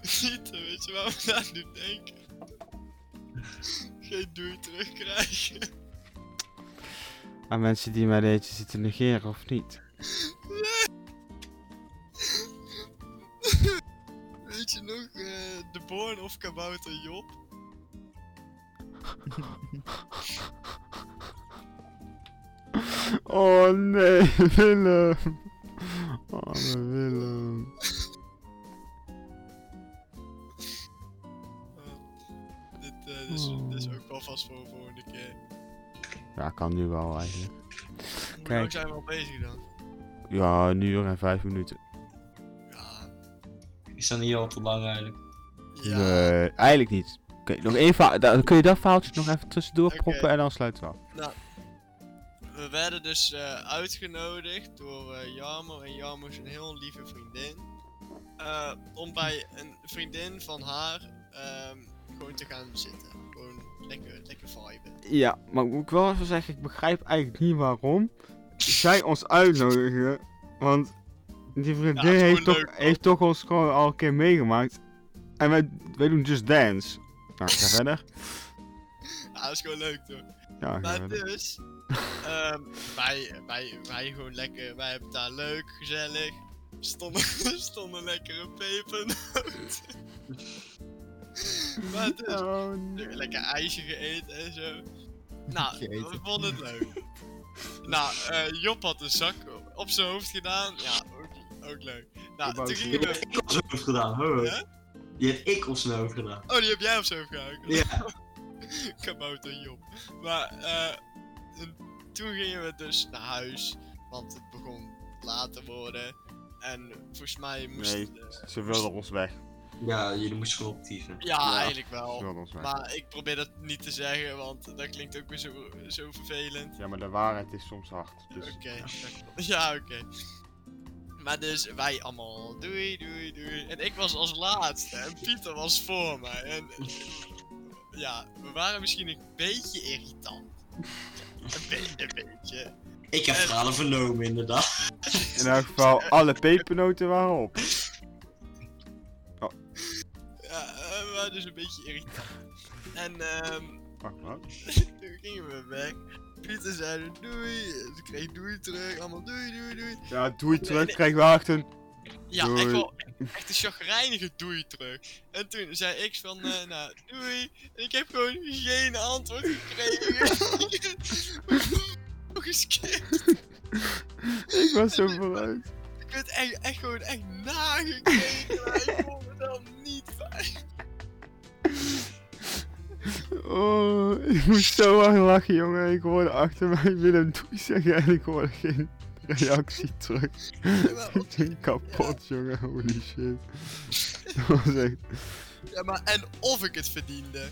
[SPEAKER 2] Pieter, eh, weet je waar we aan nu denken? Geen doei terugkrijgen. [laughs]
[SPEAKER 1] Aan mensen die mij deze zitten negeren of niet.
[SPEAKER 2] Weet je nog, eh, de Born of Kabouter Job?
[SPEAKER 1] Oh nee, [laughs] Willem. Arme Willem.
[SPEAKER 2] Dit, eh, dit, is, dit is
[SPEAKER 1] Oh.
[SPEAKER 2] ook wel vast voor de volgende keer.
[SPEAKER 1] Ja, kan nu wel eigenlijk.
[SPEAKER 2] Hoe
[SPEAKER 1] Kijk.
[SPEAKER 2] lang zijn we al bezig dan?
[SPEAKER 1] Ja, een uur en vijf minuten.
[SPEAKER 2] Ja.
[SPEAKER 4] Is dat niet al te lang eigenlijk?
[SPEAKER 2] Ja.
[SPEAKER 1] Nee, eigenlijk niet. nog één verhaal. Dan kun je dat verhaaltje nog even tussendoor
[SPEAKER 2] Oké.
[SPEAKER 1] proppen en dan sluiten we af.
[SPEAKER 2] We werden dus eh, uitgenodigd door eh, Jarmo en Jarmo is een heel lieve vriendin. eh, om bij een vriendin van haar ehm, gewoon te gaan zitten. Gewoon lekker, lekker viben.
[SPEAKER 1] Ja, maar moet ik wel even zeggen, ik begrijp eigenlijk niet waarom zij ons uitnodigen. Want die
[SPEAKER 2] Ja,
[SPEAKER 1] vriendin
[SPEAKER 2] het is
[SPEAKER 1] heeft,
[SPEAKER 2] gewoon
[SPEAKER 1] toch,
[SPEAKER 2] leuk, man.
[SPEAKER 1] heeft toch ons gewoon al een keer meegemaakt. En wij, wij doen Just Dance. Nou, ik ga
[SPEAKER 2] [laughs]
[SPEAKER 1] verder.
[SPEAKER 2] Ja, dat is gewoon leuk toch?
[SPEAKER 1] Ja, ik ga
[SPEAKER 2] Maar
[SPEAKER 1] verder.
[SPEAKER 2] dus, ehm, wij, wij, wij gewoon lekker, wij hebben het daar leuk, gezellig. Stonden, [laughs] stonden lekker een pepernoot. maar dus,
[SPEAKER 1] Oh, nee.
[SPEAKER 2] Lekker- lekker ijsje gegeten en
[SPEAKER 1] [laughs]
[SPEAKER 2] zo. Nou,
[SPEAKER 3] Gegeten.
[SPEAKER 2] we vonden het leuk. nou, eh, Job had een zak op zijn hoofd gedaan. Ja, ook, ook leuk. Nou,
[SPEAKER 1] Ik wou
[SPEAKER 2] toen
[SPEAKER 1] zeggen-
[SPEAKER 2] gingen
[SPEAKER 4] Die heb
[SPEAKER 2] we...
[SPEAKER 4] ik op zijn hoofd gedaan, hoor.
[SPEAKER 2] Hè?
[SPEAKER 4] Die heb ik op zijn hoofd gedaan.
[SPEAKER 2] Oh, die heb jij op zijn hoofd gehouden.
[SPEAKER 4] Ja.
[SPEAKER 2] [laughs] Kabouter Job. Maar eh, en toen gingen we dus naar huis. Want het begon laat te worden. En volgens mij moest...
[SPEAKER 1] Nee,
[SPEAKER 2] eh,
[SPEAKER 1] Ze wilden ons weg.
[SPEAKER 4] Ja, jullie moesten gewoon optieven.
[SPEAKER 2] ja,
[SPEAKER 1] ja.
[SPEAKER 2] eigenlijk wel.
[SPEAKER 1] Ze wilden ons weg.
[SPEAKER 2] Maar ik probeer dat niet te zeggen, want dat klinkt ook weer zo, zo vervelend.
[SPEAKER 1] Dus Ja, maar de waarheid is soms hard. Dus
[SPEAKER 2] Oké, [laughs] ja, oké. Maar dus wij allemaal doei, doei, doei. En ik was als laatste en Pieter was voor mij. En ja, we waren misschien een beetje irritant. Een, be- een beetje.
[SPEAKER 4] Ik heb
[SPEAKER 2] Eh.
[SPEAKER 4] verhalen vernomen, inderdaad. [laughs]
[SPEAKER 1] in elk geval, alle pepernoten waren op.
[SPEAKER 2] [laughs] Ja, eh, we waren dus een beetje irritant. En ehm,
[SPEAKER 1] Wacht, wat?
[SPEAKER 2] toen gingen we weg. Pieter zei doei. En Ze kreeg doei terug. Allemaal doei, doei, doei.
[SPEAKER 1] Ja, doei
[SPEAKER 2] Nee,
[SPEAKER 1] terug,
[SPEAKER 2] nee.
[SPEAKER 1] krijg wel echt een...
[SPEAKER 2] Ja,
[SPEAKER 1] Doei.
[SPEAKER 2] echt wel echt een chagrijnige doei terug. En toen zei ik van, eh, nou, doei. En ik heb gewoon geen antwoord
[SPEAKER 1] [laughs]
[SPEAKER 2] gekregen. Geskipt.
[SPEAKER 1] Ik was zo vooruit.
[SPEAKER 2] Ik werd echt, echt gewoon echt nagekeken. maar ik vond het wel niet fijn.
[SPEAKER 1] Oh, ik moest zo hard lachen, jongen. Ik hoorde achter mij Willem doei zeggen en ik hoorde geen reactie terug. [laughs] Ik ging kapot, jongen. Holy shit. Dat was echt...
[SPEAKER 2] Ja, maar en of ik het verdiende.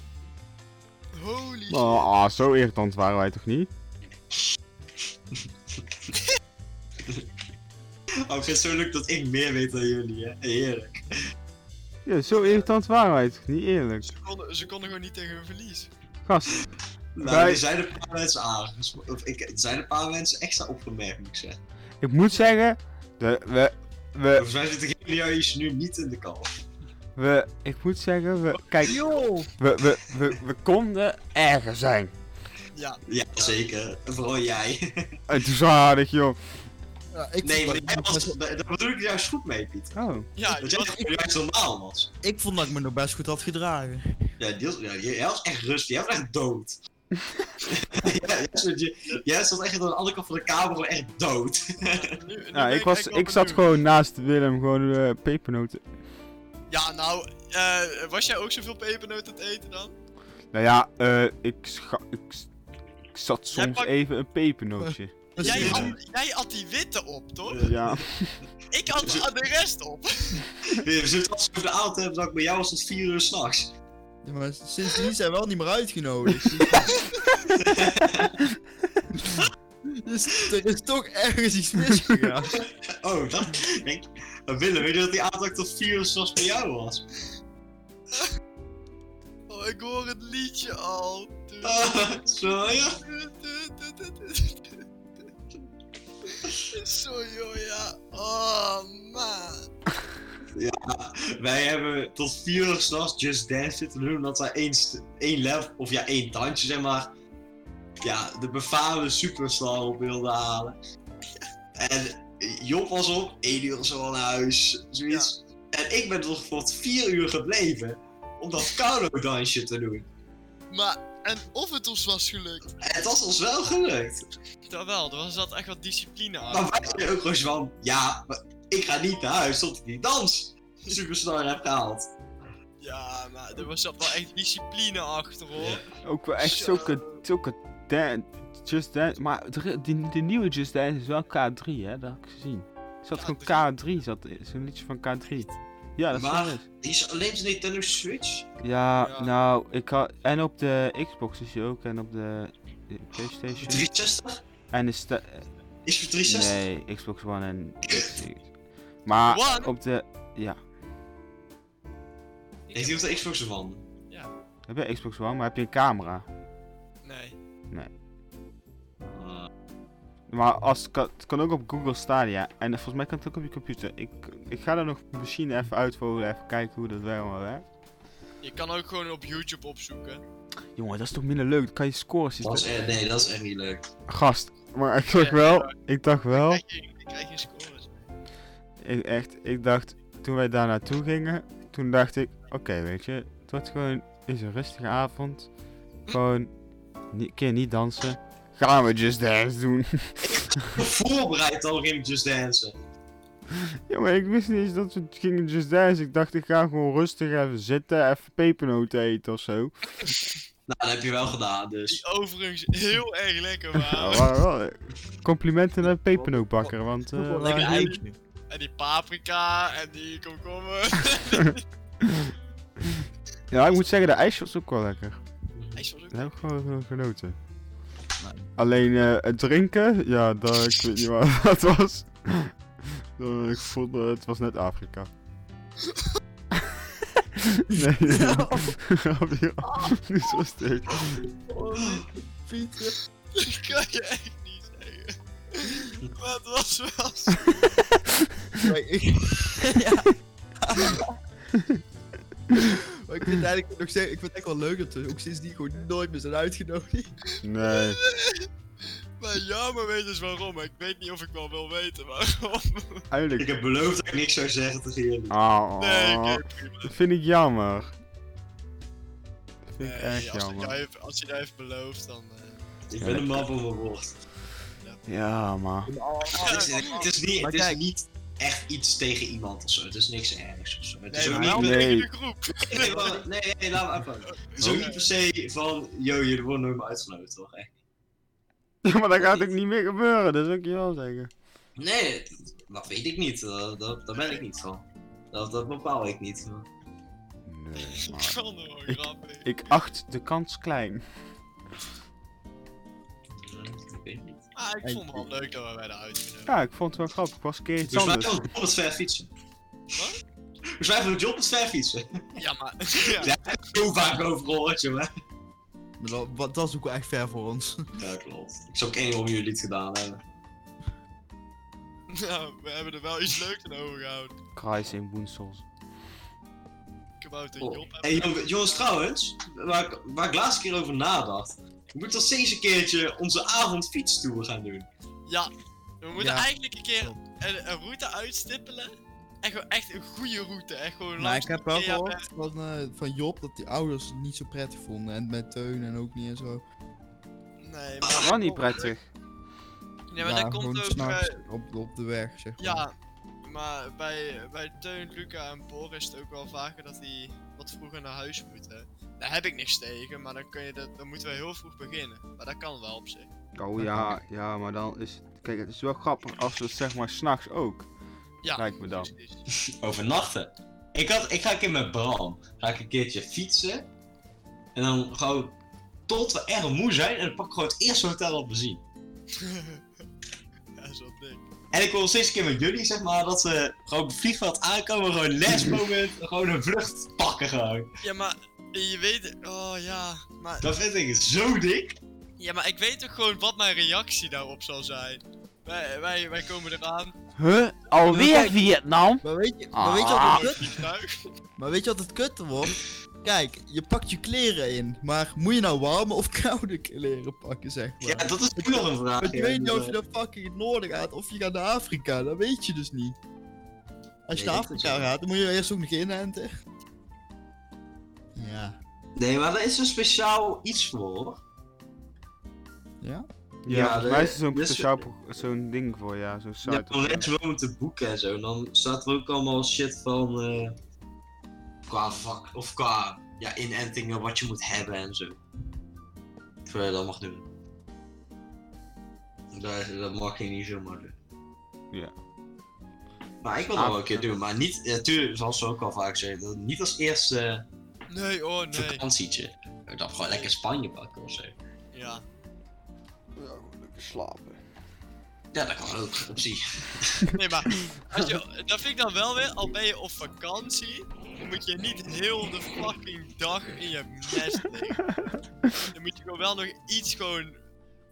[SPEAKER 2] Holy shit.
[SPEAKER 1] Oh, ah, zo irritant waren wij toch niet?
[SPEAKER 4] Oh, ik vind het zo leuk dat ik meer weet dan jullie, hè. Heerlijk.
[SPEAKER 1] Ja, zo irritant waren wij toch niet? Eerlijk.
[SPEAKER 2] Ze konden, ze konden gewoon niet tegen hun verlies.
[SPEAKER 1] Gast,
[SPEAKER 4] Nou,
[SPEAKER 1] Wij-
[SPEAKER 4] er zijn een paar mensen ah, aangesproken. Of ik, er zijn een paar mensen extra opgemerkt, moet ik zeggen.
[SPEAKER 1] ik moet zeggen... De, we... We...
[SPEAKER 4] Volgens mij zitten geen juist nu niet in de kal.
[SPEAKER 1] We... Ik moet zeggen,
[SPEAKER 2] Oh,
[SPEAKER 1] we... Kijk... We, we, we, we konden erger zijn.
[SPEAKER 2] Ja,
[SPEAKER 4] Ja, zeker. En Vooral jij. [laughs]
[SPEAKER 1] Het is aardig, joh.
[SPEAKER 3] Ja, ik,
[SPEAKER 4] Nee,
[SPEAKER 3] vond
[SPEAKER 4] maar
[SPEAKER 3] dat ik,
[SPEAKER 4] jij
[SPEAKER 3] nog
[SPEAKER 4] was...
[SPEAKER 3] best-
[SPEAKER 4] Daar bedoel ik juist goed mee, Pieter.
[SPEAKER 1] Oh.
[SPEAKER 2] ja,
[SPEAKER 4] Dat
[SPEAKER 2] je
[SPEAKER 4] jij
[SPEAKER 2] was-
[SPEAKER 4] gewoon juist normaal was.
[SPEAKER 3] ik vond dat ik me nog best goed had gedragen.
[SPEAKER 4] Ja, deels, ja, jij was echt rustig. Jij was echt dood. ja, jij, zat, je- jij zat echt aan de andere kant van de kamer gewoon echt dood. [laughs]
[SPEAKER 2] nu- nu
[SPEAKER 1] Ja,
[SPEAKER 2] ben
[SPEAKER 1] ik, was,
[SPEAKER 2] echt wel
[SPEAKER 1] ik zat
[SPEAKER 2] benieuwd.
[SPEAKER 1] gewoon naast Willem, gewoon eh pepernoten.
[SPEAKER 2] Ja, nou, eh, was jij ook zoveel pepernoot aan het eten dan?
[SPEAKER 1] Nou ja, eh, ik, scha- ik, s- ik zat
[SPEAKER 2] Jij
[SPEAKER 1] soms
[SPEAKER 2] pakt-
[SPEAKER 1] even een
[SPEAKER 2] [laughs]
[SPEAKER 1] pepernootje.
[SPEAKER 3] Dus
[SPEAKER 2] Jij
[SPEAKER 3] ik-
[SPEAKER 2] had, jij had die witte op, toch?
[SPEAKER 4] Eh,
[SPEAKER 1] Ja,
[SPEAKER 2] Ik had
[SPEAKER 4] Zo-
[SPEAKER 2] de rest op.
[SPEAKER 4] We zitten als over de avond hebben, dat ik bij jou was tot 4 uur s'nachts.
[SPEAKER 3] Ja, maar sindsdien zijn we wel niet meer [laughs] uitgenodigd. dus er is toch ergens iets misgegaan.
[SPEAKER 4] Oh, dat. Ik, Maar Willem, weet je dat die avond dat ik tot 4 uur s'nachts bij jou was? [laughs]
[SPEAKER 2] Oh, ik hoor het liedje al.
[SPEAKER 4] Ah, zo, ja.
[SPEAKER 2] Sorry hoor, ja. Oh, man.
[SPEAKER 4] Wij hebben tot 4 uur s'nachts Just Dance zitten doen, omdat wij één, st- één level, of ja, één tandje zeg maar, ja, de befaamde superstar op wilden halen. En Job was op, 1 uur of zo al naar huis, zoiets. En ik ben nog tot 4 uur gebleven om dat Carlo-dansje te doen.
[SPEAKER 2] Maar, en of het ons was gelukt.
[SPEAKER 4] En het was ons wel gelukt.
[SPEAKER 2] Dat wel, er was dat echt wat discipline aan.
[SPEAKER 4] Maar wij zeiden ook gewoon zo van, ja, maar ik ga niet naar huis tot ik die dans superstar heb gehaald.
[SPEAKER 2] Ja, maar er was zat wel echt discipline achter hoor.
[SPEAKER 1] ook wel echt zulke, zulke dan, Just Dance. Maar de, die- die nieuwe Just Dance is wel K3, hè, dat heb ik gezien. Er zat
[SPEAKER 2] Ja,
[SPEAKER 1] gewoon K3, zat, zo'n liedje van K3. Ja, dat is
[SPEAKER 4] Maar-
[SPEAKER 1] wel eens.
[SPEAKER 4] Die is alleen op de Nintendo Switch?
[SPEAKER 1] Ja,
[SPEAKER 2] Ja.
[SPEAKER 1] nou, ik had... En op de Xbox is hij ook, en op de, de Playstation.
[SPEAKER 4] 360?
[SPEAKER 1] En de... sta- eh,
[SPEAKER 4] Is voor 360?
[SPEAKER 1] Nee, Xbox One en... maar
[SPEAKER 2] One?
[SPEAKER 1] op de... Ja,
[SPEAKER 2] Ik
[SPEAKER 4] Heeft hij
[SPEAKER 2] heb-
[SPEAKER 4] op de Xbox One?
[SPEAKER 1] heb je Xbox One, maar heb je een camera?
[SPEAKER 2] Nee.
[SPEAKER 4] Eh,
[SPEAKER 1] Maar als, het kan- het kan ook op Google Stadia. En volgens mij kan het ook op je computer. Ik, ik ga er nog misschien even uitvogelen. Even kijken hoe dat wel allemaal werkt.
[SPEAKER 2] Je kan ook gewoon op YouTube opzoeken.
[SPEAKER 1] Jongen, dat is toch minder leuk? Dan kan je scores zien.
[SPEAKER 4] dat is echt, nee, dat is echt niet leuk.
[SPEAKER 2] [laughs]
[SPEAKER 1] Gast. Maar ik dacht wel. Ik dacht wel.
[SPEAKER 2] Krijg je, krijg je scores.
[SPEAKER 1] Ik, echt, ik dacht. Toen wij daar naartoe gingen. Toen dacht ik. Oké, weet je. Het wordt gewoon. Is een rustige avond. Gewoon. Een keer niet dansen. Gaan we Just Dance doen. [laughs]
[SPEAKER 4] Voorbereid al Rim Just Nou, Dance.
[SPEAKER 1] Jongen, ik wist niet eens dat we gingen Just Dance. Ik dacht, ik ga gewoon rustig even zitten. Even pepernoten eten of zo.
[SPEAKER 4] Nou, dat heb je wel gedaan, dus.
[SPEAKER 2] Die overigens heel erg lekker
[SPEAKER 1] Ja,
[SPEAKER 2] waren.
[SPEAKER 1] wel- wel, eh, Complimenten naar de pepernootbakker, want... eh,
[SPEAKER 3] Wel
[SPEAKER 1] waar-
[SPEAKER 3] lekker
[SPEAKER 4] waar-
[SPEAKER 3] ijsje.
[SPEAKER 2] En die paprika en die komkommer.
[SPEAKER 1] ja, ik moet zeggen, de ijsje was ook wel lekker.
[SPEAKER 2] Hij is wel zo-
[SPEAKER 1] Daar heb ik gewoon van genoten.
[SPEAKER 3] Nou.
[SPEAKER 1] Alleen eh, het drinken, ja, dat, ik weet niet waar [laughs] dat was. Eh, ik vond, eh, het was net
[SPEAKER 2] [laughs]
[SPEAKER 1] Afrika. nee, nee. [laughs] Grapje, Niet zo sterk.
[SPEAKER 3] Oh, Pieter.
[SPEAKER 2] Dat kan je echt niet zeggen. Maar het was wel zo.
[SPEAKER 3] Maar
[SPEAKER 4] [laughs]
[SPEAKER 3] ik... ja. maar ik vind het eigenlijk nog steeds... Ik vind het echt wel leuk dat we ook sindsdien gewoon nooit meer zijn uitgenodigd.
[SPEAKER 1] Nee.
[SPEAKER 2] Maar jammer weet dus waarom. Ik weet niet of ik wel wil weten waarom.
[SPEAKER 4] Ik
[SPEAKER 1] Eigenlijk...
[SPEAKER 4] heb beloofd dat ik niks zou zeggen tegen jullie.
[SPEAKER 1] Ah,
[SPEAKER 2] Nee, oké, prima.
[SPEAKER 1] dat vind ik jammer. Dat vind ik
[SPEAKER 2] Nee,
[SPEAKER 1] echt
[SPEAKER 2] als, ik
[SPEAKER 1] jammer.
[SPEAKER 2] jou even- als je dat heeft beloofd, dan... eh,
[SPEAKER 4] Ik ben een man van mijn woord.
[SPEAKER 1] Ja, maar... [laughs]
[SPEAKER 2] Ah,
[SPEAKER 4] Het is, het is, niet,
[SPEAKER 3] Maar
[SPEAKER 4] het is
[SPEAKER 3] kijk.
[SPEAKER 4] niet echt iets tegen iemand of zo. Het is niks ergs of zo. Het is
[SPEAKER 2] Nee,
[SPEAKER 4] ook
[SPEAKER 2] maar
[SPEAKER 4] niet
[SPEAKER 2] wel
[SPEAKER 1] nee.
[SPEAKER 2] tegen de groep.
[SPEAKER 4] Nee, maar- nee, nee, laat maar even. Het is ook niet per se van, yo, jullie worden nooit meer uitgenodigd, toch? Echt.
[SPEAKER 1] Ja, maar dat gaat ook niet meer gebeuren, dat wil ik je wel zeggen.
[SPEAKER 4] Nee, dat weet ik niet. eh, dat, daar ben ik niet van. Dat, dat bepaal ik niet. Eh,
[SPEAKER 1] Nee,
[SPEAKER 2] Ik vond het wel
[SPEAKER 1] Ik-
[SPEAKER 2] grappig.
[SPEAKER 1] Ik acht de kans klein.
[SPEAKER 4] Eh, Ik weet niet.
[SPEAKER 2] Ah, ik vond het wel leuk dat we bij de uitgenodigd.
[SPEAKER 1] Ja, ik vond het wel grappig. Ik was een keer
[SPEAKER 2] Dus
[SPEAKER 1] iets
[SPEAKER 4] Volgens mij
[SPEAKER 1] anders.
[SPEAKER 4] vond Job het ver fietsen. Dus
[SPEAKER 2] Wat?
[SPEAKER 4] Volgens mij vond Job het ver fietsen. [laughs]
[SPEAKER 2] Ja, maar... [laughs] Ja.
[SPEAKER 4] Ja, ik heb zo vaak over gehoord, jongen.
[SPEAKER 3] Maar dat, wat- dat is ook wel echt ver voor [laughs] ons.
[SPEAKER 4] Ja, klopt. Ik zou ook één om jullie het gedaan hebben.
[SPEAKER 2] Nou, we hebben er wel iets leuks aan overgehouden.
[SPEAKER 1] Kruis in Woensels.
[SPEAKER 2] Kabouter
[SPEAKER 4] Oh.
[SPEAKER 2] Job.
[SPEAKER 4] Hey, jong- jongens, trouwens, waar ik, waar ik laatst keer over nadacht. We moeten dat steeds een keertje onze avondfietstoer gaan doen.
[SPEAKER 2] Ja, we moeten
[SPEAKER 3] Ja.
[SPEAKER 2] eigenlijk een keer een, een route uitstippelen. En gewoon echt een goede route. Echt gewoon
[SPEAKER 3] Maar
[SPEAKER 2] langs
[SPEAKER 3] ik heb
[SPEAKER 2] de
[SPEAKER 3] wel
[SPEAKER 2] IKEA
[SPEAKER 3] gehoord van, eh, van Job dat die ouders het niet zo prettig vonden. En met Teun en ook niet en zo.
[SPEAKER 2] weg. Nee,
[SPEAKER 1] Dat was niet prettig.
[SPEAKER 2] Nee, maar
[SPEAKER 3] Ja,
[SPEAKER 2] dat komt
[SPEAKER 3] gewoon
[SPEAKER 2] ook...
[SPEAKER 3] s'nachts
[SPEAKER 2] eh,
[SPEAKER 3] op, op de weg, zeg maar.
[SPEAKER 2] ja, maar bij, bij Teun, Luca en Boris is het ook wel vaker dat die wat vroeger naar huis moeten. Daar heb ik niks tegen, maar dan, kun je dat, dan moeten we heel vroeg beginnen. Maar dat kan wel op zich.
[SPEAKER 1] Oh ja, ja, maar dan is het... Kijk, het is wel grappig als we het zeg maar s'nachts ook.
[SPEAKER 2] Ja,
[SPEAKER 1] Lijkt me dan.
[SPEAKER 2] precies. [laughs]
[SPEAKER 4] Overnachten. Ik, had, ik ga een keer met Bram. Ga ik een keertje fietsen. En dan gewoon tot we erg moe zijn. En dan pak ik gewoon het eerste hotel dat we zien.
[SPEAKER 2] Ja, zo dik.
[SPEAKER 4] En ik wil steeds een keer met jullie, zeg maar, dat we gewoon op het vliegveld aankomen. Gewoon last moment. gewoon een vlucht pakken gewoon.
[SPEAKER 2] Ja, maar je weet... Oh ja, maar...
[SPEAKER 4] Dat vind ik zo dik.
[SPEAKER 2] Ja, maar ik weet ook gewoon wat mijn reactie daarop zal zijn. Wij, wij, wij komen eraan.
[SPEAKER 1] Huh? Alweer
[SPEAKER 3] Kijk.
[SPEAKER 1] Vietnam?
[SPEAKER 3] Maar weet je, maar weet je wat
[SPEAKER 1] Ah.
[SPEAKER 3] het kut,
[SPEAKER 2] Vliegtuig.
[SPEAKER 3] maar weet je wat het kutte wordt? Kijk, je pakt je kleren in, maar moet je nou warme of koude kleren pakken, zeg maar?
[SPEAKER 4] Ja, dat is nu nog een vraag.
[SPEAKER 3] Want je
[SPEAKER 4] ja.
[SPEAKER 3] weet niet
[SPEAKER 4] Dus,
[SPEAKER 3] of je
[SPEAKER 4] eh,
[SPEAKER 3] naar fucking het noorden gaat of je gaat naar Afrika, dat weet je dus niet. Als je naar
[SPEAKER 4] Nee, dat is
[SPEAKER 3] Afrika
[SPEAKER 4] zo.
[SPEAKER 3] gaat, dan moet je eerst ook nog inenten. Ja.
[SPEAKER 4] Nee, maar daar is een speciaal iets voor.
[SPEAKER 1] Ja,
[SPEAKER 4] Ja,
[SPEAKER 1] volgens
[SPEAKER 4] dat-
[SPEAKER 1] mij is er zo'n
[SPEAKER 4] dat is-
[SPEAKER 1] speciaal pro- zo'n ding voor, ja. Zo'n
[SPEAKER 4] Je hebt
[SPEAKER 1] site.
[SPEAKER 4] dan
[SPEAKER 1] of zo.
[SPEAKER 4] net gewoon moeten boeken en zo. En dan staat er ook allemaal shit van. eh, qua vak of qua ja, inentingen wat je moet hebben en zo. Voor je dat mag doen. Dat, dat mag je niet zomaar doen.
[SPEAKER 1] Ja.
[SPEAKER 4] Maar ik wil dat wel een keer doen. Maar niet, natuurlijk, zoals ze ook al vaak zeggen, dat niet als eerste eh,
[SPEAKER 2] Nee, oh nee.
[SPEAKER 4] vakantietje. Dat gewoon lekker Spanje pakken of zo.
[SPEAKER 2] Ja.
[SPEAKER 1] lekker slapen.
[SPEAKER 4] Ja, dat kan ook, precies.
[SPEAKER 2] Nee, maar als je, dat vind ik dan wel weer, al ben je op vakantie, dan moet je niet heel de fucking dag in je nest liggen. Dan moet je gewoon wel nog iets gewoon,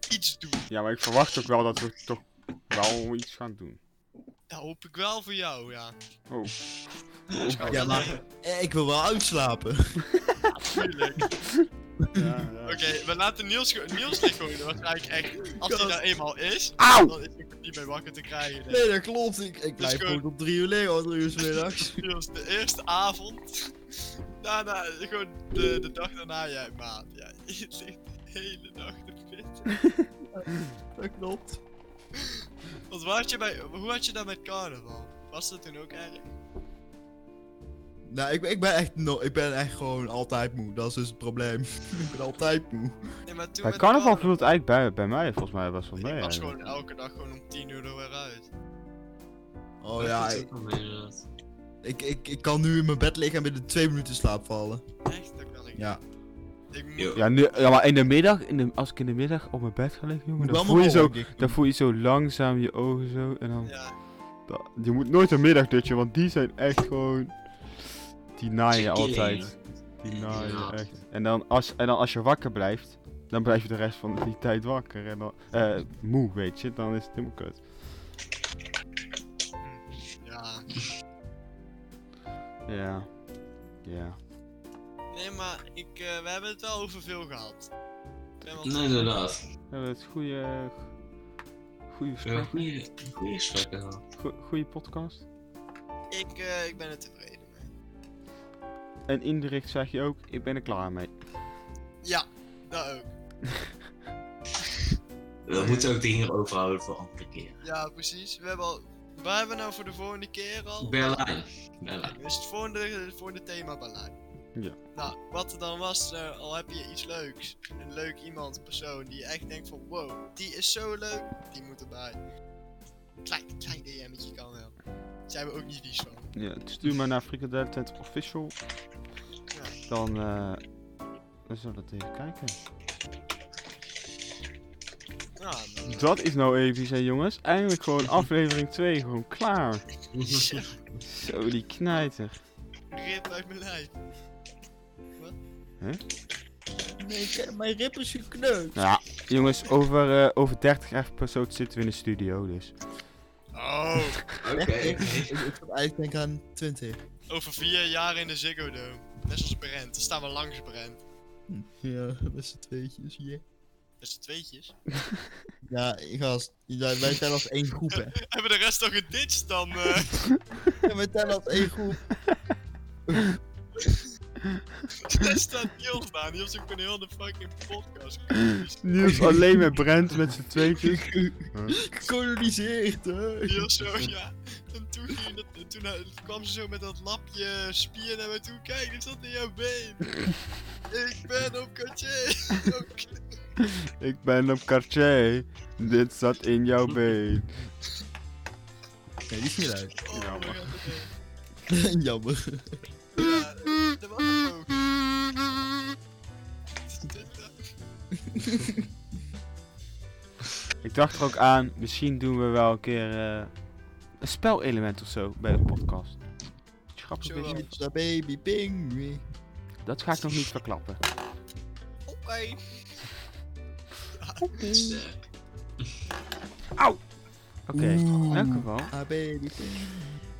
[SPEAKER 2] iets doen.
[SPEAKER 1] Ja, maar ik verwacht ook wel dat we toch wel iets gaan doen.
[SPEAKER 2] Dat hoop ik wel voor jou, ja.
[SPEAKER 1] Oh.
[SPEAKER 3] Ja, maar eh, ik wil wel uitslapen.
[SPEAKER 2] Tuurlijk. Oké,
[SPEAKER 1] Ja,
[SPEAKER 2] [laughs]
[SPEAKER 1] ja.
[SPEAKER 2] we laten Niels, gewoon- Niels ligt gewoon waarschijnlijk echt, als hij daar eenmaal is,
[SPEAKER 1] Auw!
[SPEAKER 2] dan is hij niet meer wakker te krijgen. denk ik.
[SPEAKER 3] Nee, dat klopt. Ik, ik blijf
[SPEAKER 2] gewoon-
[SPEAKER 3] gewoon tot drie uur liggen, hoor, drie uur 's
[SPEAKER 2] [laughs]
[SPEAKER 3] middags.
[SPEAKER 2] Niels, de eerste avond, daarna, gewoon de, de dag daarna, jij maat. Ja, [laughs] je ligt de hele dag te pit.
[SPEAKER 3] Dat klopt.
[SPEAKER 2] Want waar had je bij, hoe had je dat met carnaval? Was dat toen ook erg?
[SPEAKER 3] Nou, ik, ben- ik, ben echt no ik ben echt gewoon altijd moe. Dat is dus het probleem. [laughs] ik ben altijd moe.
[SPEAKER 2] Nee, maar toen
[SPEAKER 1] Bij
[SPEAKER 2] met
[SPEAKER 1] carnaval viel het eigenlijk bij, bij mij volgens mij best wel mee.
[SPEAKER 2] Ik was
[SPEAKER 1] eigenlijk.
[SPEAKER 2] gewoon elke dag gewoon om 10 uur er weer uit.
[SPEAKER 3] Oh ja,
[SPEAKER 4] Dat
[SPEAKER 3] ik,
[SPEAKER 4] is ook wel eh, mee, inderdaad.
[SPEAKER 3] ik, ik, ik kan nu in mijn bed liggen en binnen twee minuten slaap vallen.
[SPEAKER 2] Echt, dat kan ik
[SPEAKER 3] Ja.
[SPEAKER 2] niet. Ik moet...
[SPEAKER 4] Yo.
[SPEAKER 1] Ja, nu, ja, maar in de middag, in de, als ik in de middag op mijn bed ga liggen, jongen, dan voel, je zo, dan voel je zo langzaam je ogen zo. En dan,
[SPEAKER 2] Ja,
[SPEAKER 1] da- je moet nooit een middagdutje, want die zijn echt gewoon... Die naaien je
[SPEAKER 4] Ze killen
[SPEAKER 1] altijd. Die naaien je
[SPEAKER 4] Ja.
[SPEAKER 1] echt. En dan, als, en dan als je wakker blijft, dan blijf je de rest van die tijd wakker. En dan, eh, moe, weet je, dan is het helemaal kut.
[SPEAKER 2] ja.
[SPEAKER 1] Ja. Ja.
[SPEAKER 2] Nee, maar ik, eh, we hebben het wel over veel gehad. Ik ben wel-
[SPEAKER 4] Nee, inderdaad.
[SPEAKER 1] We hebben het goede... Goede
[SPEAKER 4] Ja,
[SPEAKER 1] gesprek.
[SPEAKER 4] goeie goeie gesprekken wel.
[SPEAKER 1] go- Goede podcast.
[SPEAKER 2] Ik, eh, ik ben er tevreden mee.
[SPEAKER 1] En indirect zeg je ook, ik ben er klaar mee.
[SPEAKER 2] Ja, dat ook.
[SPEAKER 4] We moeten ook dingen overhouden voor andere keer.
[SPEAKER 2] Ja, precies. We hebben al... Waar hebben we nou voor de volgende keer al?
[SPEAKER 4] Berlijn. Berlijn.
[SPEAKER 2] Dus het volgende, het volgende thema Berlijn.
[SPEAKER 1] Ja.
[SPEAKER 2] Nou, wat er dan was, eh, al heb je iets leuks. Een leuk iemand, persoon die je echt denkt van wow, die is zo leuk, die moet erbij. Klein, klein DM'tje kan wel. Zijn we ook niet vies van.
[SPEAKER 1] Ja, stuur me naar Frikadelle Tent Official. Dan, eh dan zullen we dat even kijken.
[SPEAKER 2] Ja,
[SPEAKER 1] [laughs]
[SPEAKER 2] maar-
[SPEAKER 1] Dat is nou even, hè jongens. Eindelijk gewoon aflevering 2, gewoon klaar.
[SPEAKER 2] Ja,
[SPEAKER 1] Zo, die knijter.
[SPEAKER 2] Rip uit mijn lijf.
[SPEAKER 3] Nee, ik- mijn rib is gekneukt.
[SPEAKER 1] Nou ja, jongens, over, eh, over 30 episode zitten we in de studio, dus.
[SPEAKER 2] Oh,
[SPEAKER 4] Oké.
[SPEAKER 3] Ik, ik, ik zat eigenlijk denk ik aan 20.
[SPEAKER 2] over vier jaar in de Ziggo Dome. Net zoals Brent, dan staan we langs Brent.
[SPEAKER 3] Ja, [laughs] met z'n tweetjes. Yeah.
[SPEAKER 2] Dus de tweetjes.
[SPEAKER 3] Ja, gast. ja, wij tellen als één groep, hè.
[SPEAKER 2] Hebben we de rest al geditcht dan? eh?
[SPEAKER 3] Ja, wij tellen als één groep.
[SPEAKER 2] Daar staat Niels aan. Niels ook een heel de fucking podcast.
[SPEAKER 1] Niels alleen met Brent, met z'n tweetjes.
[SPEAKER 3] Gekoloniseerd, hè.
[SPEAKER 2] Niels
[SPEAKER 1] [laughs]
[SPEAKER 2] zo, ja. En toen, ging dat, toen eh, kwam ze zo met dat lapje spier naar me toe. Kijk, er zat in jouw been. Ik ben op katje.
[SPEAKER 1] Ik ben op Cartier. Dit zat in jouw been.
[SPEAKER 3] Nee, die is niet leuk.
[SPEAKER 2] Oh,
[SPEAKER 1] Ja, maar.
[SPEAKER 3] [laughs] Jammer.
[SPEAKER 2] Ja, dat was het ook.
[SPEAKER 1] Ik dacht er ook aan, misschien doen we wel een keer eh, een spelelement of zo bij de podcast. Grappig
[SPEAKER 2] Zo wel.
[SPEAKER 1] beetje.
[SPEAKER 3] Pizza baby pingwee.
[SPEAKER 1] Dat ga ik nog niet verklappen.
[SPEAKER 2] Oké.
[SPEAKER 4] Sterk.
[SPEAKER 1] Oké, in
[SPEAKER 3] Oeh.
[SPEAKER 1] elk geval.
[SPEAKER 3] Ah, baby pingwee.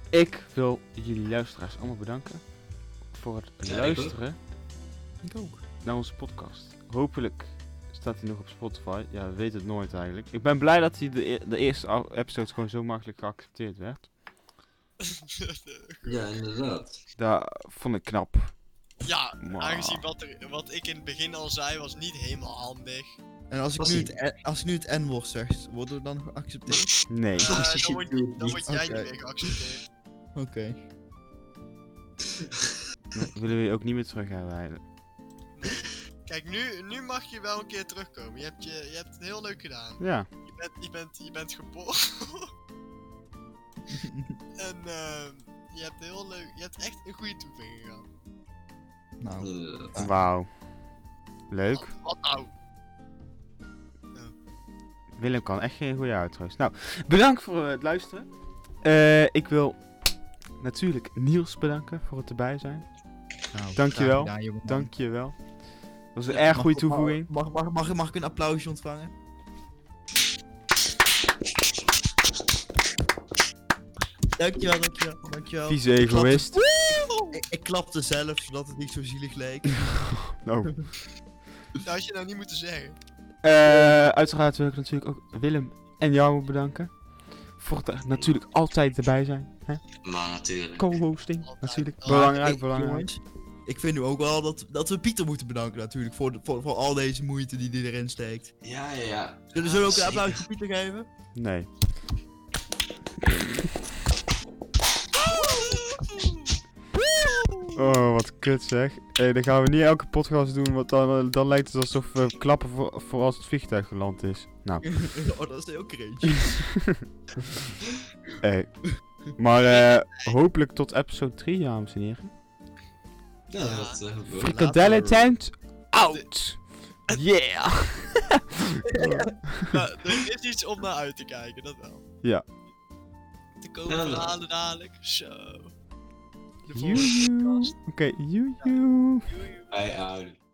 [SPEAKER 1] Ik wil jullie luisteraars allemaal bedanken voor het
[SPEAKER 4] Ja, ik
[SPEAKER 1] luisteren
[SPEAKER 3] Ik ook.
[SPEAKER 1] naar onze podcast. Hopelijk staat hij nog op Spotify. Ja, we weten het nooit eigenlijk. Ik ben blij dat hij de, e- de eerste au- episode gewoon zo makkelijk geaccepteerd werd.
[SPEAKER 4] [laughs] Ja, inderdaad.
[SPEAKER 1] Dat vond ik knap.
[SPEAKER 2] [laughs] Ja,
[SPEAKER 1] Maar-
[SPEAKER 2] aangezien wat, er, wat ik in het begin al zei was niet helemaal handig.
[SPEAKER 1] [laughs]
[SPEAKER 3] En als ik
[SPEAKER 4] Was
[SPEAKER 3] nu
[SPEAKER 4] die-
[SPEAKER 3] het, N- als ik nu het N-woord zeg, worden we dan geaccepteerd?
[SPEAKER 4] [laughs]
[SPEAKER 1] Nee.
[SPEAKER 2] Eh,
[SPEAKER 4] Precies,
[SPEAKER 2] dan word, dan
[SPEAKER 4] niet.
[SPEAKER 2] word jij
[SPEAKER 3] Oké.
[SPEAKER 2] niet meer geaccepteerd.
[SPEAKER 3] Oké.
[SPEAKER 1] Dat willen we je ook niet meer terug hebben eigenlijk.
[SPEAKER 2] Kijk, nu, nu mag je wel een keer terugkomen. Je hebt, je, je hebt het heel leuk gedaan.
[SPEAKER 1] Ja.
[SPEAKER 2] Je bent, je bent, je bent geboren. En ehm, je hebt heel leuk, je hebt echt een goede toevoeging gehad.
[SPEAKER 3] Nou,
[SPEAKER 4] Eh,
[SPEAKER 1] Wauw. Leuk.
[SPEAKER 2] Wat- Wat nou?
[SPEAKER 1] Willem kan echt geen goede uitrust. Nou, bedankt voor eh, het luisteren. Eh, ik wil natuurlijk Niels bedanken voor het erbij zijn.
[SPEAKER 3] nou,
[SPEAKER 1] Dankjewel.
[SPEAKER 3] graag gedaan, jongeman.
[SPEAKER 1] Dankjewel. Dat was een
[SPEAKER 3] Ja,
[SPEAKER 1] erg
[SPEAKER 3] mag-
[SPEAKER 1] goede
[SPEAKER 3] mag-
[SPEAKER 1] toevoeging.
[SPEAKER 3] Mag, mag, mag, mag ik een applausje ontvangen? Dankjewel, dankjewel, dankjewel.
[SPEAKER 1] Vieze egoïst.
[SPEAKER 3] Ik, ik klapte zelf, zodat het niet zo zielig
[SPEAKER 1] [laughs]
[SPEAKER 3] leek.
[SPEAKER 1] Nou.
[SPEAKER 2] Dat had je nou niet moeten zeggen. [laughs]
[SPEAKER 1] Eh, uiteraard wil ik natuurlijk ook Willem en jou bedanken. Voor het er natuurlijk altijd erbij zijn. hè?
[SPEAKER 4] maar natuurlijk.
[SPEAKER 1] Co-hosting, natuurlijk.
[SPEAKER 2] Maar
[SPEAKER 1] Belangrijk,
[SPEAKER 3] ik-
[SPEAKER 1] belangrijk.
[SPEAKER 3] jongens, ik vind nu ook wel dat, dat we Pieter moeten bedanken natuurlijk, voor, de- voor, voor al deze moeite die hij erin steekt.
[SPEAKER 4] Ja, ja, ja.
[SPEAKER 3] Zullen we ook een
[SPEAKER 4] Zeker.
[SPEAKER 3] applaus voor Pieter geven?
[SPEAKER 1] Nee. Oh, wat kut zeg. Eh, dan gaan we niet elke podcast doen, want dan, eh, dan lijkt het alsof we klappen voor, voor als het vliegtuig geland is. Nou,
[SPEAKER 3] [laughs] oh, dat is heel cringe.
[SPEAKER 1] eh. Maar eh, hopelijk tot episode 3, dames en heren.
[SPEAKER 4] Ja, dat eh, goed.
[SPEAKER 1] Frikadellen tent out! Yeah!
[SPEAKER 2] Maar er is iets om naar uit te kijken, dat wel.
[SPEAKER 1] Ja.
[SPEAKER 2] Er komen
[SPEAKER 4] Ja.
[SPEAKER 2] verhalen dadelijk, zo. De volgende
[SPEAKER 1] Joejoe.
[SPEAKER 2] podcast.
[SPEAKER 1] Oké, joejoe.
[SPEAKER 4] Bij oude.